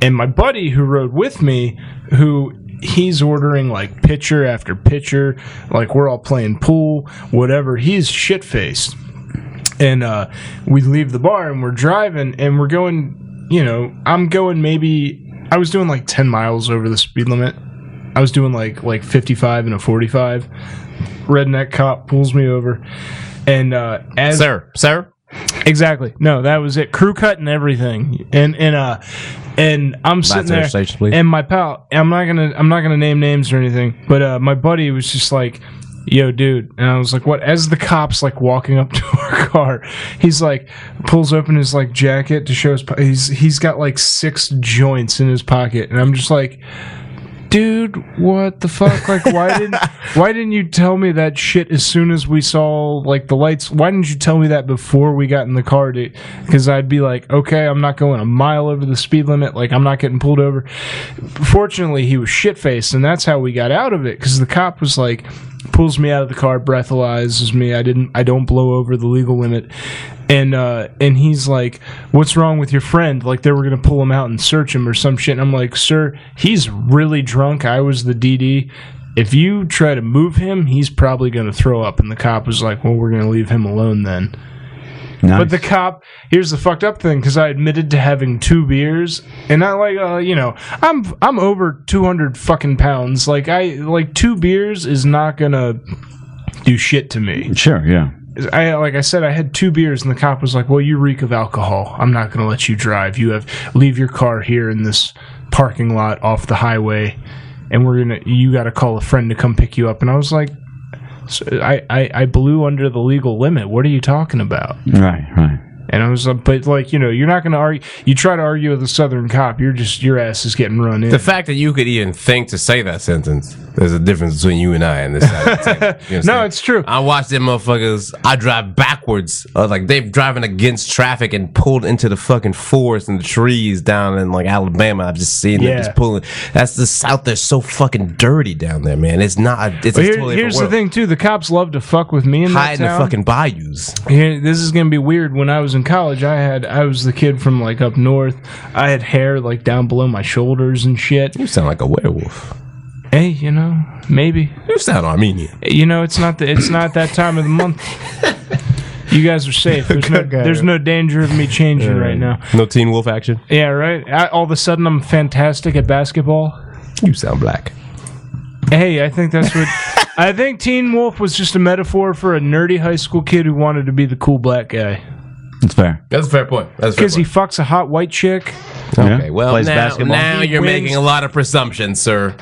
And my buddy who rode with me, who he's ordering like pitcher after pitcher, like we're all playing pool, whatever. He's shit faced and uh, we leave the bar and we're driving and we're going you know i'm going maybe i was doing like 10 miles over the speed limit i was doing like like 55 and a 45 redneck cop pulls me over and uh as Sir, sir. exactly no that was it crew cut and everything and and uh and i'm sitting there station, please. and my pal i'm not gonna i'm not gonna name names or anything but uh my buddy was just like yo dude and i was like what as the cops like walking up to our car he's like pulls open his like jacket to show his po- he's he's got like six joints in his pocket and i'm just like dude what the fuck like why didn't why didn't you tell me that shit as soon as we saw like the lights why didn't you tell me that before we got in the car dude because i'd be like okay i'm not going a mile over the speed limit like i'm not getting pulled over fortunately he was shit faced and that's how we got out of it because the cop was like pulls me out of the car breathalyzes me i didn't i don't blow over the legal limit and uh and he's like what's wrong with your friend like they were gonna pull him out and search him or some shit and i'm like sir he's really drunk i was the dd if you try to move him he's probably gonna throw up and the cop was like well we're gonna leave him alone then but the cop, here's the fucked up thing, because I admitted to having two beers, and not like uh, you know, I'm I'm over two hundred fucking pounds. Like I like two beers is not gonna do shit to me. Sure, yeah. I like I said, I had two beers, and the cop was like, "Well, you reek of alcohol. I'm not gonna let you drive. You have leave your car here in this parking lot off the highway, and we're gonna you got to call a friend to come pick you up." And I was like. So I, I, I blew under the legal limit. What are you talking about? Right, right. And I was like, but like, you know, you're not going to argue. You try to argue with a Southern cop, you're just, your ass is getting run in. The fact that you could even think to say that sentence, there's a difference between you and I and this side. Of the table. You know what I'm no, it's true. I watched them motherfuckers. I drive backwards. I was like, they've driving against traffic and pulled into the fucking forest and the trees down in like Alabama. I've just seen Yeah. them just pulling. That's the South. They're so fucking dirty down there, man. It's not. It's Well, a here- totally here's the different world. thing, too. The cops love to fuck with me in Hide that in the town. fucking bayous. Here, this is gonna be weird. When I was in college, I had I was the kid from like up north. I had hair like down below my shoulders and shit. You sound like a werewolf. Hey, you know, maybe you sound Armenian. You know, it's not the, it's not that time of the month. You guys are safe. There's no God. there's no danger of me changing right now. No Teen Wolf action. Yeah, right. I, all of a sudden, I'm fantastic at basketball. You sound black. Hey, I think that's what. I think Teen Wolf was just a metaphor for a nerdy high school kid who wanted to be the cool black guy. That's fair. That's a fair point. That's a fair Because he fucks a hot white chick. Okay, well Plays now, basketball. now He you're wins. making a lot of presumptions, sir.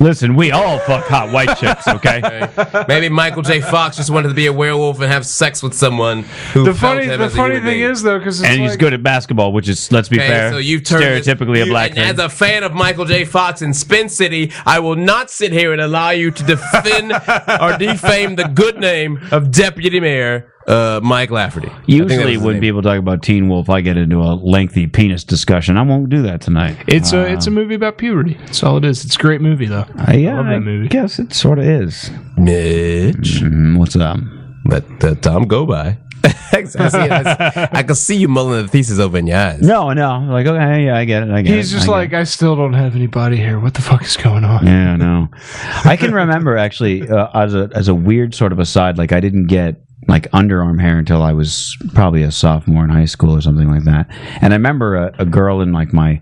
Listen, we all fuck hot white chicks, okay? Maybe Michael J. Fox just wanted to be a werewolf and have sex with someone who The felt funny, him the as a funny human thing is though, because and he's good at basketball, which is, let's be Okay, fair, so you've turned this- stereotypically a you- black and thing. As a fan of Michael J. Fox in Spin City, I will not sit here and allow you to defend or defame the good name of Deputy Mayor uh, Mike Lafferty. I think that Usually, was his when name. people talk about Teen Wolf, I get into a lengthy penis discussion. I won't do that tonight. It's a it's a movie about puberty. That's all it is. It's a great movie though. Uh, yeah, love I that movie. guess it sort of is. Mm, Mitch, what's up? Let the time go by. I, see, I, see- I can see you mulling the thesis over in your eyes. No, no, like okay, yeah, I get it. I get He's it, just I get like, I still don't have any body hair. What the fuck is going on? Yeah, no. I can remember actually uh, as a as a weird sort of aside. Like I didn't get like underarm hair until I was probably a sophomore in high school or something like that. And I remember a, a girl in like my.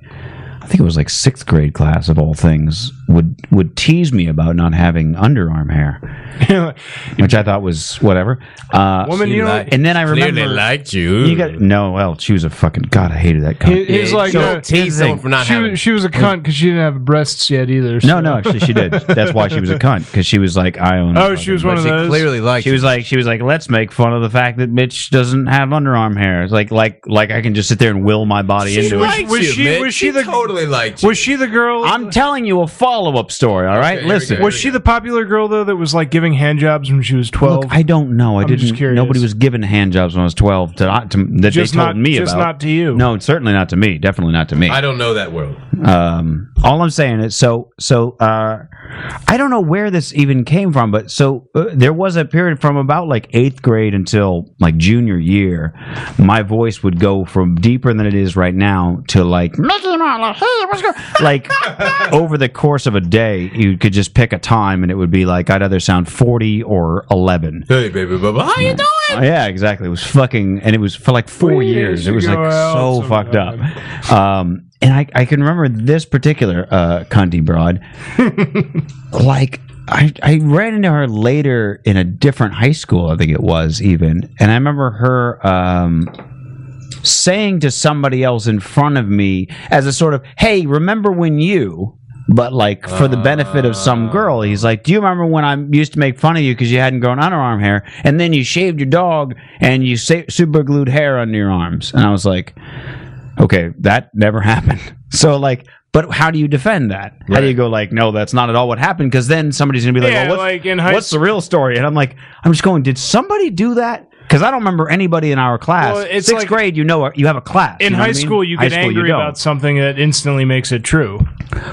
I think it was like sixth grade class of all things would would tease me about not having underarm hair, which I thought was whatever. Uh, Woman, She you don't- li- and then I clearly remember liked you. got, no, well, she was a fucking god. I hated that. cunt. He, he's like, So- uh, here's the thing. she, was- she was a cunt because she didn't have breasts yet either. No, so- no, actually, she did. That's why she was a cunt because she was like, I own. Oh, she was one of those. like she was like she was like let's make fun of the fact that Mitch doesn't have underarm hair. It's like like like I can just sit there and will my body into it. was she, was she the totally liked Was she the girl? I'm telling you a follow up story. All right, listen. Was she the popular girl though that was like giving hand jobs when she was twelve? Look, I don't know. I I'm didn't. just curious. Nobody was given hand jobs when I was twelve. To, to, that Just they told not- me just about. not to you. No, certainly not to me. Definitely not to me. I don't know that world. Um, all I'm saying is, so so uh, I don't know where this even came from, but so uh, there was a period from about like eighth grade until like junior year, my voice would go from deeper than it is right now to like Mickey Mouse. Hey, what's going? Like over the course of a day, you could just pick a time, and it would be like I'd either sound forty or eleven. Hey, baby, bubba, how you doing? Oh, yeah, exactly. It was fucking, and it was for like four We years. should It was like go out so fucked up. Um, and I, I can remember this particular uh, cunty broad. like, I, I ran into her later in a different high school, I think it was even. And I remember her um, saying to somebody else in front of me as a sort of, hey, remember when you. But like for the benefit of Uh. some girl, he's like, "Do you remember when I used to make fun of you because you hadn't grown underarm hair, and then you shaved your dog and you sa- super glued hair under your arms?" And I was like, okay, that never happened. So like, but how do you defend that? How do you go like, no, that's not at all what happened? Because then somebody's gonna be like, Yeah, well, what's, like in high what's the real story? And I'm like, I'm just going, did somebody do that? Because I don't remember anybody in our class. Well, it's Sixth like- grade, you know, you have a class. In you know high what I mean? school, you High get angry don't. about something that instantly makes it true.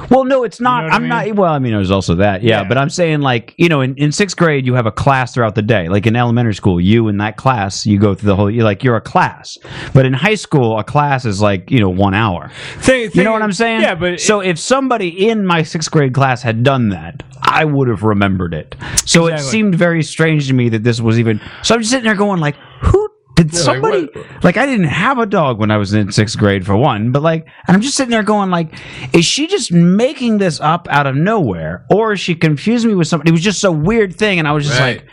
Well, no, it's not. I'm not. Well, I mean, there's also that. Yeah, but I'm saying like, you know, in, in sixth grade, you have a class throughout the day. Like in elementary school, you in that class, you go through the whole. You're like, you're a class. But in high school, a class is like, you know, one hour. you know what I'm saying? Yeah. But so if somebody in my sixth grade class had done that, I would have remembered it. So it Exactly. seemed very strange to me that this was even. So I'm just sitting there going like, who did Yeah, like, somebody? what- like I didn't have a dog when I was in sixth grade for one, but like, and I'm just sitting there going like, is she just making this up out of nowhere, or is she confused me with somebody? It was just a weird thing, and I was just Right. like,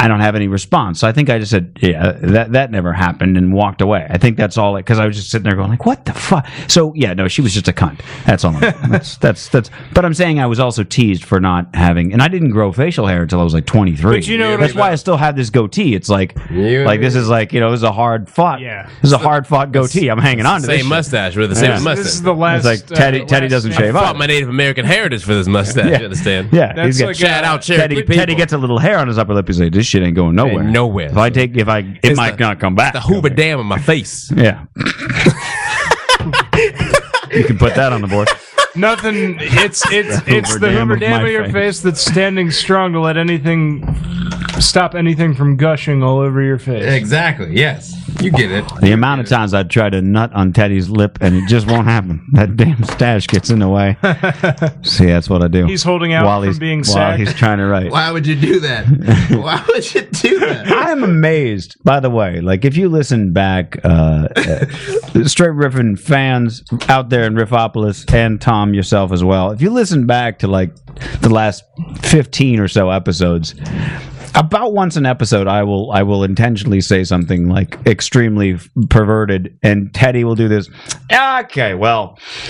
I don't have any response. So I think I just said, yeah, that that never happened and walked away. I think that's all it because I was just sitting there going like, what the fuck? So yeah, no, she was just a cunt. That's all. I'm, that's that's that's. But I'm saying I was also teased for not having, and I didn't grow facial hair until I was like 23. But you know what that's I- why I still have this goatee. It's like like this is like you know, this is a hard fought. Yeah, this is a hard fought goatee. I'm hanging on to Same this shit. mustache with the same Yeah. mustache. It's like uh, Teddy. Teddy doesn't shave I up. fought my Native American heritage for this mustache. Yeah. You understand? Yeah, he's got- shout out Cherokee Teddy, people. Teddy gets a little hair on his upper lip. He's like, "This shit ain't going nowhere. Ain't nowhere. If I take, if I, it It's might the- not come back. the Hoover Dam in my face. Yeah, you can put that on the board. Nothing. It's it's The it's the Hoover Hoover Dam Dam of of your my face that's standing strong to let anything stop anything from gushing all over your face. Exactly. Yes, you get it. The amount of times I try to nut on Teddy's lip and it just won't happen. That damn stash gets in the way. See, that's what I do. He's holding out while from he's, being while sacked. he's trying to write. Why would you do that? Why would you do that? I am amazed, by the way. Like, if you listen back, uh, uh, straight riffing fans out there in Riffopolis and Tom yourself as well, if you listen back to like the last 15 or so episodes, about once an episode, I will I will intentionally say something like extremely perverted, and Teddy will do this. Okay, well,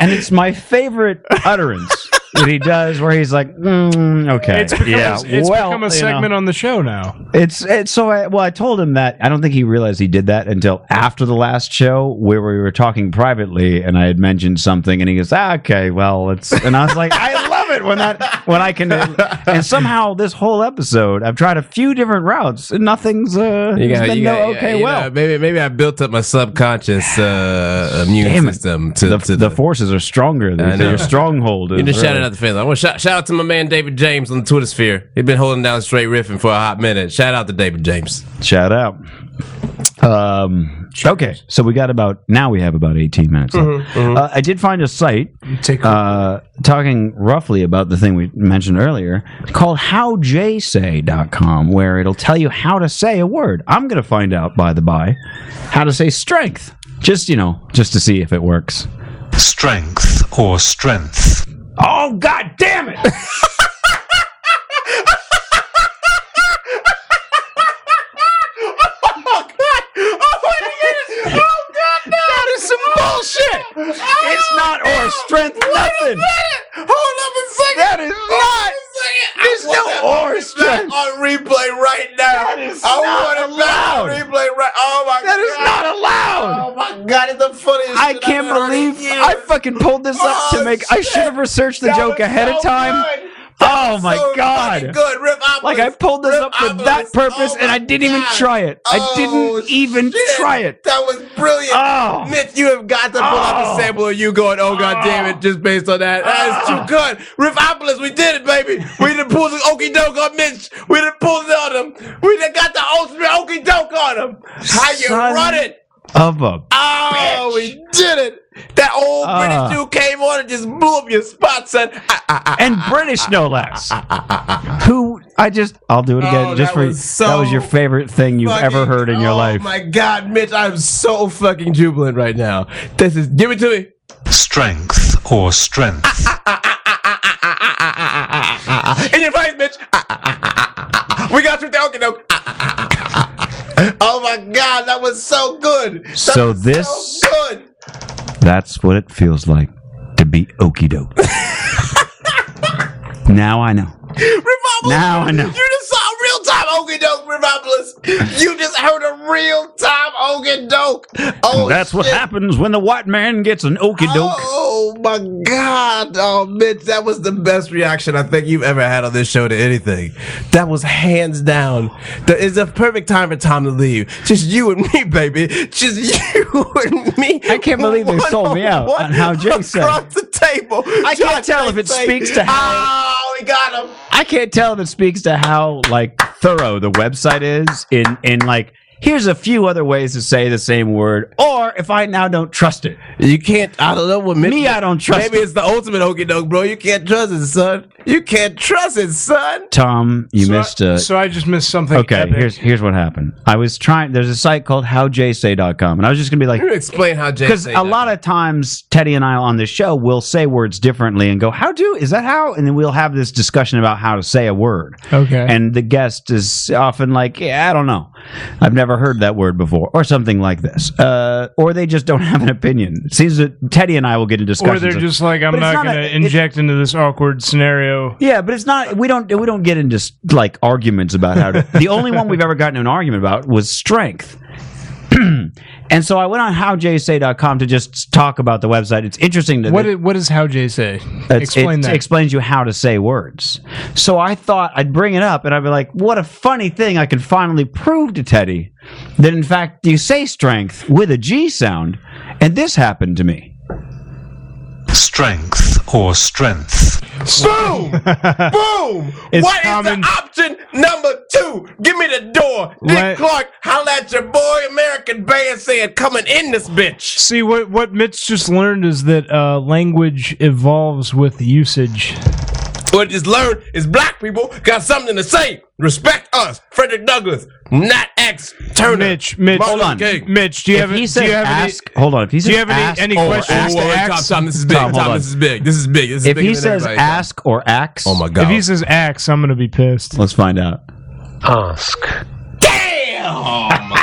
and it's my favorite utterance that he does, where he's like, "Mm, okay, It's become, yeah, it's well, become a you know." segment on the show now. It's, it's so I, well. I told him that I don't think he realized he did that until after the last show where we were talking privately, and I had mentioned something, and he goes, ah, "Okay, well, it's," and I was like, "I love it when that when I can." And somehow this whole episode, I've tried a few different routes, and nothing's uh, You it's got, been you no got, okay. you well, know, maybe maybe I built up my subconscious uh, immune Damn it. system to the, to the forces are stronger. I Than know. your stronghold. You is just really- shouted out the fans. I want to shout, shout out to my man David James on the Twitter sphere. He's been holding down straight riffing for a hot minute. Shout out to David James. Shout out. Um, okay, so we got about now we have about eighteen minutes. left. Mm-hmm, Uh, I did find a site uh, talking roughly about the thing we mentioned earlier called howjsay.com, where it'll tell you how to say a word. I'm going to find out by the by how to say strength, just you know, just to see if it works. Strength or strength. Oh God damn it! oh God! Oh my goodness! Oh God! No! That is some bullshit. it's not or strength. nothing. Hold up a second. That is not. There's no or strength on replay right now. That is I not want it allowed. Back on replay right. Oh my God! That is not allowed. Oh my God! It's the funniest. I can't believe I fucking pulled this up Oh, to make. I should have researched the joke ahead of time. Oh my god! Good. Rip Oh Like I pulled this up for that purpose, and I didn't even try it. I didn't even try it. That was brilliant. Oh. Mitch, you have got to pull out the sample of you going, oh, god damn it, just based on that. That's Oh. too good. Riffopolis, we did it, baby. We done pulled the okey doke on Mitch. We done pulled it on him. We done got the ultimate okey doke on him. How you Son run it? Of a Oh, we did it. That old Uh. Ah. British dude came on and just blew up your spot, son. Ah, ah, ah, and British no less. Who I just I'll do it again Oh, just that for was so that was your favorite thing you've ever heard in your Oh life. my God, Mitch, I'm so fucking jubilant right now. This is give it to me. Ah, Strength or strength. In your face, Mitch. Ah, ah, ah, ah, ah, ah. We got you with the okey doke. Ah, ah, ah, ah, ah, ah. Oh my God, that was so good. That So was this- so good. That's what it feels like to be okie doke. now I know. Revivalist. Now I know. You just saw a real time Okie doke revivalist. You just heard a real time Okie doke. Oh, That's what shit. happens when the white man gets an okie doke. Oh my God. Oh, Mitch, that was the best reaction I think you've ever had on this show to anything. That was hands down. That is the perfect time for Tom to leave. Just you and me, baby. Just you and me. I can't believe they sold me out on how Jay said. Across the table. I can't tell if it speaks to how. Oh, we got him. I can't tell if it speaks to how like thorough the website is in in like here's a few other ways to say the same word, or if I now don't trust it. You can't. I don't know what me. I don't trust. Maybe it's the ultimate okey doke, bro. You can't trust it, son. You can't trust it, son. Tom, you missed a. So I just missed something. okay, epic. here's here's what happened. I was trying. There's a site called howjsay.com, and I was just gonna be like, explain how Jay because a lot of times Teddy and I on this show will say words differently and go, "How do? Is that how?" And then we'll have this discussion about how to say a word. Okay. And the guest is often like, "Yeah, I don't know. I've never heard that word before," or something like this, uh, or they just don't have an opinion. It seems that Teddy and I will get into Or discussions. they're of- just like, I'm But it's not not, a- going to it- inject into this awkward scenario. yeah, but it's not. We don't. We don't get into like arguments about how to. the only one we've ever gotten into an argument about was strength. and so I went on howjsay.com to just talk about the website. It's interesting that What is, what does how Jay say? it's- Explain it that. explains you how to say words. So I thought I'd bring it up and I'd be like, what a funny thing I could finally prove to Teddy that in fact you say strength with a G sound. And this happened to me. Strength or strength. Boom! Boom! What is It's the option number two? Give me the door. Dick Let- Clark, holla at your boy American band said coming in this bitch. See what what Mitch just learned is that uh, language evolves with usage. What just learned is black people got something to say. Respect us. Frederick Douglass, not X Turner. Mitch, Mitch, Martin hold on. Luther King. Mitch, do you have? do you have ask- hold on, if he do you says have any- ask any Oh, or questions ask- to Whoa, whoa, ask? Tom, Tom, this is big. Tom, Tom, hold on. this is big. This is big. This is If bigger he than says everybody. ask or axe, oh my If he says axe, I'm gonna be pissed. let's find out. Ask. Damn!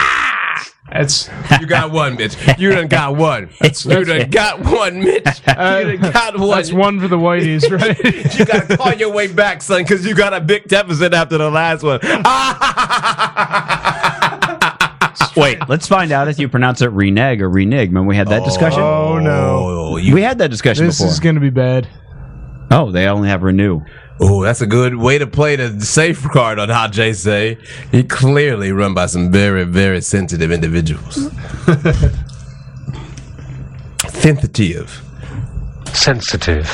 That's Oh you got one, bitch. You done got one. you done got one, Mitch. you done got one. uh, that's one for the whiteies, right? you gotta claw your way back, son, because you got a big deficit after the last one. Wait, let's find out if you pronounce it reneg or reneg. Remember we had that discussion? Oh no, we had that discussion this before. is gonna be bad. oh, they only have renew. Oh, that's a good way to play the safe card on how Jay say. He clearly run by some very, very sensitive individuals. sensitive. Sensitive.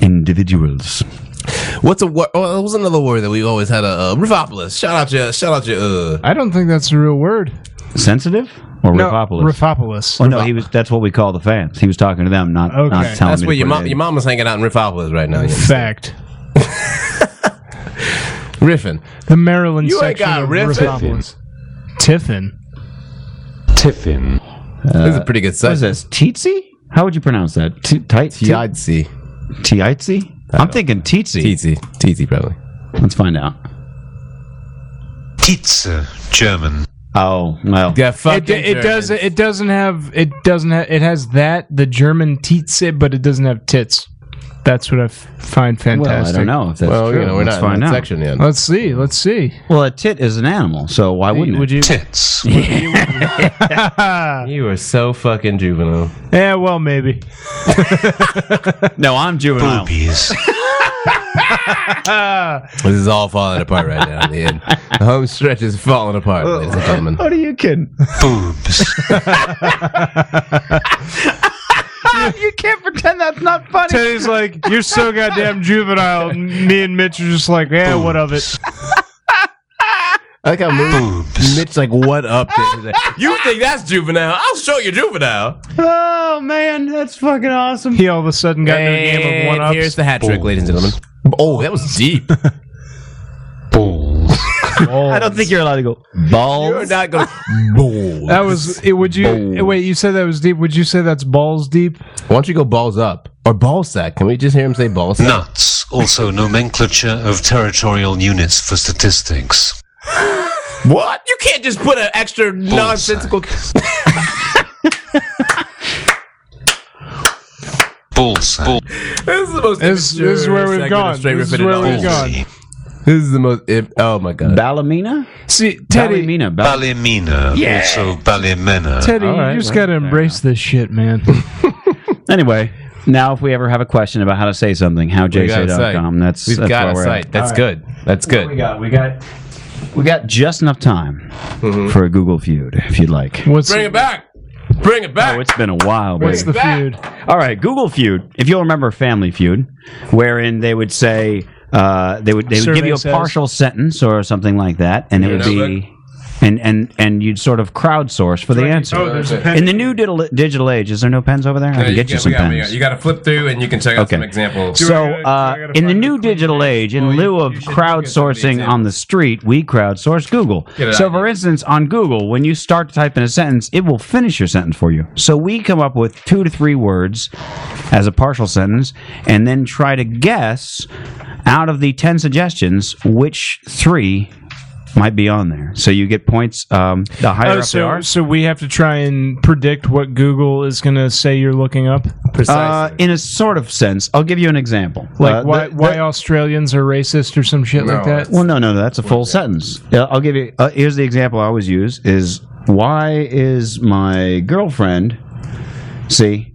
Individuals. What's a word? Oh, that was another word that we always had. A uh, rifopolis. Shout out your. Shout out your. Uh, I don't think that's a real word. Sensitive or No, Ripopolis? Rifopolis. Oh no, he was. That's what we call the fans. He was talking to them, not not telling that's me where to your put mom. it Your in. mama's hanging out in rifopolis right now. Fact. Riffin. The Maryland You ain't section got of riffin'. Rifopolis. Tiffin. Tiffin. This is a pretty good What is session. this? Teetsy? How would you pronounce that? T- tight- t- Tiadsy. Tiatsy? I'm thinking Teetsy. Teetsy. Teetsy, probably. Let's find out. Tietze. German. Oh well. Got It, d- it doesn't. It doesn't have. It doesn't. Ha- it has that the German tietze, but it doesn't have tits. That's what I f- find Well, I fantastic. don't know if that's Well, true. you know, we're Let's not in find that out. section yet. Let's see. Let's see. Well, a tit is an animal, so why wouldn't Would it? you? Tits. You are so fucking juvenile. yeah. Well, maybe. No, I'm juvenile. Boobies. This is all falling apart right now. The, end. the home stretch is falling apart, ladies and gentlemen. What are you kidding? Boobs. you can't pretend that's not funny. Teddy's like, you're so goddamn juvenile. and Me and Mitch are just like, yeah, what of it? I like how Mitch, Boobs. Mitch like, what up? there? you think that's juvenile? I'll show you juvenile. Oh man, that's fucking awesome. He all of a sudden got into a game of one And here's ups. the hat trick, ladies and gentlemen. Oh, that was deep. Balls. I don't think you're allowed to go balls. You're not gonna. balls. That was. It, would you eh, wait? You said that was deep. Would you say that's balls deep? Why don't you go balls up or ball sack? Can we just hear him say ball sack? Nuts. Also nomenclature of territorial units for statistics. What? You can't just put an extra nonsensical. Balls. This is the most. This- this is immature where we've segment of gone. Straight This is Riffin' where and we've All. gone. This is the most. If, oh my god. Balamina? See, Teddy. Balamina. Bal- Balimina. Also Balimena. Teddy, All right, you just well, gotta fair embrace this shit, man. Anyway, now if we ever have a question about how to say something, We got a site. howjsay.com. That's We've that's got where a we're at. site. That's good. That's good. got? We got. We got just enough time Mm-hmm. for a Google feud, if you'd like. What's Bring it back. Bring it back. Oh, it's been a while. what's baby. the feud? All right, Google Feud. If you'll remember Family Feud, wherein they would say uh, they would they would Survey give you a says. partial sentence or something like that, and it Your would be and and and you'd sort of crowdsource for the answer. Oh, there's a pen. In the new digital, digital age, is there no pens over there? I Yeah, can get you got- some we got- we pens. got- You got to flip through and you can check out Okay. some examples. So, uh, in the new digital age, in lieu of crowdsourcing on the street, we crowdsource Google. Get it So, out. for instance, on Google, when you start to type in a sentence, it will finish your sentence for you. So, we come up with two to three words as a partial sentence and then try to guess out of the 10 suggestions which three might be on there. So, you get points um, the higher Oh, up they so, are. so we have to try and predict what Google is going to say you're looking up? Uh, in a sort of sense, I'll give you an example. like Uh, the- why, why Australians are racist or some shit like that? Well, no, no, that's a full sentence. Yeah, I'll give you. Uh, here's the example I always use: is why is my girlfriend? See,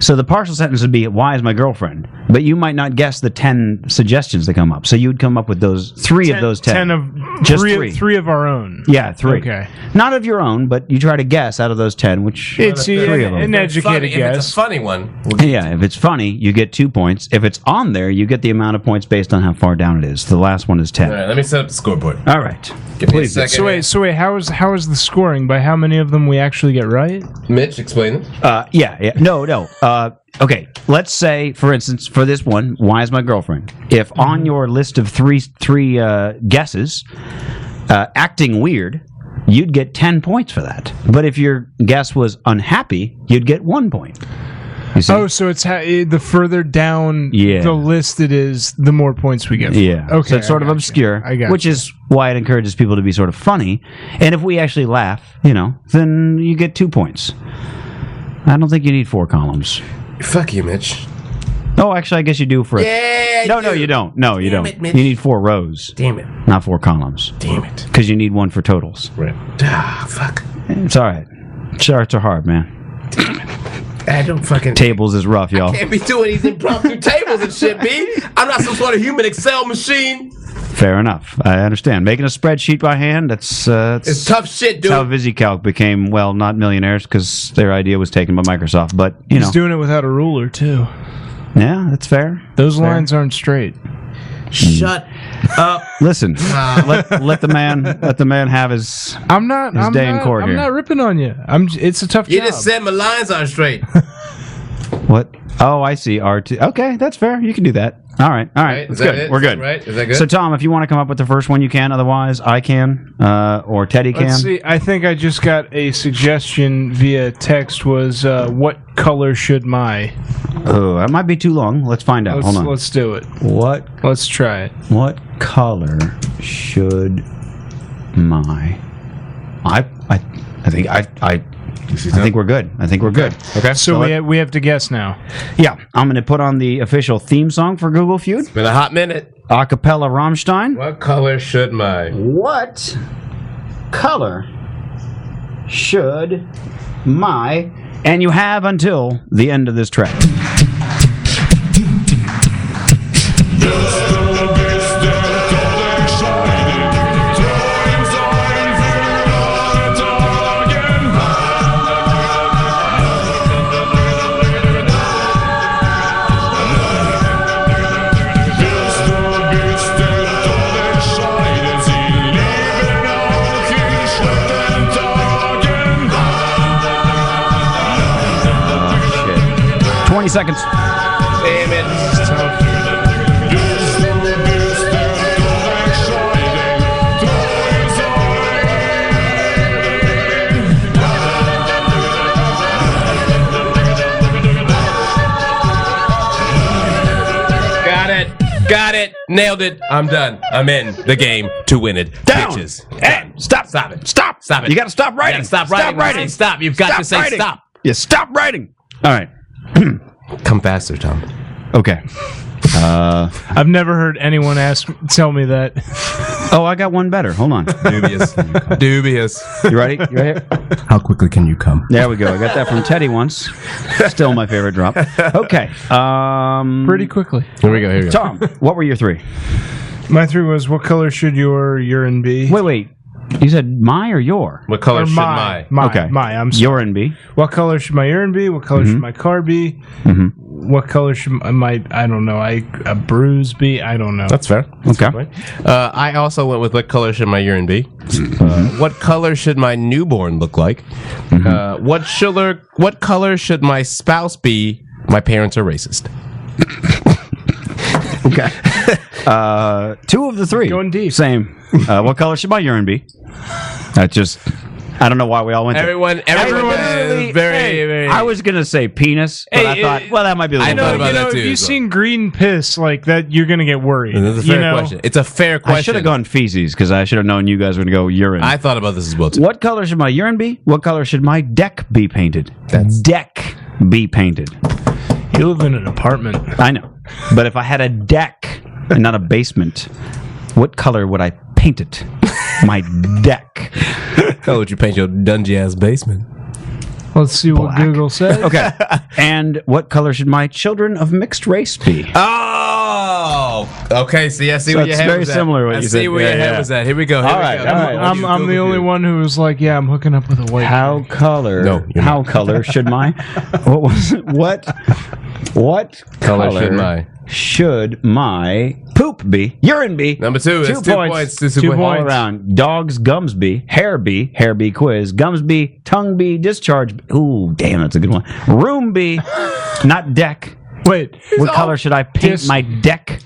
so the partial sentence would be why is my girlfriend? But you might not guess the ten suggestions that come up. So you'd come up with those three of those ten. Ten of just three, three. three of our own. yeah, three. Okay. Not of your own, but you try to guess out of those ten, which It's three uh, of them. an educated Funny, if it's guess. a funny one. Yeah, if it's funny, you get two points. If it's on there, you get the amount of points based on how far down it is. The last one is ten. All right, let me set up the scoreboard. All right. Give me a Please. second. So wait, so wait, how is how is the scoring? By how many of them we actually get right? Mitch, explain it. Uh, yeah, yeah. No, no. Uh, okay. Let's say, for instance, for this one, why is my girlfriend? If on Mm-hmm. your list of three three uh, guesses, uh, acting weird, you'd get ten points for that. But if your guess was unhappy, you'd get one point. You see? Oh, so it's ha- eh, the further down Yeah. the list it is, the more points we get. for it. Yeah. Okay. So it's sort I of got obscure, I got which is why it encourages people to be sort of funny. And if we actually laugh, you know, then you get two points. I don't think you need four columns. Fuck you, Mitch. Oh, actually, I guess you do for a. Yeah, no, no, you don't. No, you Damn don't. it, Mitch. you need four rows. Damn it. Not four columns. Damn it. Because you need one for totals. Right. Ah, fuck. It's all right. Charts are hard, man. I don't fucking. Tables is rough, y'all. Can't be doing these impromptu tables and shit, B. I'm not some sort of human Excel machine. Fair enough. I understand. Making a spreadsheet by hand, that's. Uh, that's It's tough shit, that's dude. how VisiCalc became, well, not millionaires because their idea was taken by Microsoft. But, you know. He's doing it without a ruler too. yeah, that's fair. Those lines aren't straight. Shut up. Listen, Ah. let, let the man let the man have his I'm not. his I'm day not, in court I'm here. not ripping on you. I'm. j- It's a tough You job. just said my lines aren't straight. What? Oh, I see. R two. Okay, that's fair. You can do that. All right. All right. Right, is That's that good. it? We're Is that good. right? Is that good? So, Tom, if you want to come up with the first one, you can. Otherwise, I can, uh, or Teddy can. Let's see. I think I just got a suggestion via text. Was uh, what color should my? Oh, that might be too long. Let's find out. Let's, Hold on. let's do it. What? Let's try it. What color should my? I I I think I I. I think we're good. I think we're good. Okay. So, we have, we have to guess now. yeah, I'm going to put on the official theme song for Google Feud. Been a hot minute. Acapella Rammstein. What color should my? What color should my. And you have until the end of this track. Oh, shit. 20 seconds. Damn it. Got it. Got it. Nailed it. I'm done. I'm in the game to win it. Down. Bitches. Hey, stop. Stop it. Stop. Stop it. You gotta stop writing. You gotta stop Stop writing. writing. Stop. You've got Stop to say writing. stop. Yeah, stop writing. All right. Come faster, Tom. Okay. Uh, I've never heard anyone ask tell me that. oh, I got one better. Hold on. Dubious. Dubious. You ready? You ready? How quickly can you come? There we go. I got that from Teddy once. Still my favorite drop. Okay. Um, Pretty quickly. Here we go. Here we go. Tom, what were your three? My three was what color should your urine be? Wait, wait. You said my or your? What color Or should my, my? my, Okay. my, I'm sorry. Your and B. What color should my urine be? What color should my car be? Mhm. what color should my, my I don't know I a bruise be? I don't know. That's fair. okay. Uh, I also went with what color should my urine be? Uh, what color should my newborn look like? Uh, what should what color should my spouse be? My parents are racist. Okay. Uh, two of the three. Going deep. Same. Uh, what color should my urine be? That just. I don't know why we all went. there. Everyone, everyone, is very, very. I was gonna say penis, but Hey, I thought, it- well, that might be. A I little know, bit. you know, if you've seen green piss like that, you're gonna get worried. That's a you fair know? question. It's a fair I should have gone feces because I should have known you guys were gonna go urine. I thought about this as well. What color should my urine be? What color should my deck be painted? That's deck be painted. You live in an apartment. I know, but if I had a deck and not a basement, what color would I paint it? My deck. How would you paint your dungy ass basement? Let's see what Google says. Okay. and what color should my children of mixed race be? Oh, okay. See, I see So what your it's head very was similar at. what I see you said. where your Yeah, head yeah. was at. Here we go. Here All we right, go. all right. I'm, I'm the only one who was like, yeah, I'm hooking up with a white. How color? how color should my? What was it? What? What Color should my- should my poop be? Urine be. Number two. That's two points. That's two points. all around. Dogs gums be. Hair be. Hair be quiz. Gums be. Tongue be. Discharge. Be. Ooh, damn, that's a good one. Room be. Not deck. Wait, what color should I paint dis- my deck?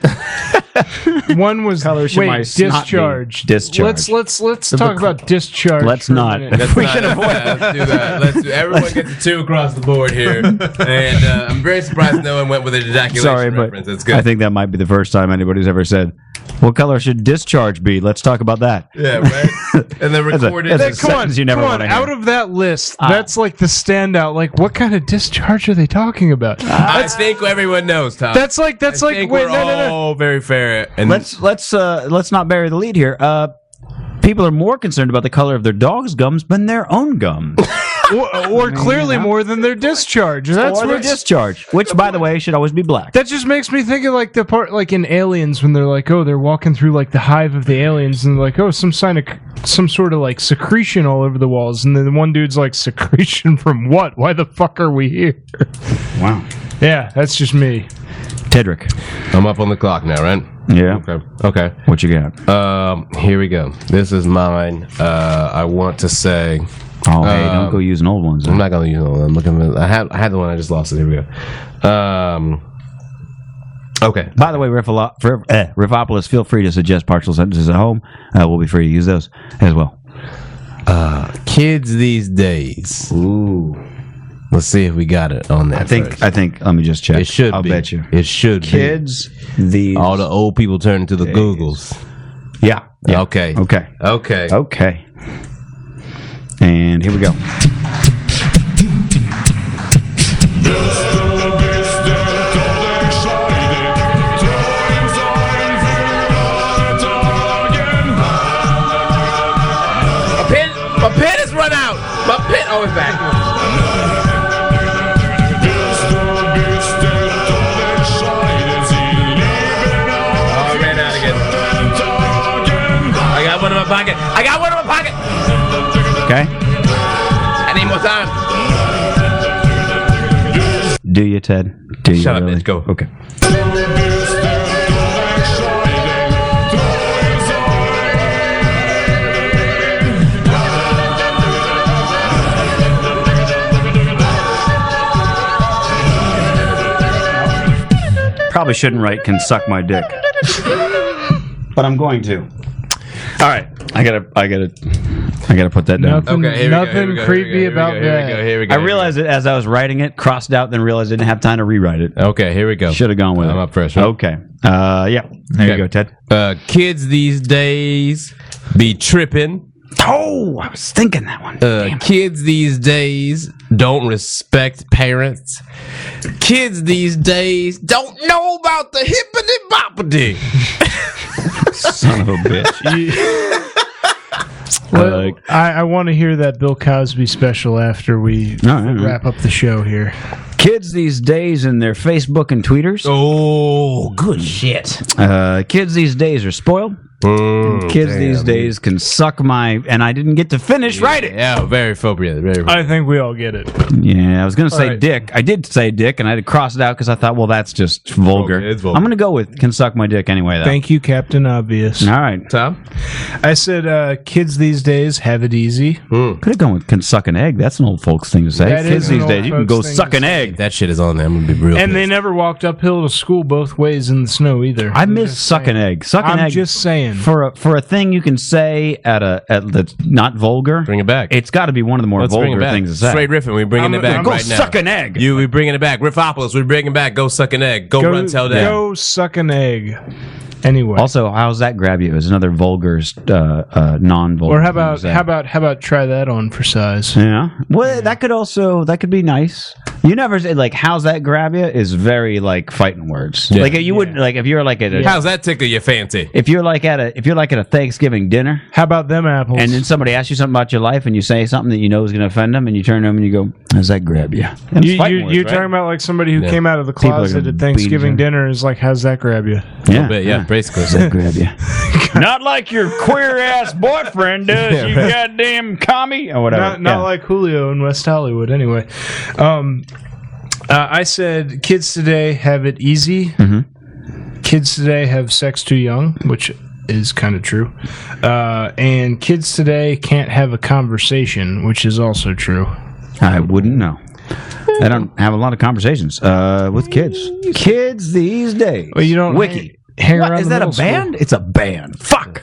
One was color should wait, my snot be? discharge. Discharge. Let's let's let's The- talk about discharge. Let's for a not. minute. Let's We not. can avoid uh, Let's do that. Let's do, everyone gets a two across the board here, and uh, I'm very surprised no one went with an ejaculation Sorry, but reference. That's good. I think that might be the first time anybody's ever said, "What color should discharge be?" Let's talk about that. yeah, right. And then That's a- recorded. that's a Hey, come on, sentence you never come on. wanna hear. Ah. Out of that list, that's like the standout. Like, what kind of discharge are they talking about? Ah. I think everyone knows, Tom. That's like- that's I like- think wait, we're no, no, no. all very fair. And let's let's uh, let's not bury the lead here. Uh, people are more concerned about the color of their dog's gums than their own gum. or, or clearly more than their discharge. That's or their what discharge, which, by the way, should always be black. That just makes me think of like the part like in Aliens when they're like, oh, they're walking through like the hive of the aliens and they're like, oh, some sign of some sort of like secretion all over the walls, and then the one dude's like, secretion from what? Why the fuck are we here? Wow. Yeah, that's just me. Tedrick. I'm up on the clock now, right? Yeah. Okay. Okay. What you got? Um, here we go. This is mine. Uh, I want to say. Oh, hey, don't go using old ones. I'm not gonna use old. one. I'm looking. For, I had I had the one. I just lost it. Here we go. Um. Okay. By the way, Riffalo- Riff- eh, Riffopolis, feel free to suggest partial sentences at home. Uh, we'll be free to use those as well. Uh, kids these days. Ooh. Let's see if we got it on that. I think. first. I think. Let me just check. It should I'll be. bet you. It should Kids. be. These All the old people turn into the days. Googles. Yeah. yeah. Okay. Okay. Okay. Okay. And here we go. My pen, my pen has run out. My pen. Oh, it's back. Oh, it ran out again. I got one in my pocket. I got one in my pocket. Okay. I need more time. Do you, Ted? Do you Shut up, really? bitch. Go. Okay. Probably shouldn't write "can suck my dick," but I'm going to. All right, I gotta, I gotta, I gotta put that down. Nothing, Okay, here we go, here nothing we go, here we go, creepy here we go, about here we that. go, here we go. I realized it as I was writing it, crossed out, then realized I didn't have time to rewrite it. Okay, here we go. Should have gone with I'm it. up first. Right? Okay. Uh, yeah. There you Okay. go, Ted. Uh, kids these days be tripping. Oh, I was thinking that one. Uh, kids these days don't respect parents. Kids these days don't know about the hippity boppity. Son of a bitch. Well, I, I want to hear that Bill Cosby special after we wrap up the show here. Kids these days and their Facebook and tweeters. Oh, good shit. Uh, kids these days are spoiled. Mm. Kids these days can suck my, and I didn't get to finish writing. Yeah, very appropriate. Very I think we all get it. Yeah, I was gonna All say right. dick. I did say dick, and I had to cross it out because I thought, well, that's just vulgar. it's vulgar. I'm gonna go with can suck my dick anyway. Though. Thank you, Captain Obvious. All right, Tom. I said, uh, kids these days have it easy. Could have gone with can suck an egg. That's an old folks thing to say. That Kids is an these old days, you can folks go thing suck to an egg. That shit is on there. I'm gonna be real. and they never walked uphill to school both ways in the snow either. I miss suck an egg. Suck an I'm egg. just saying. for a, for a thing you can say at a at that's not vulgar. Bring it back. It's got to be one of the more Let's bring vulgar it back. things to say. Straight riffing. We're bringing I'm- it back I'm- go right now. suck an egg. You, we bringing it back. Riffopolis, we're bringing back. Go suck an egg. Go, run tell that. Go suck an egg. Anyway. Also, how's that grab you? Is another vulgar, uh, uh, non-vulgar. Or how thing to about say. how about how about try that on for size? Yeah. Well, that could also that could be nice. You never say like how's that grab you is very like fighting words. Yeah. Like you would like if you're like at a How's that tickle your fancy? if you're like at a if you're like at a Thanksgiving dinner. How about them apples? And then somebody asks you something about your life, and you say something that you know is going to offend them, and you turn to them and you go, "How's that grab you?" And it's You, fighting you, words, you're right? talking about like somebody who Yeah. came out of the People are gonna closet beat at each Thanksgiving other. dinner is like, how's that grab you? yeah, bit, yeah, basically. How's that grab you? Not like your queer ass boyfriend does, you goddamn commie. Or whatever. Not, not Yeah. like Julio in West Hollywood, anyway. Um, uh, I said, kids today have it easy. Mm-hmm. Kids today have sex too young, which is kind of true. Uh, and kids today can't have a conversation, which is also true. I wouldn't know. I don't have a lot of conversations uh, with kids. Kids these days. Well, you don't Wiki. hang- hang What, around is the that a middle school. band? It's a band. Fuck.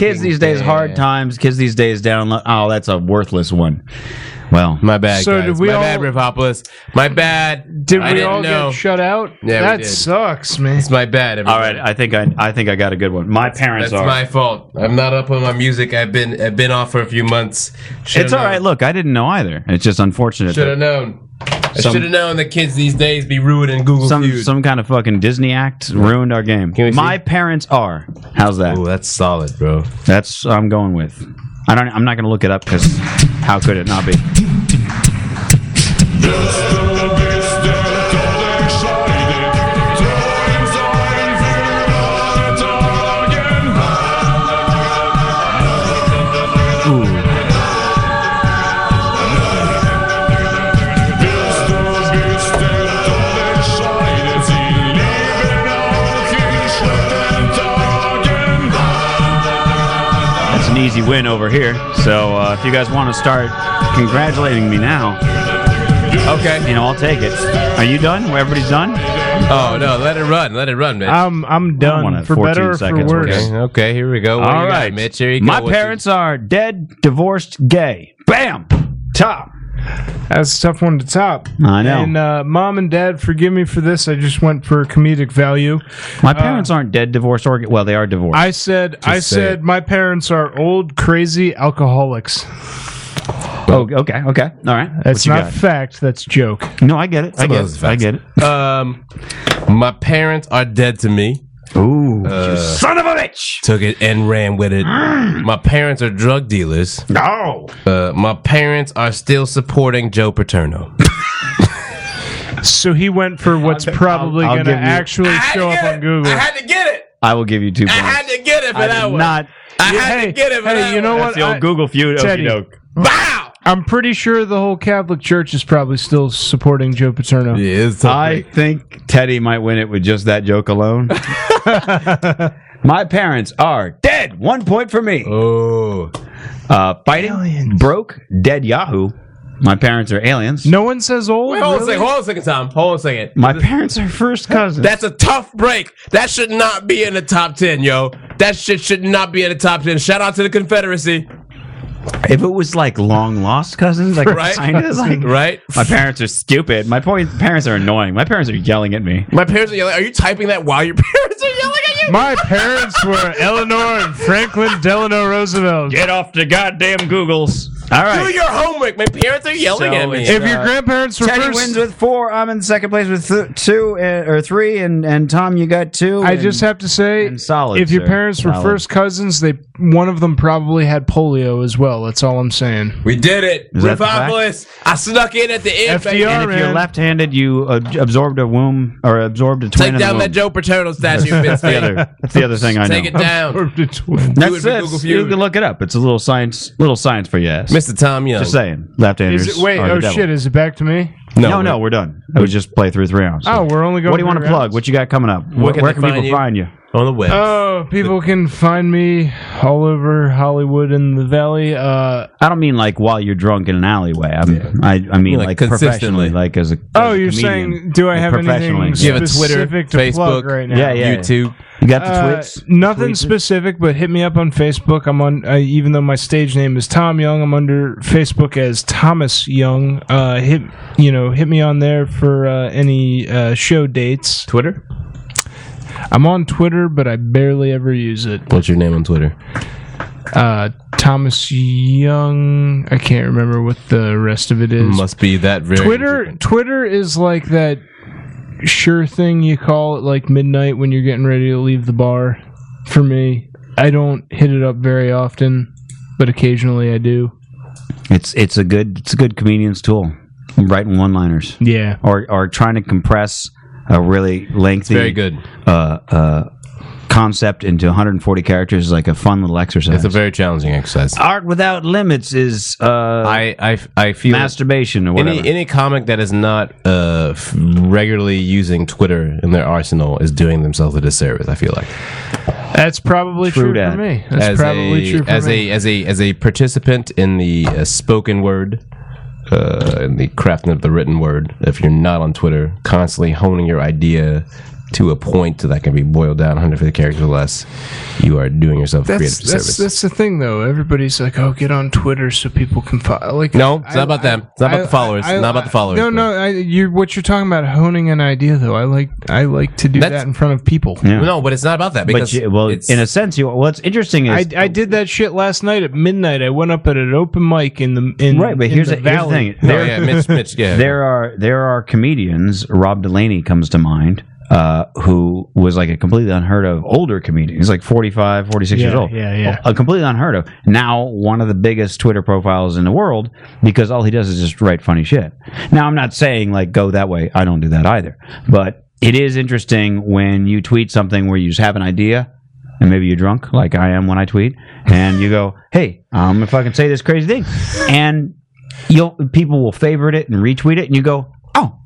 Kids these days, hard times. Kids these days, download. Oh, that's a worthless one. Well, my bad, So guys. did we my all- bad, Riffopolis. My bad. Did I we didn't all know. get shut out? Yeah, we that did. sucks, man. it's my bad. All everybody. right, I think I, I think I got a good one. My parents That's are. my fault. I'm not up on my music. I've been I've been off for a few months. Should've it's all known. right. Look, I didn't know either. It's just unfortunate. Should that have known. I Some- should have known the kids these days be ruining Google Some Feud. some kind of fucking Disney act ruined our game. My parents are. How's that? Oh, that's solid, bro. That's what I'm going with. I don't. I'm not going to look it up because how could it not be? That's an easy win over here. So uh, if you guys want to start congratulating me now, okay, you know I'll take it. Are you done? Everybody's done. Oh no, let it run. Let it run, Mitch. I'm I'm done wanna- for better 14 or for seconds, worse. okay, okay, here we go. What All you got, right, Mitch. Here you My go. What parents are dead, divorced, gay. Bam. Top. That's a tough one to top. I know. And uh, mom and dad, forgive me for this. I just went for comedic value. My parents aren't dead, divorced, or well, they are divorced. I said, I say said, my parents are old, crazy alcoholics. oh, okay, okay, all right. That's What you not got? fact. That's joke. No, I get it. I get it. I get it. you- um, my parents are dead to me. Ooh, Uh, son of a bitch! Took it and ran with it. my parents are drug dealers. No. Uh, my parents are still supporting Joe Paterno. So he went for what's probably I'll going to give you- actually show up on Google. to get it. I will give you two points. had to get it for I that did one. not. I had hey, to get it for hey, that you know one. what? That's the old I- Google feud. Teddy. Okey doke. I'm pretty sure the whole Catholic Church is probably still supporting Joe Paterno. Yeah, it's I think Teddy might win it with just that joke alone. My parents are dead. One point for me. Oh. Uh, fighting, broke, dead Yahoo. My parents are aliens. No one says old. Wait, hold on a really? second. Hold on a second, Tom. Hold on a second. My parents are first cousins. That's a tough break. That should not be in the top 10, yo. That shit should not be in the top 10. Shout out to the Confederacy. if it was like long lost cousins, like Right? kind of like Right? My parents are stupid. My po- parents are annoying. My parents are yelling at me. My parents are yelling. Are you typing that while your parents are yelling at you? My parents were Eleanor and Franklin Delano Roosevelt. Get off the goddamn Googles. All right. Do your homework. My parents are yelling So at me. it's, uh, Teddy wins with four. I'm in second place with th- two uh, or three, and and Tom, you got two. I and- just have to say, and solid. if your sir. parents were Solid. first cousins, they one of them probably had polio as well. That's all I'm saying. We did it. Is that the Revivalists. I snuck in at the end. and if you're left-handed, you ab- absorbed a womb or absorbed a twin. Take in down the that womb. Joe Paterno statue. That's the other. That's the other thing I know. Take it Oh. down. Do it That's for it. Google You Feud. can look it up. It's a little science, little science for you, ass. Mr. Tom Young. Just saying, left-handers. Is it, wait, are the oh devil. shit, is it back to me? No, no, we're done. It was just play through three rounds. Oh, we're only going What do you three want to plug? rounds? What you got coming up? Where Where, can where they can people find find you? you? On the web. Oh, people can find me all over Hollywood and the Valley. Uh, I don't mean like while you're drunk in an alleyway. I'm, I, I mean Like, like, consistently. professionally, like as a. oh, you're comedian, saying, do I have professionally. anything You have a Twitter, specific to plug Facebook, right now? Yeah, yeah, yeah. YouTube. You got the Uh, Twits? Nothing Tweets? specific, but hit me up on Facebook. I'm on, uh, even though my stage name is Tom Young, I'm under Facebook as Thomas Young. Uh, hit, you know, hit me on there for uh, any uh, show dates. Twitter. I'm on Twitter, but I barely ever use it. What's your name on Twitter? Uh, Thomas Young. I can't remember what the rest of it is. Must be that very. Twitter Twitter is like that sure thing you call at like midnight when you're getting ready to leave the bar. For me, I don't hit it up very often, but occasionally I do. It's it's a good it's a good comedian's tool. Writing one liners. Yeah. Or or trying to compress a really lengthy very good. uh uh concept into 140 characters is like a fun little exercise. It's a very challenging exercise. Art without limits is uh I, I, I feel masturbation or whatever. any any comic that is not uh, f- regularly using Twitter in their arsenal is doing themselves a disservice. I feel like That's probably true, for me. That's as probably a, true for as me. a as a as a participant in the uh, spoken word, uh, in the crafting of the written word. If you're not on Twitter, constantly honing your idea to a point that can be boiled down 150 characters or less, you are doing yourself a that's creative that's, disservice. that's the thing though. Everybody's like, "Oh, get on Twitter so people can follow." Like, No, it's not about them. It's not about the followers. It's not about the followers, No, but- no. I, you're what you're talking about honing an idea though. I like I like to do That's- that in front of people. Yeah. No, but it's not about that because but you, well, it's- in a sense, you what's interesting is I, I did that shit last night at midnight. I went up at an open mic in the in right, but in here's, the the, here's the valley. thing. Oh, There, there are there are comedians. Rob Delaney comes to mind, uh, who was like a completely unheard of older comedian. He's like 45, 46 years Yeah, old. yeah, yeah. A completely unheard of. Now one of the biggest Twitter profiles in the world because all he does is just write funny shit. Now I'm not saying like go that way. I don't do that either. But it is interesting when you tweet something where you just have an idea and maybe you're drunk, like I am when I tweet, and you go, "Hey, um, I'm gonna fucking say this crazy thing," and you'll people will favorite it and retweet it, and you go, "Oh,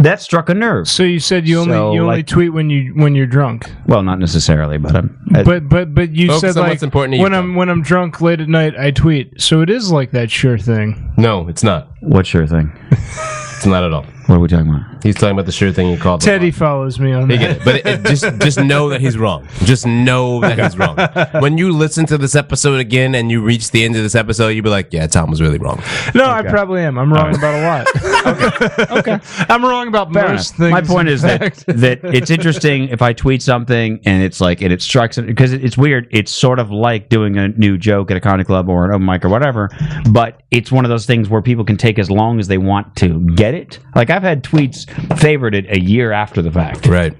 that struck a nerve." So you said you only So, you only like- tweet when you when you're drunk. Well, not necessarily, but um, uh, I'm. I- But but but you Focus said on like what's important to you, when Tom. I'm when I'm drunk late at night I tweet. So it is like that sure thing. no, it's not. what's your thing? It's not at all. What are we talking about? He's talking about the sure thing you called. the Teddy follows me on He get that. it. But it, it- just just know that he's wrong. Just know that he's wrong. When you listen to this episode again and you reach the end of this episode, you'll be like, "Yeah, Tom was really wrong." No, I probably am. I'm wrong about a lot. okay. I'm wrong about Fair enough. most things. My point in is that, fact. that it's interesting if I tweet something and it's like and it strikes because it's weird. It's sort of like doing a new joke at a comedy club or an open mic or whatever. But it's one of those things where people can take as long as they want to get it. Like I've had tweets favorited a year after the fact, right?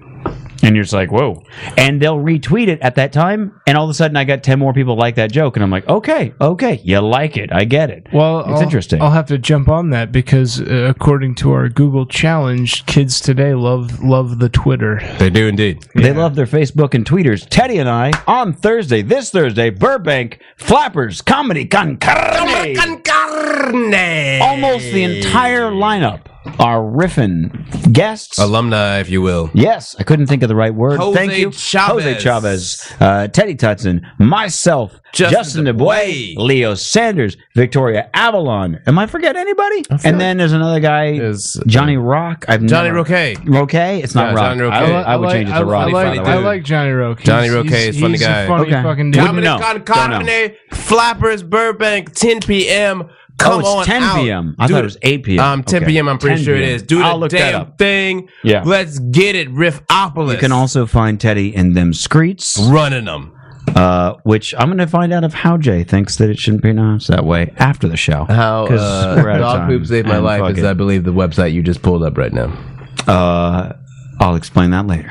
And you're just like, whoa. And they'll retweet it at that time, and all of a sudden I got ten more people like that joke, and I'm like, okay, okay, you like it, I get it. Well, it's I'll- interesting. I'll have to jump on that because uh, according to our Google challenge, kids today love love the Twitter. They do indeed. They love their Facebook and tweeters. Teddy and I on Thursday, this Thursday, Burbank Flappers Comedy Con Carne. Almost the entire lineup are riffing guests. Alumni, if you will. Yes, I couldn't think of the right word. Jose Thank you, Chavez. Jose Chavez, uh, Teddy Tutson, myself, Justin Justin DeBoy, Leo Sanders, Victoria Avalon. Am I forget anybody? And then there's another guy, Johnny Rock. I've Johnny never- Roque. Roque. It's not Yeah, Rock. Johnny Roque. I, would- I would like- change it I to Rock. like- by the way. I like Johnny Roque. He's- Johnny Roque he's- is a funny he's guy. A funny Okay. fucking dude. Wouldn't know. Con Don't know. Carne, Flappers, Burbank, 10 p.m. Come Oh, it's on 10 out. p.m.. I Do thought it was 8 p.m.. Um, 10 Okay. p.m. I'm pretty 10 sure it p.m.. is. Do I'll the look that damn up. thing. Yeah. Let's get it, Riffopolis. You can also find Teddy in them screets. running them. uh, which I'm going to find out if How Jay thinks that it shouldn't be announced that way after the show. How 'Cause uh, we're out of dog time. poop saved my And life is, fuck it. I believe, the website you just pulled up right now. Uh, I'll explain that later.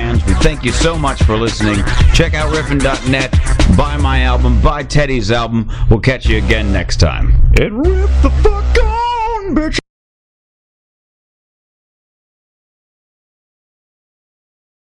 We thank you so much for listening. Check out riffin.net, buy my album, buy Teddy's album. We'll catch you again next time. It ripped the